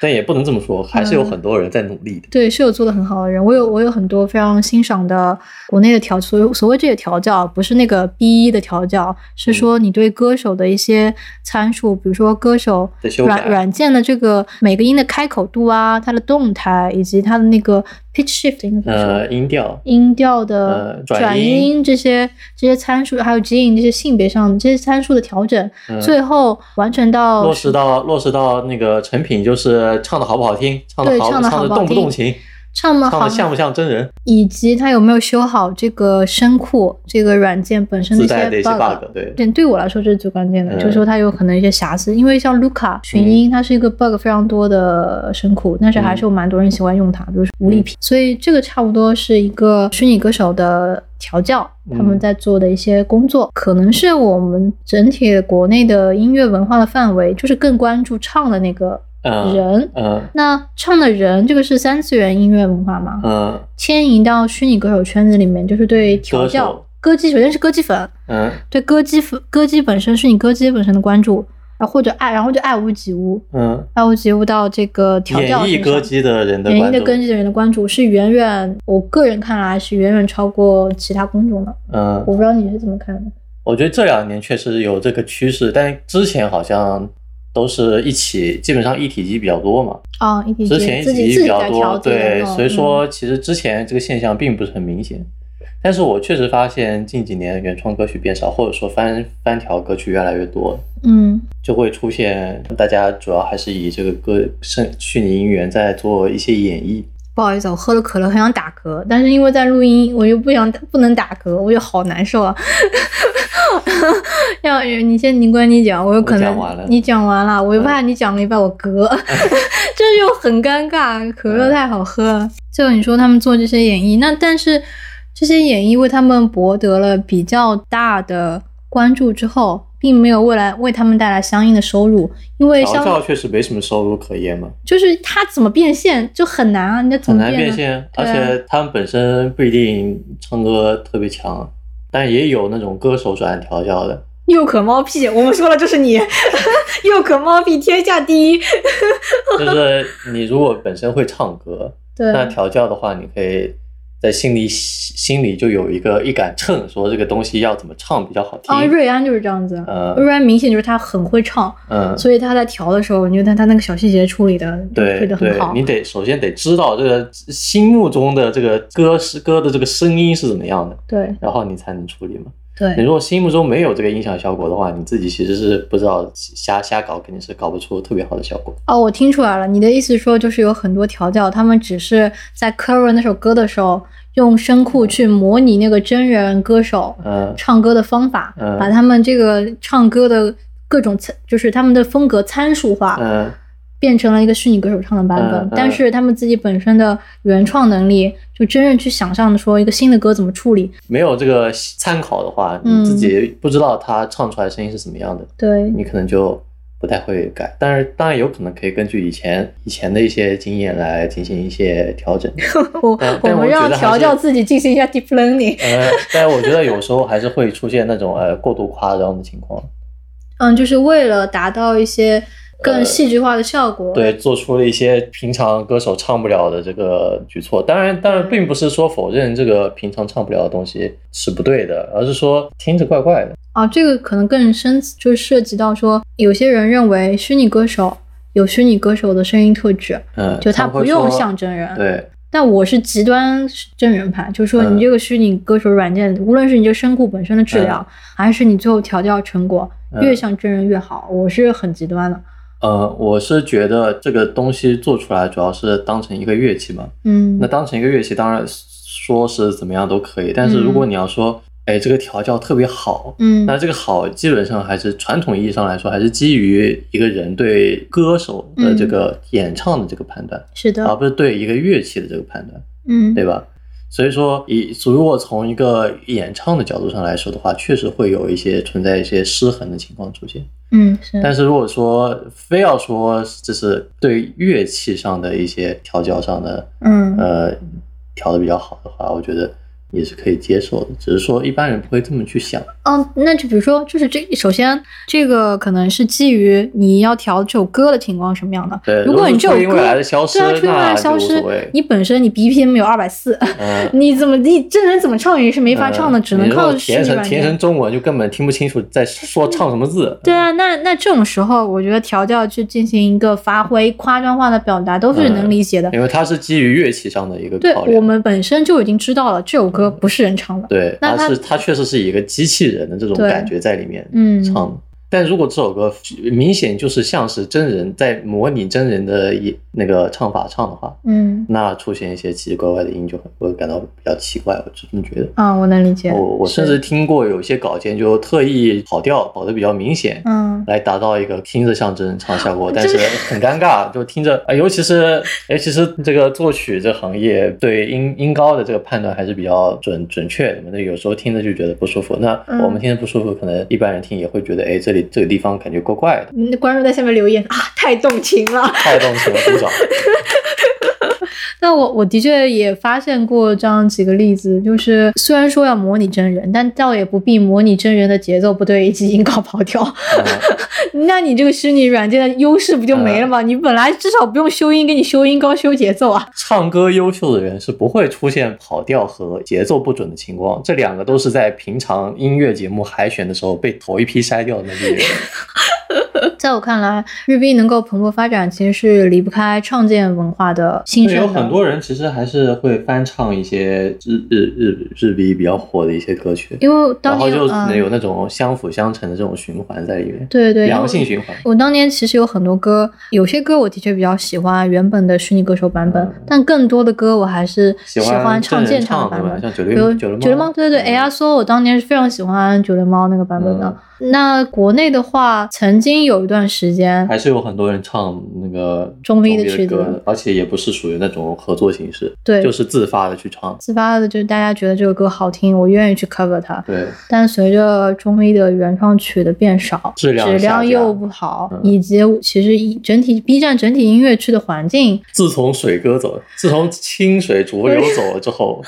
Speaker 1: 但也不能这么说，还
Speaker 2: 嗯
Speaker 1: 是有很多人在努力的。
Speaker 2: 对，是有做的很好的人，我有我有很多非常欣赏的国内的调，所谓所谓这个调教，不是那个 B 一的调教，
Speaker 1: 嗯
Speaker 2: 是说你对歌手的一些参数，比如说歌手
Speaker 1: 的修改
Speaker 2: 软软件的这个每个音的开口度啊，它的动态以及它的那个 pitch shift 应该怎么说
Speaker 1: 呃，音调，
Speaker 2: 音调的
Speaker 1: 呃转
Speaker 2: 转
Speaker 1: 音
Speaker 2: 音这些这些参数，还有指引这些性别上这些参数的调整，
Speaker 1: 嗯
Speaker 2: 最后完成到
Speaker 1: 落实到落实到那个成品，就是唱的好不好听，唱的
Speaker 2: 对
Speaker 1: 好
Speaker 2: 唱得好
Speaker 1: 得
Speaker 2: 不好
Speaker 1: 动不
Speaker 2: 听
Speaker 1: 动情，
Speaker 2: 唱的
Speaker 1: 唱
Speaker 2: 好
Speaker 1: 的，像不像真人，
Speaker 2: 以及它有没有修好这个声库这个软件本身
Speaker 1: 自带的
Speaker 2: 些
Speaker 1: 一些
Speaker 2: bug。
Speaker 1: bug，对，
Speaker 2: 对，对我来说这是最关键的，
Speaker 1: 嗯
Speaker 2: 就是说它有可能一些瑕疵，因为像 Luca 群音，它是一个 bug 非常多的声库，但是还是有蛮多人喜欢用它，比如说无力
Speaker 1: 嗯
Speaker 2: 品，所以这个差不多是一个虚拟歌手的调教，他们
Speaker 1: 嗯
Speaker 2: 在做的一些工作，可能是我们整体国内的音乐文化的范围，就是更关注唱的那个
Speaker 1: 嗯
Speaker 2: 人。
Speaker 1: 嗯
Speaker 2: 那唱的人，这个是三次元音乐文化嘛？
Speaker 1: 嗯
Speaker 2: 迁移到虚拟歌手圈子里面，就是对调
Speaker 1: 歌
Speaker 2: 教
Speaker 1: 手
Speaker 2: 歌姬，首先是歌姬粉，
Speaker 1: 嗯
Speaker 2: 对歌姬粉歌姬本身是你歌姬本身的关注，啊或者爱，然后就爱屋及乌，
Speaker 1: 嗯，
Speaker 2: 爱屋及乌到这个调
Speaker 1: 演
Speaker 2: 教
Speaker 1: 绎
Speaker 2: 身
Speaker 1: 歌
Speaker 2: 上。
Speaker 1: 姬的人的
Speaker 2: 演绎
Speaker 1: 关
Speaker 2: 的
Speaker 1: 注，
Speaker 2: 歌姬的人的关注是远远，我个人看来是远远超过其他公众的。
Speaker 1: 嗯，
Speaker 2: 我不知道你是怎么看的。
Speaker 1: 我觉得这两年确实有这个趋势，但之前好像都是一起，基本上一体机比较多嘛。
Speaker 2: 啊，一体
Speaker 1: 之前一
Speaker 2: 机自
Speaker 1: 体
Speaker 2: 己
Speaker 1: 机
Speaker 2: 自
Speaker 1: 比
Speaker 2: 己
Speaker 1: 较
Speaker 2: 在
Speaker 1: 多，
Speaker 2: 调自己的
Speaker 1: 对，
Speaker 2: 那种
Speaker 1: 所以
Speaker 2: 嗯
Speaker 1: 说其实之前这个现象并不是很明显。但是我确实发现近几年原创歌曲变少，或者说翻翻调歌曲越来越多，
Speaker 2: 嗯，
Speaker 1: 就会出现大家主要还是以这个歌声虚拟音源在做一些演绎。
Speaker 2: 不好意思，我喝了可乐，很想打嗝，但是因为在录音，我又不想不能打嗝，我就好难受啊。 要你先，你关你讲，我有可能
Speaker 1: 我讲完了嗯
Speaker 2: 你讲完了，我又怕你讲了一半我 嗝， 这又很尴尬。可
Speaker 1: 嗯
Speaker 2: 乐太好喝了，就你说他们做这些演绎，那但是这些演绎为他们博得了比较大的关注之后，并没有未来为他们带来相应的收入，因为
Speaker 1: 调
Speaker 2: 相
Speaker 1: 教确实没什么收入可言嘛，
Speaker 2: 就是他怎么变现就很难啊，你这怎
Speaker 1: 很
Speaker 2: 么
Speaker 1: 难
Speaker 2: 变
Speaker 1: 变
Speaker 2: 呢？
Speaker 1: 现，
Speaker 2: 对
Speaker 1: 而
Speaker 2: 啊
Speaker 1: 且他们本身不一定唱歌特别强，但也有那种歌手转调教的。
Speaker 2: 又可猫屁，我们说了就是你， 又可猫屁天下第一。
Speaker 1: 就是你如果本身会唱歌，
Speaker 2: 对
Speaker 1: 那调教的话，你可以在心里心里就有一个一杆秤，说这个东西要怎么唱比较好听。
Speaker 2: 啊，瑞安就是这样子，
Speaker 1: 嗯
Speaker 2: 瑞安明显就是他很会唱，
Speaker 1: 嗯，
Speaker 2: 所以他在调的时候，你就看他那个小细节处理的
Speaker 1: 对
Speaker 2: 处理的很
Speaker 1: 对
Speaker 2: 好，。
Speaker 1: 你得首先得知道这个心目中的这个歌是歌的这个声音是怎么样的，
Speaker 2: 对
Speaker 1: 然后你才能处理嘛。你
Speaker 2: 对
Speaker 1: 如果心目中没有这个音响效果的话，你自己其实是不知道瞎瞎搞，肯定是搞不出特别好的效果。
Speaker 2: 哦，我听出来了，你的意思说就是有很多调教，他们只是在 cover 那首歌的时候，用声库去模拟那个真人歌手
Speaker 1: 嗯
Speaker 2: 唱歌的方法，
Speaker 1: 嗯
Speaker 2: 把他们这个唱歌的各种参，就是他们的风格参数化，
Speaker 1: 嗯
Speaker 2: 变成了一个虚拟歌手唱的版本，
Speaker 1: 嗯嗯
Speaker 2: 但是他们自己本身的原创能力，就真正去想象说一个新的歌怎么处理，
Speaker 1: 没有这个参考的话，
Speaker 2: 嗯
Speaker 1: 你自己不知道他唱出来声音是什么样的，
Speaker 2: 对，
Speaker 1: 你可能就不太会改。但是当然有可能可以根据以前以前的一些经验来进行一些调 整。
Speaker 2: 我
Speaker 1: 但
Speaker 2: 我
Speaker 1: 但
Speaker 2: 们
Speaker 1: 我觉
Speaker 2: 让
Speaker 1: 得还
Speaker 2: 调
Speaker 1: 是
Speaker 2: 教自己进行一下 deep learning。
Speaker 1: 呃，但我觉得有时候还是会出现那种呃过度夸张的情况，
Speaker 2: 嗯，就是为了达到一些更
Speaker 1: 呃
Speaker 2: 戏剧化的效果。
Speaker 1: 对，做出了一些平常歌手唱不了的这个举措。当然，当然并不是说否认这个平常唱不了的东西是不对的，而是说听着怪怪的。
Speaker 2: 啊，这个可能更深，就是涉及到说，有些人认为虚拟歌手有虚拟歌手的声音特质，
Speaker 1: 嗯，
Speaker 2: 就他
Speaker 1: 他
Speaker 2: 不用像
Speaker 1: 象征。
Speaker 2: 真人。
Speaker 1: 对，
Speaker 2: 但我是极端真人派，就是说
Speaker 1: 嗯
Speaker 2: 你这个虚拟歌手软件，无论是你这个声库本身的质量，还是你最后调教成果，
Speaker 1: 嗯
Speaker 2: 越像真人越好。我是很极端的。
Speaker 1: 呃，我是觉得这个东西做出来主要是当成一个乐器嘛，
Speaker 2: 嗯
Speaker 1: 那，当成一个乐器，当然说是怎么样都可以，但是如果你要说，哎，这个调教特别好，
Speaker 2: 嗯
Speaker 1: 那这个好基本上还是传统意义上来说，还是基于一个人对歌手的
Speaker 2: 嗯
Speaker 1: 这个演唱的这个判断，
Speaker 2: 是的，
Speaker 1: 而不是对一个乐器的这个判断，
Speaker 2: 嗯，
Speaker 1: 对吧？所以说，以如果从一个演唱的角度上来说的话，确实会有一些存在一些失衡的情况出现。
Speaker 2: 嗯是。
Speaker 1: 但是如果说非要说这是对乐器上的一些调教上的
Speaker 2: 嗯
Speaker 1: 呃调的比较好的话，我觉得也是可以接受的，只是说一般人不会这么去想。
Speaker 2: 嗯，那就比如说，就是这首先这个可能是基于你要调这首歌的情况什么样的。
Speaker 1: 对，
Speaker 2: 如果你这首
Speaker 1: 初音未
Speaker 2: 歌
Speaker 1: 来的消失，
Speaker 2: 对啊，
Speaker 1: 那
Speaker 2: 出现外
Speaker 1: 就
Speaker 2: 消
Speaker 1: 无
Speaker 2: 失
Speaker 1: 所谓，
Speaker 2: 你本身你 BPM 有二百四，
Speaker 1: 嗯，
Speaker 2: 你怎么你真人怎么唱也是没法唱的，
Speaker 1: 嗯
Speaker 2: 只能
Speaker 1: 你如果
Speaker 2: 靠虚
Speaker 1: 填
Speaker 2: 拟
Speaker 1: 成
Speaker 2: 软
Speaker 1: 填
Speaker 2: 件
Speaker 1: 成。中文，就根本听不清楚在说唱什么字。
Speaker 2: 对啊，那那这种时候，我觉得调教去进行一个发挥、夸张化的表达都是能理解的。
Speaker 1: 因为它是基于乐器上的一个
Speaker 2: 对
Speaker 1: 考
Speaker 2: 我
Speaker 1: 量。
Speaker 2: 们本身就已经知道了这首歌不是人唱的。
Speaker 1: 啊对，
Speaker 2: 那
Speaker 1: 它
Speaker 2: 它
Speaker 1: 是它确实是一个机器人的这种
Speaker 2: 对
Speaker 1: 感觉在里面
Speaker 2: 嗯
Speaker 1: 唱的。但如果这首歌明显就是像是真人在模拟真人的一那个唱法唱的话，
Speaker 2: 嗯
Speaker 1: 那出现一些奇奇怪怪的音就很会感到比较奇怪，我是这么觉得。
Speaker 2: 啊，我能理解。
Speaker 1: 我我甚
Speaker 2: 是
Speaker 1: 至听过有些稿件就特意跑调，跑得比较明显，
Speaker 2: 嗯
Speaker 1: 来达到一个听着像真人唱 效果，但
Speaker 2: 真
Speaker 1: 是
Speaker 2: 的
Speaker 1: 很尴尬，就听着， 呃尤其是尤其是这个作曲这行业对音音高的这个判断还是比较准准确的嘛，那有时候听着就觉得不舒服。那
Speaker 2: 嗯
Speaker 1: 我们听着不舒服，可能一般人听也会觉得，哎，这里这个地方感觉怪怪的，
Speaker 2: 嗯，那观众在下面留言啊，太动情了。
Speaker 1: 太动情了，鼓掌。
Speaker 2: 那我我的确也发现过这样几个例子，就是虽然说要模拟真人，但倒也不必模拟真人的节奏不对以及音高跑调。
Speaker 1: 嗯
Speaker 2: 那你这个虚拟软件的优势不就没了吗？你本来至少不用修音，给你修音高、修节奏啊。
Speaker 1: 唱歌优秀的人是不会出现跑调和节奏不准的情况，这两个都是在平常音乐节目海选的时候被头一批筛掉的那批 人。
Speaker 2: 在我看来，日币能够蓬勃发展，其实是离不开创建文化的兴
Speaker 1: 对，
Speaker 2: 盛的。
Speaker 1: 有很多人其实还是会翻唱一些日日日日语比较火的一些歌曲，
Speaker 2: 因为当
Speaker 1: 然后
Speaker 2: 年
Speaker 1: 就
Speaker 2: 嗯
Speaker 1: 有那种相辅相成的这种循环在里面，
Speaker 2: 对对，因为
Speaker 1: 良性循环。
Speaker 2: 我当年其实有很多歌，有些歌我的确比较喜欢原本的虚拟歌手版本，
Speaker 1: 嗯
Speaker 2: 但更多的歌我还是喜欢唱
Speaker 1: 真
Speaker 2: 现
Speaker 1: 人
Speaker 2: 场的
Speaker 1: 唱
Speaker 2: 版
Speaker 1: 对吧？
Speaker 2: 本。
Speaker 1: 像九
Speaker 2: 比
Speaker 1: 六啊嗯
Speaker 2: 如
Speaker 1: 九
Speaker 2: 九
Speaker 1: 六
Speaker 2: 猫，对对对，A R S O，我当年是非常喜欢九流猫那个版本的。
Speaker 1: 嗯
Speaker 2: 那国内的话，曾经有一段时间，
Speaker 1: 还是有很多人唱那个
Speaker 2: 中立的
Speaker 1: 的
Speaker 2: 曲子
Speaker 1: 歌，而且也不是属于那种合作形式，
Speaker 2: 对，
Speaker 1: 就是自发的去唱。
Speaker 2: 自发的，就是大家觉得这个歌好听，我愿意去 cover 它。
Speaker 1: 对，
Speaker 2: 但随着中医的原创曲的变少，质
Speaker 1: 质量下降
Speaker 2: 又不好，
Speaker 1: 嗯
Speaker 2: 以及其实一整体 B 站整体音乐区的环境
Speaker 1: 自从水哥走，自从清水浊流走了之后，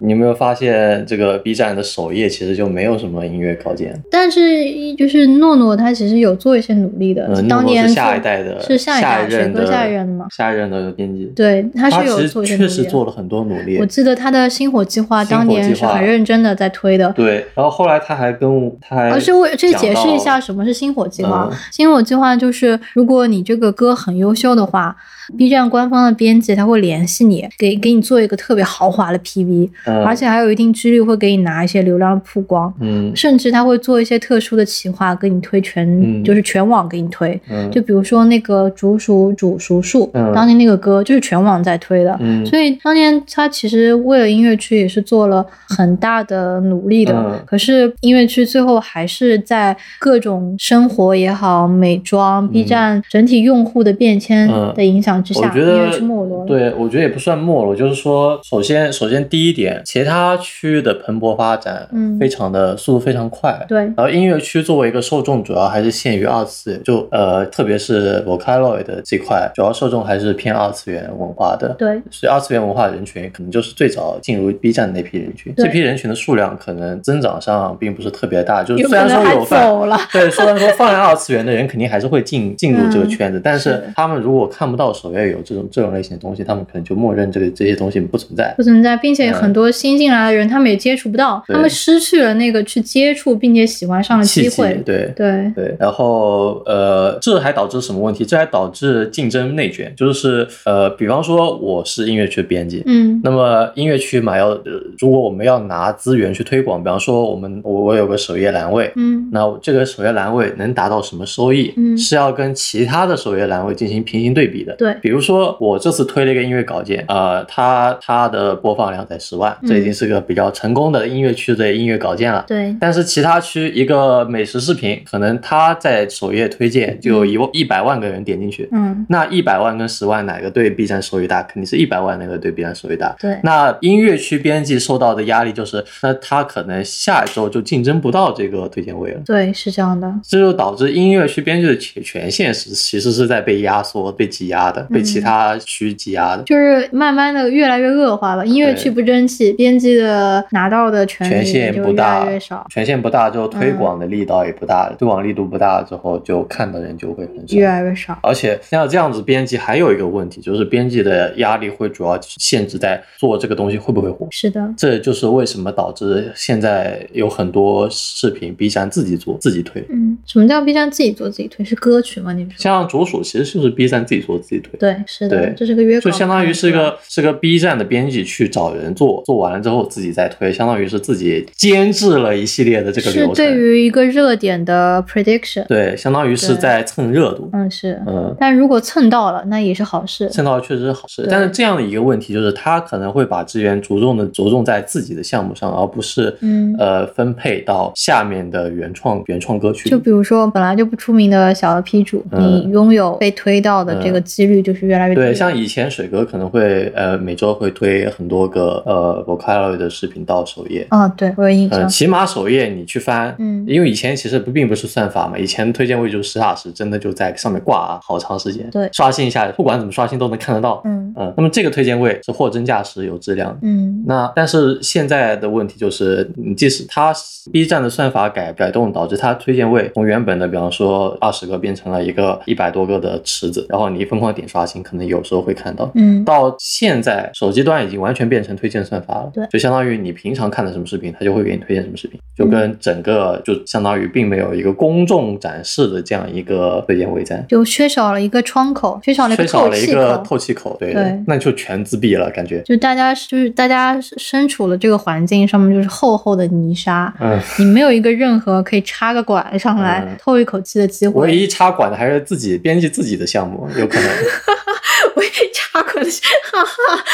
Speaker 1: 你有没有发现这个 B 站的首页其实就没有什么音乐稿件？
Speaker 2: 但是是就是诺诺他其实有做一些努力的，
Speaker 1: 嗯，
Speaker 2: 当年
Speaker 1: 是下一代的，
Speaker 2: 是下一代
Speaker 1: 任
Speaker 2: 水
Speaker 1: 的
Speaker 2: 哥下一任的嘛
Speaker 1: 下一任的编辑，
Speaker 2: 对，他
Speaker 1: 他
Speaker 2: 是有
Speaker 1: 其
Speaker 2: 做
Speaker 1: 实
Speaker 2: 一些
Speaker 1: 确
Speaker 2: 努力
Speaker 1: 实
Speaker 2: 的。
Speaker 1: 做了很多努力
Speaker 2: 我。记得他的星火计划
Speaker 1: 星火
Speaker 2: 当年
Speaker 1: 计
Speaker 2: 是
Speaker 1: 划
Speaker 2: 很认真的在推的，
Speaker 1: 对，然后后来他还跟我，他还
Speaker 2: 而且我这
Speaker 1: 呃讲
Speaker 2: 解释一
Speaker 1: 到
Speaker 2: 下什么是星火计划。
Speaker 1: 嗯
Speaker 2: 星火计划就是，如果你这个歌很优秀的话，B 站官方的编辑他会联系你，给给你做一个特别豪华的 PV，、
Speaker 1: 嗯
Speaker 2: 而且还有一定几率会给你拿一些流量曝光，
Speaker 1: 嗯
Speaker 2: 甚至他会做一些特殊的企划给你推全，
Speaker 1: 嗯
Speaker 2: 就是全网给你推。
Speaker 1: 嗯
Speaker 2: 就比如说那个竹鼠煮熟树，
Speaker 1: 嗯
Speaker 2: 当年那个歌就是全网在推的，
Speaker 1: 嗯，
Speaker 2: 所以当年他其实为了音乐剧也是做了很大的努力的，
Speaker 1: 嗯
Speaker 2: 可是音乐剧最后还是在各种生活也好、美妆、B 站整体用户的变迁
Speaker 1: 嗯
Speaker 2: 的影响之下，
Speaker 1: 我觉
Speaker 2: 音
Speaker 1: 得
Speaker 2: 乐剧没落了。
Speaker 1: 对，我觉得也不算没落，就是说，首先，首先第一点，其他区的蓬勃发展，
Speaker 2: 嗯
Speaker 1: 非常的速度非常快。
Speaker 2: 对
Speaker 1: 然后音乐区作为一个受众，主要还是限于二次，就呃，特别是 Vocaloid 的这块，主要受众还是偏二次元文化的。
Speaker 2: 对
Speaker 1: 所以二次元文化人群可能就是最早进入 B 站的那批人群，
Speaker 2: 对
Speaker 1: 这批人群的数量可能增长上并不是特别大，就是
Speaker 2: 有
Speaker 1: 虽
Speaker 2: 可
Speaker 1: 然
Speaker 2: 能
Speaker 1: 说
Speaker 2: 还
Speaker 1: 有饭。
Speaker 2: 走了。
Speaker 1: 对，虽然说放在二次元的人肯定还是会 进进入这个圈子，但是
Speaker 2: 嗯是
Speaker 1: 他们如果看不到首页有这种这种类型的东西，他们可能就默认这个这些东西不存在。
Speaker 2: 不存在，并且很多新进来的人，他们也接触不到，
Speaker 1: 嗯对
Speaker 2: 他们失去了那个去接触并且喜欢上的
Speaker 1: 契
Speaker 2: 机
Speaker 1: 机
Speaker 2: 会。
Speaker 1: 对
Speaker 2: 对，
Speaker 1: 对，然后呃，这还导致什么问题？这还导致竞争内卷，就是呃，比方说我是音乐区编辑，
Speaker 2: 嗯，
Speaker 1: 那么音乐区嘛，要、呃如果我们要拿资源去推广，比方说我们我我有个首页栏位，
Speaker 2: 嗯，
Speaker 1: 那这个首页栏位能达到什么收益，
Speaker 2: 嗯
Speaker 1: 是要跟其他的首页栏位进行平行对比的。
Speaker 2: 对
Speaker 1: 比如说我这次推了一个音乐稿件，呃，它它的播放量在十万，
Speaker 2: 嗯
Speaker 1: 这已经是个比较成功的音乐区的音乐稿件了。
Speaker 2: 对，
Speaker 1: 但是其他区一个美食视频，可能它在首页推荐就有一万一百万个人点进去，
Speaker 2: 嗯，
Speaker 1: 那一百万跟十万哪个对 B 站收益大？肯定是一百万那个对 B 站收益大。
Speaker 2: 对，
Speaker 1: 那音乐区编辑受到的压力就是，那他可能下一周就竞争不到这个推荐位了。
Speaker 2: 对，是这样的。
Speaker 1: 这就导致音乐区编剧的权权限是其实是在被压缩、被挤压
Speaker 2: 嗯
Speaker 1: 的，被其他区挤压的。
Speaker 2: 就是慢慢的越来越恶化吧。音乐剧
Speaker 1: 对
Speaker 2: 不争气，编辑的拿到的权
Speaker 1: 权
Speaker 2: 利
Speaker 1: 限
Speaker 2: 就
Speaker 1: 不
Speaker 2: 越
Speaker 1: 大
Speaker 2: 来越少，，嗯
Speaker 1: 权限不大之后，推广的力道也不大，推广力度不大之后，就看的人就会很少。
Speaker 2: 越来越少。
Speaker 1: 而且像这样子，编辑还有一个问题，就是编辑的压力会主要限制在做这个东西会不会火。
Speaker 2: 是的，
Speaker 1: 这就是为什么导致现在有很多视频 B 站自己做、自己推，
Speaker 2: 嗯，什么叫 B 站自己做自己推？是歌曲吗？你们说？
Speaker 1: 像竹鼠其实就是 B 站自己做、自己推。
Speaker 2: 对，是的，
Speaker 1: 对
Speaker 2: 这是个约稿，
Speaker 1: 就相当于是个是个 B 站的编辑去找人做，做完了之后自己再推，相当于是自己监制了一系列的这个
Speaker 2: 是
Speaker 1: 流
Speaker 2: 对
Speaker 1: 程。
Speaker 2: 于一个热点的 prediction。
Speaker 1: 对，相当于是
Speaker 2: 对
Speaker 1: 在蹭热度。
Speaker 2: 嗯，是。
Speaker 1: 嗯，
Speaker 2: 但如果蹭到了，那也是好事。
Speaker 1: 蹭到确实是好事
Speaker 2: 对，
Speaker 1: 但是这样的一个问题就是，他可能会把资源着重的着重在自己的项目上，而不是
Speaker 2: 嗯
Speaker 1: 呃分配到下面的原创原创歌曲里。
Speaker 2: 就比如说本来就不出名的小 P 主，
Speaker 1: 嗯
Speaker 2: 你拥有被推到的这个几率就是越来越低。
Speaker 1: 对，像以前水哥可能会呃每周会推很多个呃 Vocaloid 的视频到首页，
Speaker 2: 啊，对我有印
Speaker 1: 呃，
Speaker 2: 象。
Speaker 1: 起码首页你去翻，
Speaker 2: 嗯
Speaker 1: 因为以前其实不并不是算法嘛，以前推荐位就实打实真的就在上面挂、啊好长时间，
Speaker 2: 对
Speaker 1: 刷新一下，不管怎么刷新都能看得到，
Speaker 2: 嗯
Speaker 1: 嗯，那么这个推荐位是货真价实、有质量的。
Speaker 2: 嗯，
Speaker 1: 那但是现在的问题就是，你即使它 B 站的算法改改动，导致它推荐位从原本的比方说二十个变成了一个一百多个的池子，然后你疯狂点刷新，可能有时候会看到。
Speaker 2: 嗯，
Speaker 1: 到现在，手机端已经完全变成推荐算法了，
Speaker 2: 对
Speaker 1: 就相当于你平常看的什么视频，它就会给你推荐什么视频，就跟整个就相当于并没有一个公众展示的这样一个推荐位在，
Speaker 2: 就缺少了一个窗口，缺少了一个
Speaker 1: 缺少
Speaker 2: 透
Speaker 1: 了一
Speaker 2: 气
Speaker 1: 个
Speaker 2: 口。
Speaker 1: 透气口，对，
Speaker 2: 对
Speaker 1: 那就全自闭了，感觉，
Speaker 2: 就大家就是大家身处的这个环境上面就是厚厚的泥沙，
Speaker 1: 嗯，
Speaker 2: 你没有一个任何可以插个管上来、
Speaker 1: 嗯
Speaker 2: 透一口气的机会。
Speaker 1: 唯一插管的还是自己编辑自己的项目，有可能。
Speaker 2: 唯一插管的是，哈哈，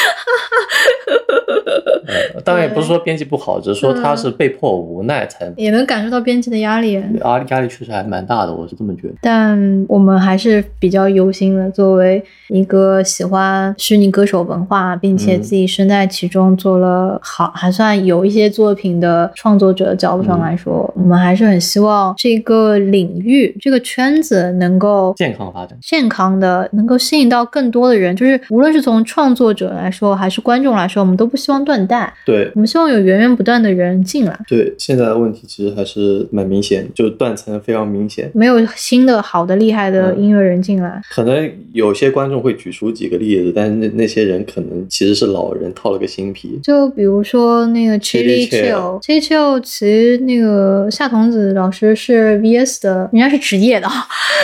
Speaker 1: 呃当然也不是说编辑不好，只是
Speaker 2: 嗯
Speaker 1: 说他是被迫无奈才
Speaker 2: 也能感受到编辑的压力。
Speaker 1: 压力压力确实还蛮大的，我是这么觉得。
Speaker 2: 但我们还是比较忧心的。作为一个喜欢虚拟歌手文化，并且
Speaker 1: 嗯
Speaker 2: 自己身在其中做了好，还算有一些作品的创作者的角度上来说，我们还是很希望这个领域、这个圈子能够
Speaker 1: 嗯健康发展，
Speaker 2: 健康的，能够吸引到更多多的人，就是无论是从创作者来说，还是观众来说，我们都不希望断代，
Speaker 1: 对
Speaker 2: 我们希望有源源不断的人进来，
Speaker 1: 对，现在的问题其实还是蛮明显，就断层非常明显。
Speaker 2: 没有新的好的厉害的
Speaker 1: 嗯
Speaker 2: 音乐人进来。
Speaker 1: 可能有些观众会举出几个例子，但是那那些人可能其实是老人套了个新皮。
Speaker 2: 就比如说那个
Speaker 1: Chili
Speaker 2: Chili
Speaker 1: Chill
Speaker 2: Chill，Chili Chill 其实那个夏童子老师是 VS 的，人家是职业的，啊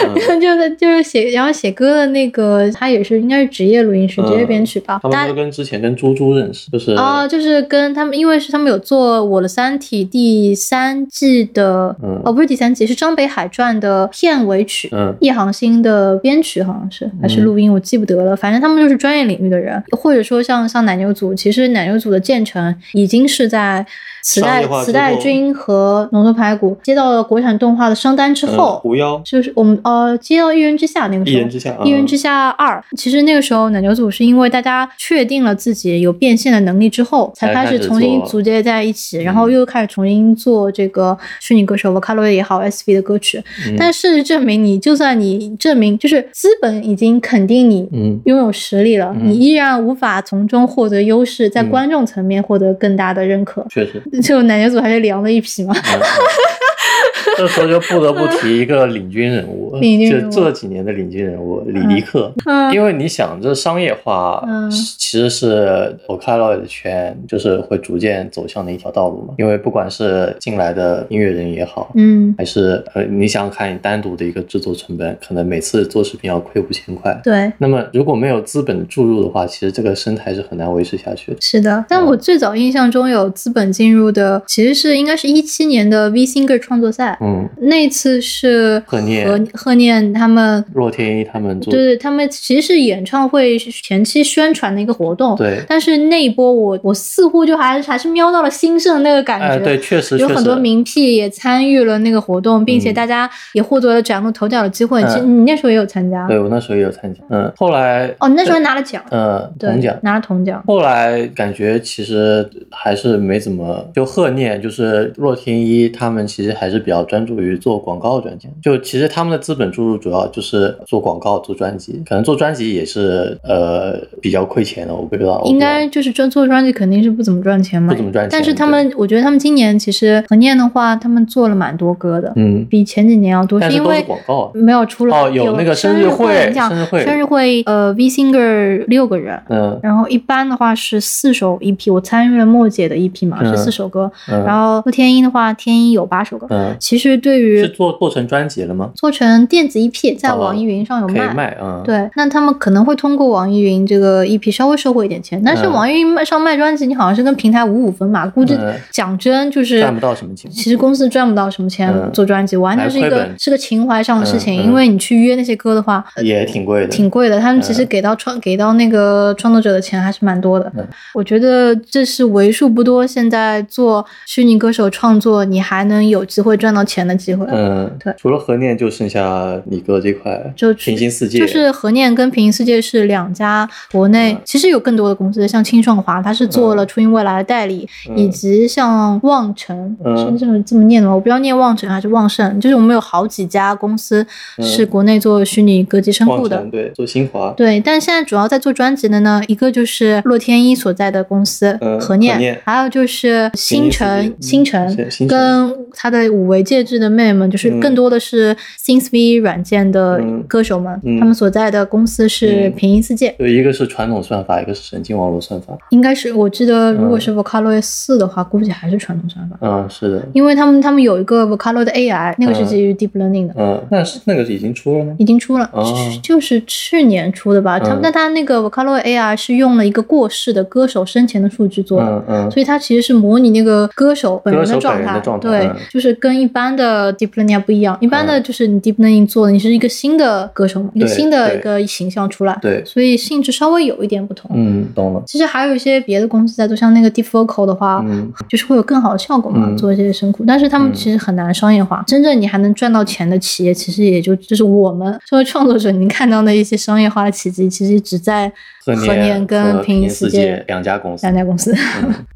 Speaker 2: 哦
Speaker 1: 嗯
Speaker 2: 就是就是写然后写歌的那个他也是应该是职业录音师、
Speaker 1: 嗯
Speaker 2: 职业编曲吧
Speaker 1: 他，们
Speaker 2: 大
Speaker 1: 都跟之前跟猪猪认识，就是
Speaker 2: 啊，就是跟他们，因为是他们有做《我的三体》第三季的，
Speaker 1: 嗯
Speaker 2: 哦，不是第三季，是《张北海传》的片尾曲，
Speaker 1: 嗯
Speaker 2: 叶航新的编曲好像是还是录音，我记不得了。反正他们就是专业领域的人，或者说像像奶牛组，其实奶牛组的建成已经是在磁
Speaker 1: 商
Speaker 2: 带
Speaker 1: 业化之
Speaker 2: 磁带
Speaker 1: 后
Speaker 2: 君和浓缩排骨接到了国产动画的商单之后
Speaker 1: 嗯，狐妖
Speaker 2: 就是我们呃接到《一人之下》那个时
Speaker 1: 一
Speaker 2: 候，
Speaker 1: 人之下，嗯
Speaker 2: 《一人之下二》，其实那个时候奶牛组是因为大家确定了自己有变现的能力之后，才
Speaker 1: 才
Speaker 2: 开
Speaker 1: 开
Speaker 2: 始
Speaker 1: 始
Speaker 2: 重新
Speaker 1: 做
Speaker 2: 组接在一起，然后
Speaker 1: 嗯
Speaker 2: 又开始重新做这个虚拟歌手 Vocaloid 也好，SV 的歌曲。
Speaker 1: 嗯
Speaker 2: 但事实证明，你就算你证明就是资本已经肯定你。
Speaker 1: 嗯
Speaker 2: 拥有实力了，
Speaker 1: 嗯
Speaker 2: 你依然无法从中获得优势，在
Speaker 1: 嗯
Speaker 2: 观众层面获得更大的认可。
Speaker 1: 确实，
Speaker 2: 就奶牛组还是凉了一批嘛，
Speaker 1: 嗯嗯 这时候就不得不提一个领军人物，
Speaker 2: 领军人物
Speaker 1: 就这几年的领军人物李迪克，
Speaker 2: 嗯
Speaker 1: 因为你想这商业化，
Speaker 2: 嗯
Speaker 1: 其实是 Vocaloid 的圈，就是会逐渐走向的一条道路嘛。因为不管是进来的音乐人也好，
Speaker 2: 嗯，
Speaker 1: 还是呃，你想想看，你单独的一个制作成本，可能每次做视频要亏五千块。
Speaker 2: 对，
Speaker 1: 那么如果没有资本注入的话，其实这个生态是很难维持下去的。
Speaker 2: 是的，但
Speaker 1: 嗯
Speaker 2: 我最早印象中有资本进入的，其实是应该是一七年的 V Singer 创作赛，
Speaker 1: 嗯，
Speaker 2: 那次是
Speaker 1: 贺念
Speaker 2: 和贺念他们，
Speaker 1: 洛天依他们做
Speaker 2: 对对，他们其实是演唱会前期宣传的一个活动。
Speaker 1: 对，
Speaker 2: 但是那一波我我似乎就还还是瞄到了兴盛那个感觉，
Speaker 1: 哎对，确实
Speaker 2: 有
Speaker 1: 确
Speaker 2: 很
Speaker 1: 实
Speaker 2: 多名屁也参与了那个活动，并且
Speaker 1: 嗯
Speaker 2: 大家也获得了崭露头角的机会。
Speaker 1: 嗯
Speaker 2: 其实你那时候也有参加，
Speaker 1: 对我那时候也有参加，嗯，后来
Speaker 2: 哦，你那时候还拿了奖，
Speaker 1: 呃
Speaker 2: 对
Speaker 1: 铜奖，
Speaker 2: 拿了铜奖，
Speaker 1: 后来感觉其实还是没怎么，就贺念就是洛天依他们其实还是比较专注于做广告赚钱，就其实他们的资本注入主要就是做广告、做专辑，可能做专辑也是呃比较亏钱的，我不知道，我不知道
Speaker 2: 应该就是专做专辑肯定是不怎么赚钱嘛，
Speaker 1: 哦不怎么赚钱
Speaker 2: 但是他们，我觉得他们今年其实何念的话，他们做了蛮多歌的，
Speaker 1: 嗯，
Speaker 2: 比前几年要多，
Speaker 1: 但是
Speaker 2: 因
Speaker 1: 都是
Speaker 2: 为
Speaker 1: 广告啊，
Speaker 2: 没有出了
Speaker 1: 哦有那个
Speaker 2: 生
Speaker 1: 生日
Speaker 2: 会，
Speaker 1: 会
Speaker 2: 你想
Speaker 1: 生日会
Speaker 2: 生日会，呃，V Singer 六个人。
Speaker 1: 嗯
Speaker 2: 然后一般的话是四首 EP，我参与了莫姐的 EP 嘛，是
Speaker 1: 嗯
Speaker 2: 四首歌。
Speaker 1: 嗯，
Speaker 2: 然后陆天一的话，天一有八首歌。
Speaker 1: 嗯
Speaker 2: 其实对
Speaker 1: 是
Speaker 2: 于
Speaker 1: 做做成专辑了吗？
Speaker 2: 做成电子 EP，在
Speaker 1: 哦
Speaker 2: 网易云上有
Speaker 1: 可以卖啊，嗯，
Speaker 2: 对，那他们可能会通过网易云这个 EP 稍微收获一点钱，但是
Speaker 1: 嗯
Speaker 2: 网易云卖上卖专辑，你好像是跟平台五五分嘛，估计
Speaker 1: 嗯
Speaker 2: 讲真就是
Speaker 1: 赚不到什么钱
Speaker 2: 其实公司赚不到什么钱
Speaker 1: 嗯
Speaker 2: 做专辑，完全是一
Speaker 1: 还亏
Speaker 2: 个
Speaker 1: 本
Speaker 2: 是个情怀上的事情，
Speaker 1: 嗯嗯
Speaker 2: 因为你去约那些歌的话，
Speaker 1: 也挺贵的，
Speaker 2: 挺贵的。他们其实给到创、给到那个创作者的钱还是蛮多的。
Speaker 1: 嗯
Speaker 2: 我觉得这是为数不多现在做虚拟歌手创作，你还能有机会赚到钱的机会。
Speaker 1: 嗯，
Speaker 2: 对
Speaker 1: 除了何念就剩下你哥这块，
Speaker 2: 就
Speaker 1: 平行世界，
Speaker 2: 就是和念跟平行世界是两家国
Speaker 1: 嗯
Speaker 2: 内，其实有更多的公司，像清创华，它是做了初音未来的代理，
Speaker 1: 嗯
Speaker 2: 以及像望城，
Speaker 1: 嗯
Speaker 2: 是这么这么念的吗？我不知道念望城还是旺盛，就是我们有好几家公司
Speaker 1: 嗯
Speaker 2: 是国内做虚拟歌姬声
Speaker 1: 望
Speaker 2: 库的
Speaker 1: 城。对，做新华，
Speaker 2: 对，但现在主要在做专辑的呢，一个就是洛天依所在的公司
Speaker 1: 嗯
Speaker 2: 和
Speaker 1: 和
Speaker 2: 念
Speaker 1: 念，
Speaker 2: 还有就是星辰
Speaker 1: 嗯
Speaker 2: 星辰
Speaker 1: 是星辰
Speaker 2: 跟他的五维介质的妹妹们，就是
Speaker 1: 嗯
Speaker 2: 更多的是 SyncV 软件的
Speaker 1: 嗯
Speaker 2: 歌手们，
Speaker 1: 嗯
Speaker 2: 他们所在的公司是
Speaker 1: 嗯
Speaker 2: 平行世界，
Speaker 1: 就一个是传统算法，一个是神经网络算法。
Speaker 2: 应该是我记得，如果
Speaker 1: 嗯
Speaker 2: 是 Vocaloid 四的话，估计还是传统算法，
Speaker 1: 嗯，是的，
Speaker 2: 因为他们他们有一个 Vocaloid 的 AI，那个是
Speaker 1: 嗯
Speaker 2: 基于 Deep Learning 的。
Speaker 1: 嗯，那是那个是已经出了吗
Speaker 2: 已？经出了，
Speaker 1: 哦
Speaker 2: 是就是去年出的吧。他、
Speaker 1: 嗯
Speaker 2: 那他那个 Vocaloid AI 是用了一个过世的歌手生前的数据做的，
Speaker 1: 嗯嗯，
Speaker 2: 所以它其实是模拟那个歌手本人
Speaker 1: 歌
Speaker 2: 的
Speaker 1: 手
Speaker 2: 状
Speaker 1: 本人
Speaker 2: 态，
Speaker 1: 的状态
Speaker 2: 对，
Speaker 1: 嗯
Speaker 2: 就是跟一般的 deep learning 啊不一样。一般的就是你 deep learning 做的，你是一个新的歌手嘛，一个
Speaker 1: 对
Speaker 2: 新的
Speaker 1: 对
Speaker 2: 一个形象出来，
Speaker 1: 对
Speaker 2: 所以性质稍微有一点不同。
Speaker 1: 嗯，懂了。
Speaker 2: 其实还有一些别的公司在做，像那个 Deep Vocal 的话，
Speaker 1: 嗯
Speaker 2: 就是会有更好的效果嘛，
Speaker 1: 嗯
Speaker 2: 做一些声库。但是他们
Speaker 1: 嗯
Speaker 2: 其实很难商业化，真正你还能赚到钱的企业，其实也就就是我们作为创作者，您看到的一些商业化的奇迹，其实只在
Speaker 1: 和
Speaker 2: 和念跟
Speaker 1: 平行
Speaker 2: 平行
Speaker 1: 世
Speaker 2: 世
Speaker 1: 界两嗯家公司
Speaker 2: 两，家
Speaker 1: 嗯
Speaker 2: 公司，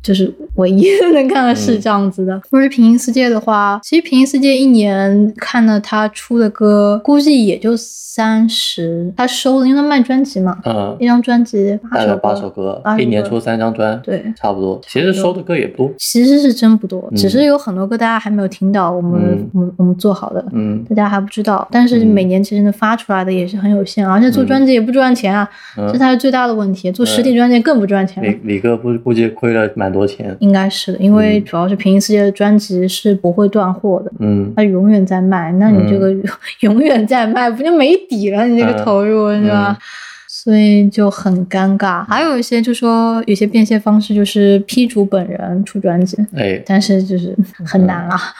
Speaker 2: 就是唯一能看的是这样子的。如果是平行世界的话，其实平行世界一年看了他出的歌，估计也就三十，他收的，因为他卖专辑嘛，
Speaker 1: 嗯，
Speaker 2: 一张专辑八
Speaker 1: 带了
Speaker 2: 首
Speaker 1: 八
Speaker 2: 歌
Speaker 1: 首歌
Speaker 2: 八，首
Speaker 1: 一年
Speaker 2: 歌
Speaker 1: 出三张专，
Speaker 2: 对，
Speaker 1: 差不多。其实收的歌也不多，
Speaker 2: 其实是真不多，
Speaker 1: 嗯
Speaker 2: 只是有很多歌大家还没有听到，我们、
Speaker 1: 嗯
Speaker 2: 我们我们做好的。
Speaker 1: 嗯
Speaker 2: 大家还不知道，但是
Speaker 1: 嗯
Speaker 2: 每年其实能发出来的也是很有限，啊而且做专辑也不赚钱啊，这
Speaker 1: 嗯，
Speaker 2: 才是最大的问题。做实体
Speaker 1: 嗯
Speaker 2: 专辑更不赚钱了
Speaker 1: 李，李哥不估计亏了蛮多钱，
Speaker 2: 应该是的，因为
Speaker 1: 嗯
Speaker 2: 主要是平行世界的专辑是不会断货的，
Speaker 1: 嗯
Speaker 2: 它永远在卖，那你这个永 远在卖，不就没底了？你这个
Speaker 1: 嗯
Speaker 2: 投入，对吧？
Speaker 1: 嗯
Speaker 2: 所以就很尴尬。还有一些就说有些变现方式就是批主本人出专辑，
Speaker 1: 哎，
Speaker 2: 但是就是很难啊，
Speaker 1: 嗯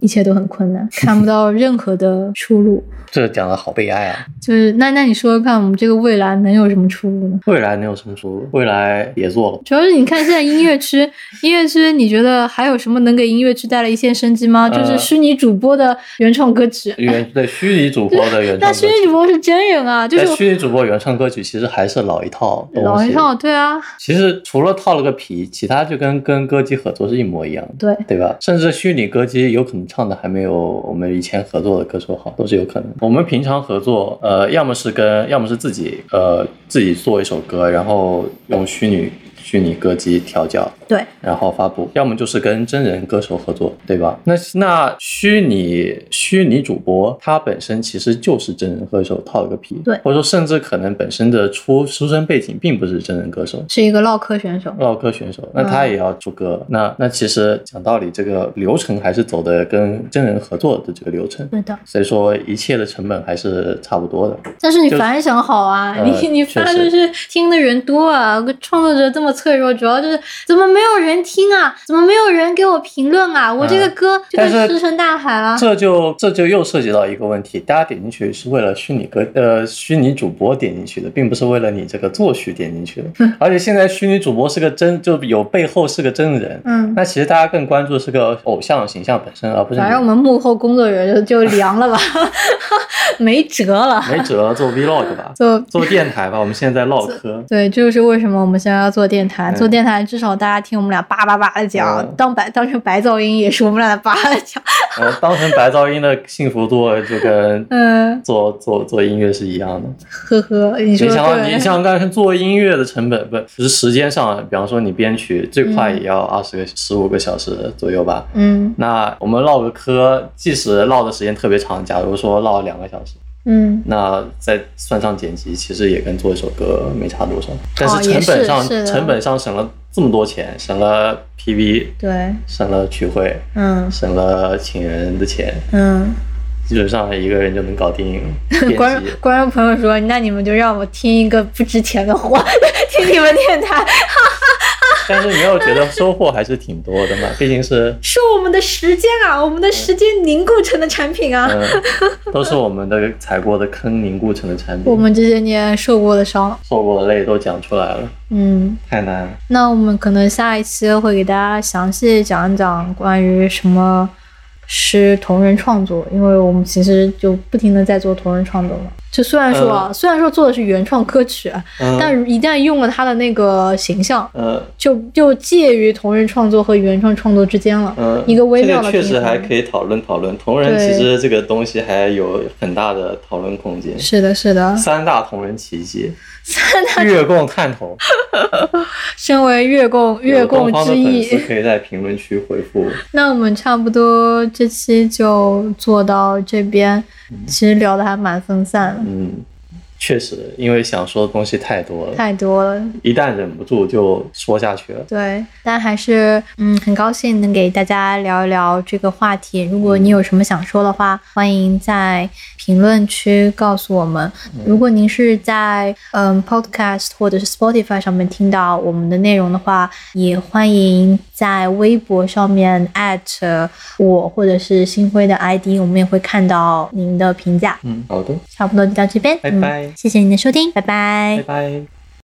Speaker 2: 一切都很 困难，看不到任何的出路。
Speaker 1: 这讲的好悲哀啊！
Speaker 2: 就是那那你说说看，我们这个未来能有什么出路呢？
Speaker 1: 未来能有什么出路？未来也做了，
Speaker 2: 主要是你看现在音 乐区，音乐区你觉得还有什么能给音乐区带来一线生机吗？就是
Speaker 1: 呃
Speaker 2: 虚拟主播的原创歌曲。
Speaker 1: 原对虚拟主播的原
Speaker 2: 那
Speaker 1: 创歌
Speaker 2: 虚
Speaker 1: 曲。
Speaker 2: 拟主播是真人啊，就
Speaker 1: 但
Speaker 2: 是
Speaker 1: 哎虚拟主播原创歌曲其实还是老一套东西，
Speaker 2: 老一套，对啊，
Speaker 1: 其实除了套了个皮，其他就跟跟歌姬合作是一模一样的，
Speaker 2: 对。
Speaker 1: 对吧？甚至虚拟歌姬有可能唱的还没有我们以前合作的歌手好，都是有可能。我们平常合作，呃，要么是跟，要么是自己，呃，自己做一首歌，然后用虚拟虚拟歌姬调教，
Speaker 2: 对，
Speaker 1: 然后发布，要么就是跟真人歌手合作，对吧？那那虚拟虚拟主播他本身其实就是真人歌手套了个皮，
Speaker 2: 对
Speaker 1: 或者说甚至可能本身的出出身背景并不是真人歌手，
Speaker 2: 是一个唠嗑选手。
Speaker 1: 唠嗑选手，那他也要出歌，那那其实讲道理，这个流程还是走的跟真人合作的这个流程。
Speaker 2: 对的，
Speaker 1: 所以说一切的成本还是差不多的，
Speaker 2: 但是你
Speaker 1: 就是
Speaker 2: 反响好啊，
Speaker 1: 呃
Speaker 2: 你你
Speaker 1: 确
Speaker 2: 发就
Speaker 1: 实
Speaker 2: 是听的人多啊，创作者这么脆弱，主要就是怎么没有人听啊，怎么没有人给我评论啊，我这个
Speaker 1: 嗯
Speaker 2: 歌就
Speaker 1: 但
Speaker 2: 被
Speaker 1: 是
Speaker 2: 石沉大海了。
Speaker 1: 这就这就又涉及到一个问题，大家点进去是为了虚拟歌呃虚拟主播点进去的，并不是为了你这个作曲点进 去的。而且现在虚拟主播是个真，就有背后是个真人，
Speaker 2: 嗯，
Speaker 1: 那其实大家更关注的是个偶像形象本身，而哎不是你
Speaker 2: 反正我们幕后工作人员就就凉了吧， 没辙了。
Speaker 1: 没辙做 vlog 吧，
Speaker 2: 就
Speaker 1: 做电台吧，我们现在在唠 嗑。
Speaker 2: 对，这就是为什么我们现在要做电台。
Speaker 1: 嗯
Speaker 2: 做电台至少大家听我们俩叭叭叭的讲，
Speaker 1: 嗯
Speaker 2: 当白当成白噪音也是我们俩的叭的讲。
Speaker 1: 呃，当成白噪音的幸福度就跟
Speaker 2: 嗯，
Speaker 1: 做做做音乐是一样的。
Speaker 2: 呵呵，你说
Speaker 1: 你想想，你
Speaker 2: 对。
Speaker 1: 想想看，做音乐的成本不只是时间上，啊比方说你编曲最快也要二十个十五个小时左右吧。
Speaker 2: 嗯
Speaker 1: 那我们唠个嗑，即使唠的时间特别长，假如说唠两个小时，
Speaker 2: 嗯，
Speaker 1: 那再算上剪辑，其实也跟做一首歌没差多少。但
Speaker 2: 哦
Speaker 1: 是
Speaker 2: 也
Speaker 1: 成本上、
Speaker 2: 是是的
Speaker 1: 成本上省了这么多钱，省了 PV，
Speaker 2: 对，
Speaker 1: 省了曲会，
Speaker 2: 嗯
Speaker 1: 省了请人的钱，
Speaker 2: 嗯。
Speaker 1: 基本上一个人就能搞 定
Speaker 2: 观
Speaker 1: 编辑
Speaker 2: 众。观众朋友说，那你们就让我听一个不值钱的货， 听你们电台，
Speaker 1: 但是你要觉得收获还是挺多的嘛，毕竟是
Speaker 2: 是我们的时间啊，我们的时间凝固成的产品啊。
Speaker 1: 嗯，都是我们的踩过的坑凝固成的产
Speaker 2: 我
Speaker 1: 品，
Speaker 2: 们这些年受过的伤，
Speaker 1: 受过的累都讲出来了，
Speaker 2: 嗯，
Speaker 1: 太难了。
Speaker 2: 那我们可能下一期会给大家详细讲一讲关于什么是同人创作，因为我们其实就不停的在做同人创作嘛。就虽然说啊，虽然说做的是原创歌曲，啊
Speaker 1: 嗯，
Speaker 2: 但一旦用了他的那个形象，
Speaker 1: 呃
Speaker 2: 就就介于同人创作和原创创作之间了，
Speaker 1: 嗯，
Speaker 2: 一个微妙的
Speaker 1: 这个确
Speaker 2: 平
Speaker 1: 实
Speaker 2: 衡
Speaker 1: 还可以讨论讨论。同人
Speaker 2: 对
Speaker 1: 其实这个东西还有很大的讨论空间。
Speaker 2: 是的，是的。
Speaker 1: 三大同人奇 迹，月供探头，
Speaker 2: 身为月供 月
Speaker 1: 有
Speaker 2: 供
Speaker 1: 东方的
Speaker 2: 之
Speaker 1: 粉
Speaker 2: 意，
Speaker 1: 丝可以在评论区回 复。
Speaker 2: 那我们差不多这期就做到这边，其实聊的还蛮分散的，
Speaker 1: 嗯，确实，因为想说的东西太多了，
Speaker 2: 太多了。
Speaker 1: 一旦忍不住就说下去了。
Speaker 2: 对，但还是嗯，很高兴能给大家聊一聊这个话题。如果你有什么想说的话，欢迎在评论区告诉我们。如果您是在嗯 Podcast 或者是 Spotify 上面听到我们的内容的话，也欢迎在微博上面 at 我或者是星辉的 ID，我们也会看到您的评价。
Speaker 1: 嗯，好的，
Speaker 2: 差不多就到这边，
Speaker 1: 拜
Speaker 2: 嗯
Speaker 1: 拜
Speaker 2: 谢谢您的收听，拜拜
Speaker 1: 拜拜。